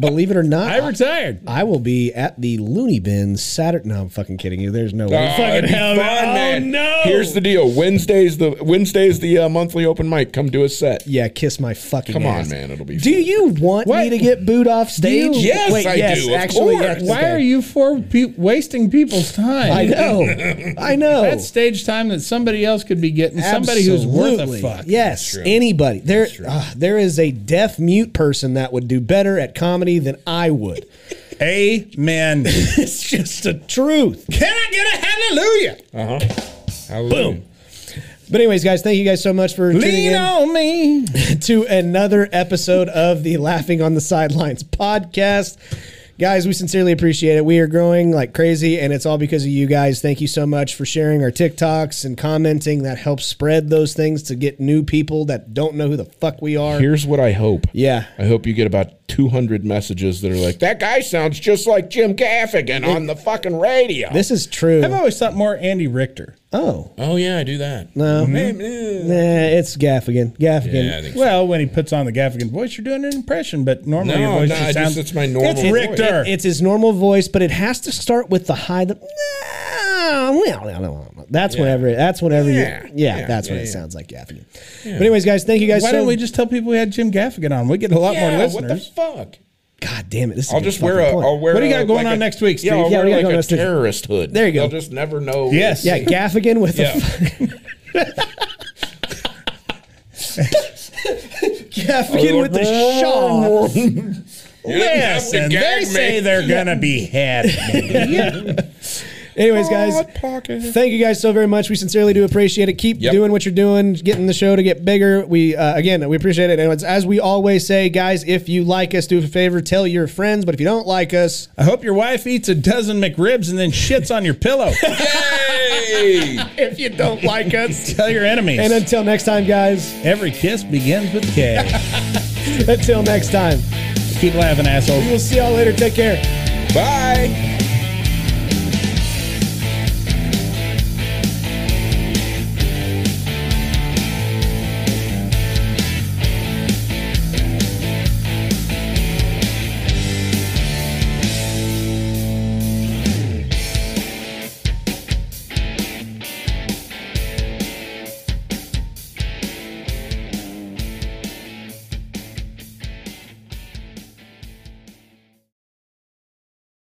believe it or not, I retired. I will be at the Looney Bin Saturday. No, I'm fucking kidding you. There's no way. Ah, it'd be fun, oh, man. Here's the deal. Wednesday's the Wednesday's the uh, monthly open mic. Come do a set. Yeah, kiss my fucking. Come on, ass. man, it'll be Do fun. you want What? me to get booed off stage? you- Yes, I do, of course. yes, Why okay. are you for pe- wasting people's time? I know. I know. That's stage time that somebody else could be getting. Somebody who's worth a Absolutely. fuck. Yes, anybody. There, ah, there is a deaf mute person that would do better at comedy than I would. Amen. *laughs* it's just the truth. Can I get a hallelujah? Hallelujah. Boom. But anyways, guys, thank you guys so much for tuning Lean in. on me. *laughs* to another episode of the Laughing on the Sidelines podcast. Guys, we sincerely appreciate it. We are growing like crazy, and it's all because of you guys. Thank you so much for sharing our TikToks and commenting. That helps spread those things to get new people that don't know who the fuck we are. Here's what I hope. Yeah. I hope you get about 200 messages that are like, that guy sounds just like Jim Gaffigan on the fucking radio. This is true. I've always thought more Andy Richter. Hmm? oh, oh, yeah, I do that. no. Nah, it's Gaffigan. Gaffigan. Yeah, I think so. Well, when he puts on the Gaffigan voice, you're doing an impression, but normally your No, voice no, I just just- sounds. it's my normal It's voice. Richter. It- it's his normal voice, but it has to start with the high. The, that's whenever. it- That's whenever. Yeah. You, yeah, Yeah. That's Yeah, what it yeah. sounds like, Gaffigan. But anyways, guys, thank you guys. Why so, don't we just tell people we had Jim Gaffigan on? We get a lot Yeah, more what the listeners. fuck? God damn it! This is I'll good just wear a. fucking point. will wear What do you got a- going like on a- next week, Yeah, I'll Steve? Yeah, wear we got like going a next week. terrorist hood. There you go. They'll just never know. Yes. yeah, Gaffigan with a Yeah. Gaffigan with Oh, the shawl. You didn't have to Listen, gag they me. say *laughs* they're gonna be had. Anyways, guys, Hot pocket. thank you guys so very much. We sincerely do appreciate it. Keep Yep. doing what you're doing, getting the show to get bigger. We uh, again, we appreciate it. And it's- as we always say, guys, if you like us, do us a favor, tell your friends. But if you don't like us, *laughs* I hope your wife eats a dozen McRibs and then shits on your pillow. Yay! if you don't like us, Tell your enemies. *laughs* and until next time, guys. Every kiss begins with K. Until next time, Keep laughing, asshole. we'll see y'all later. Take care. Bye.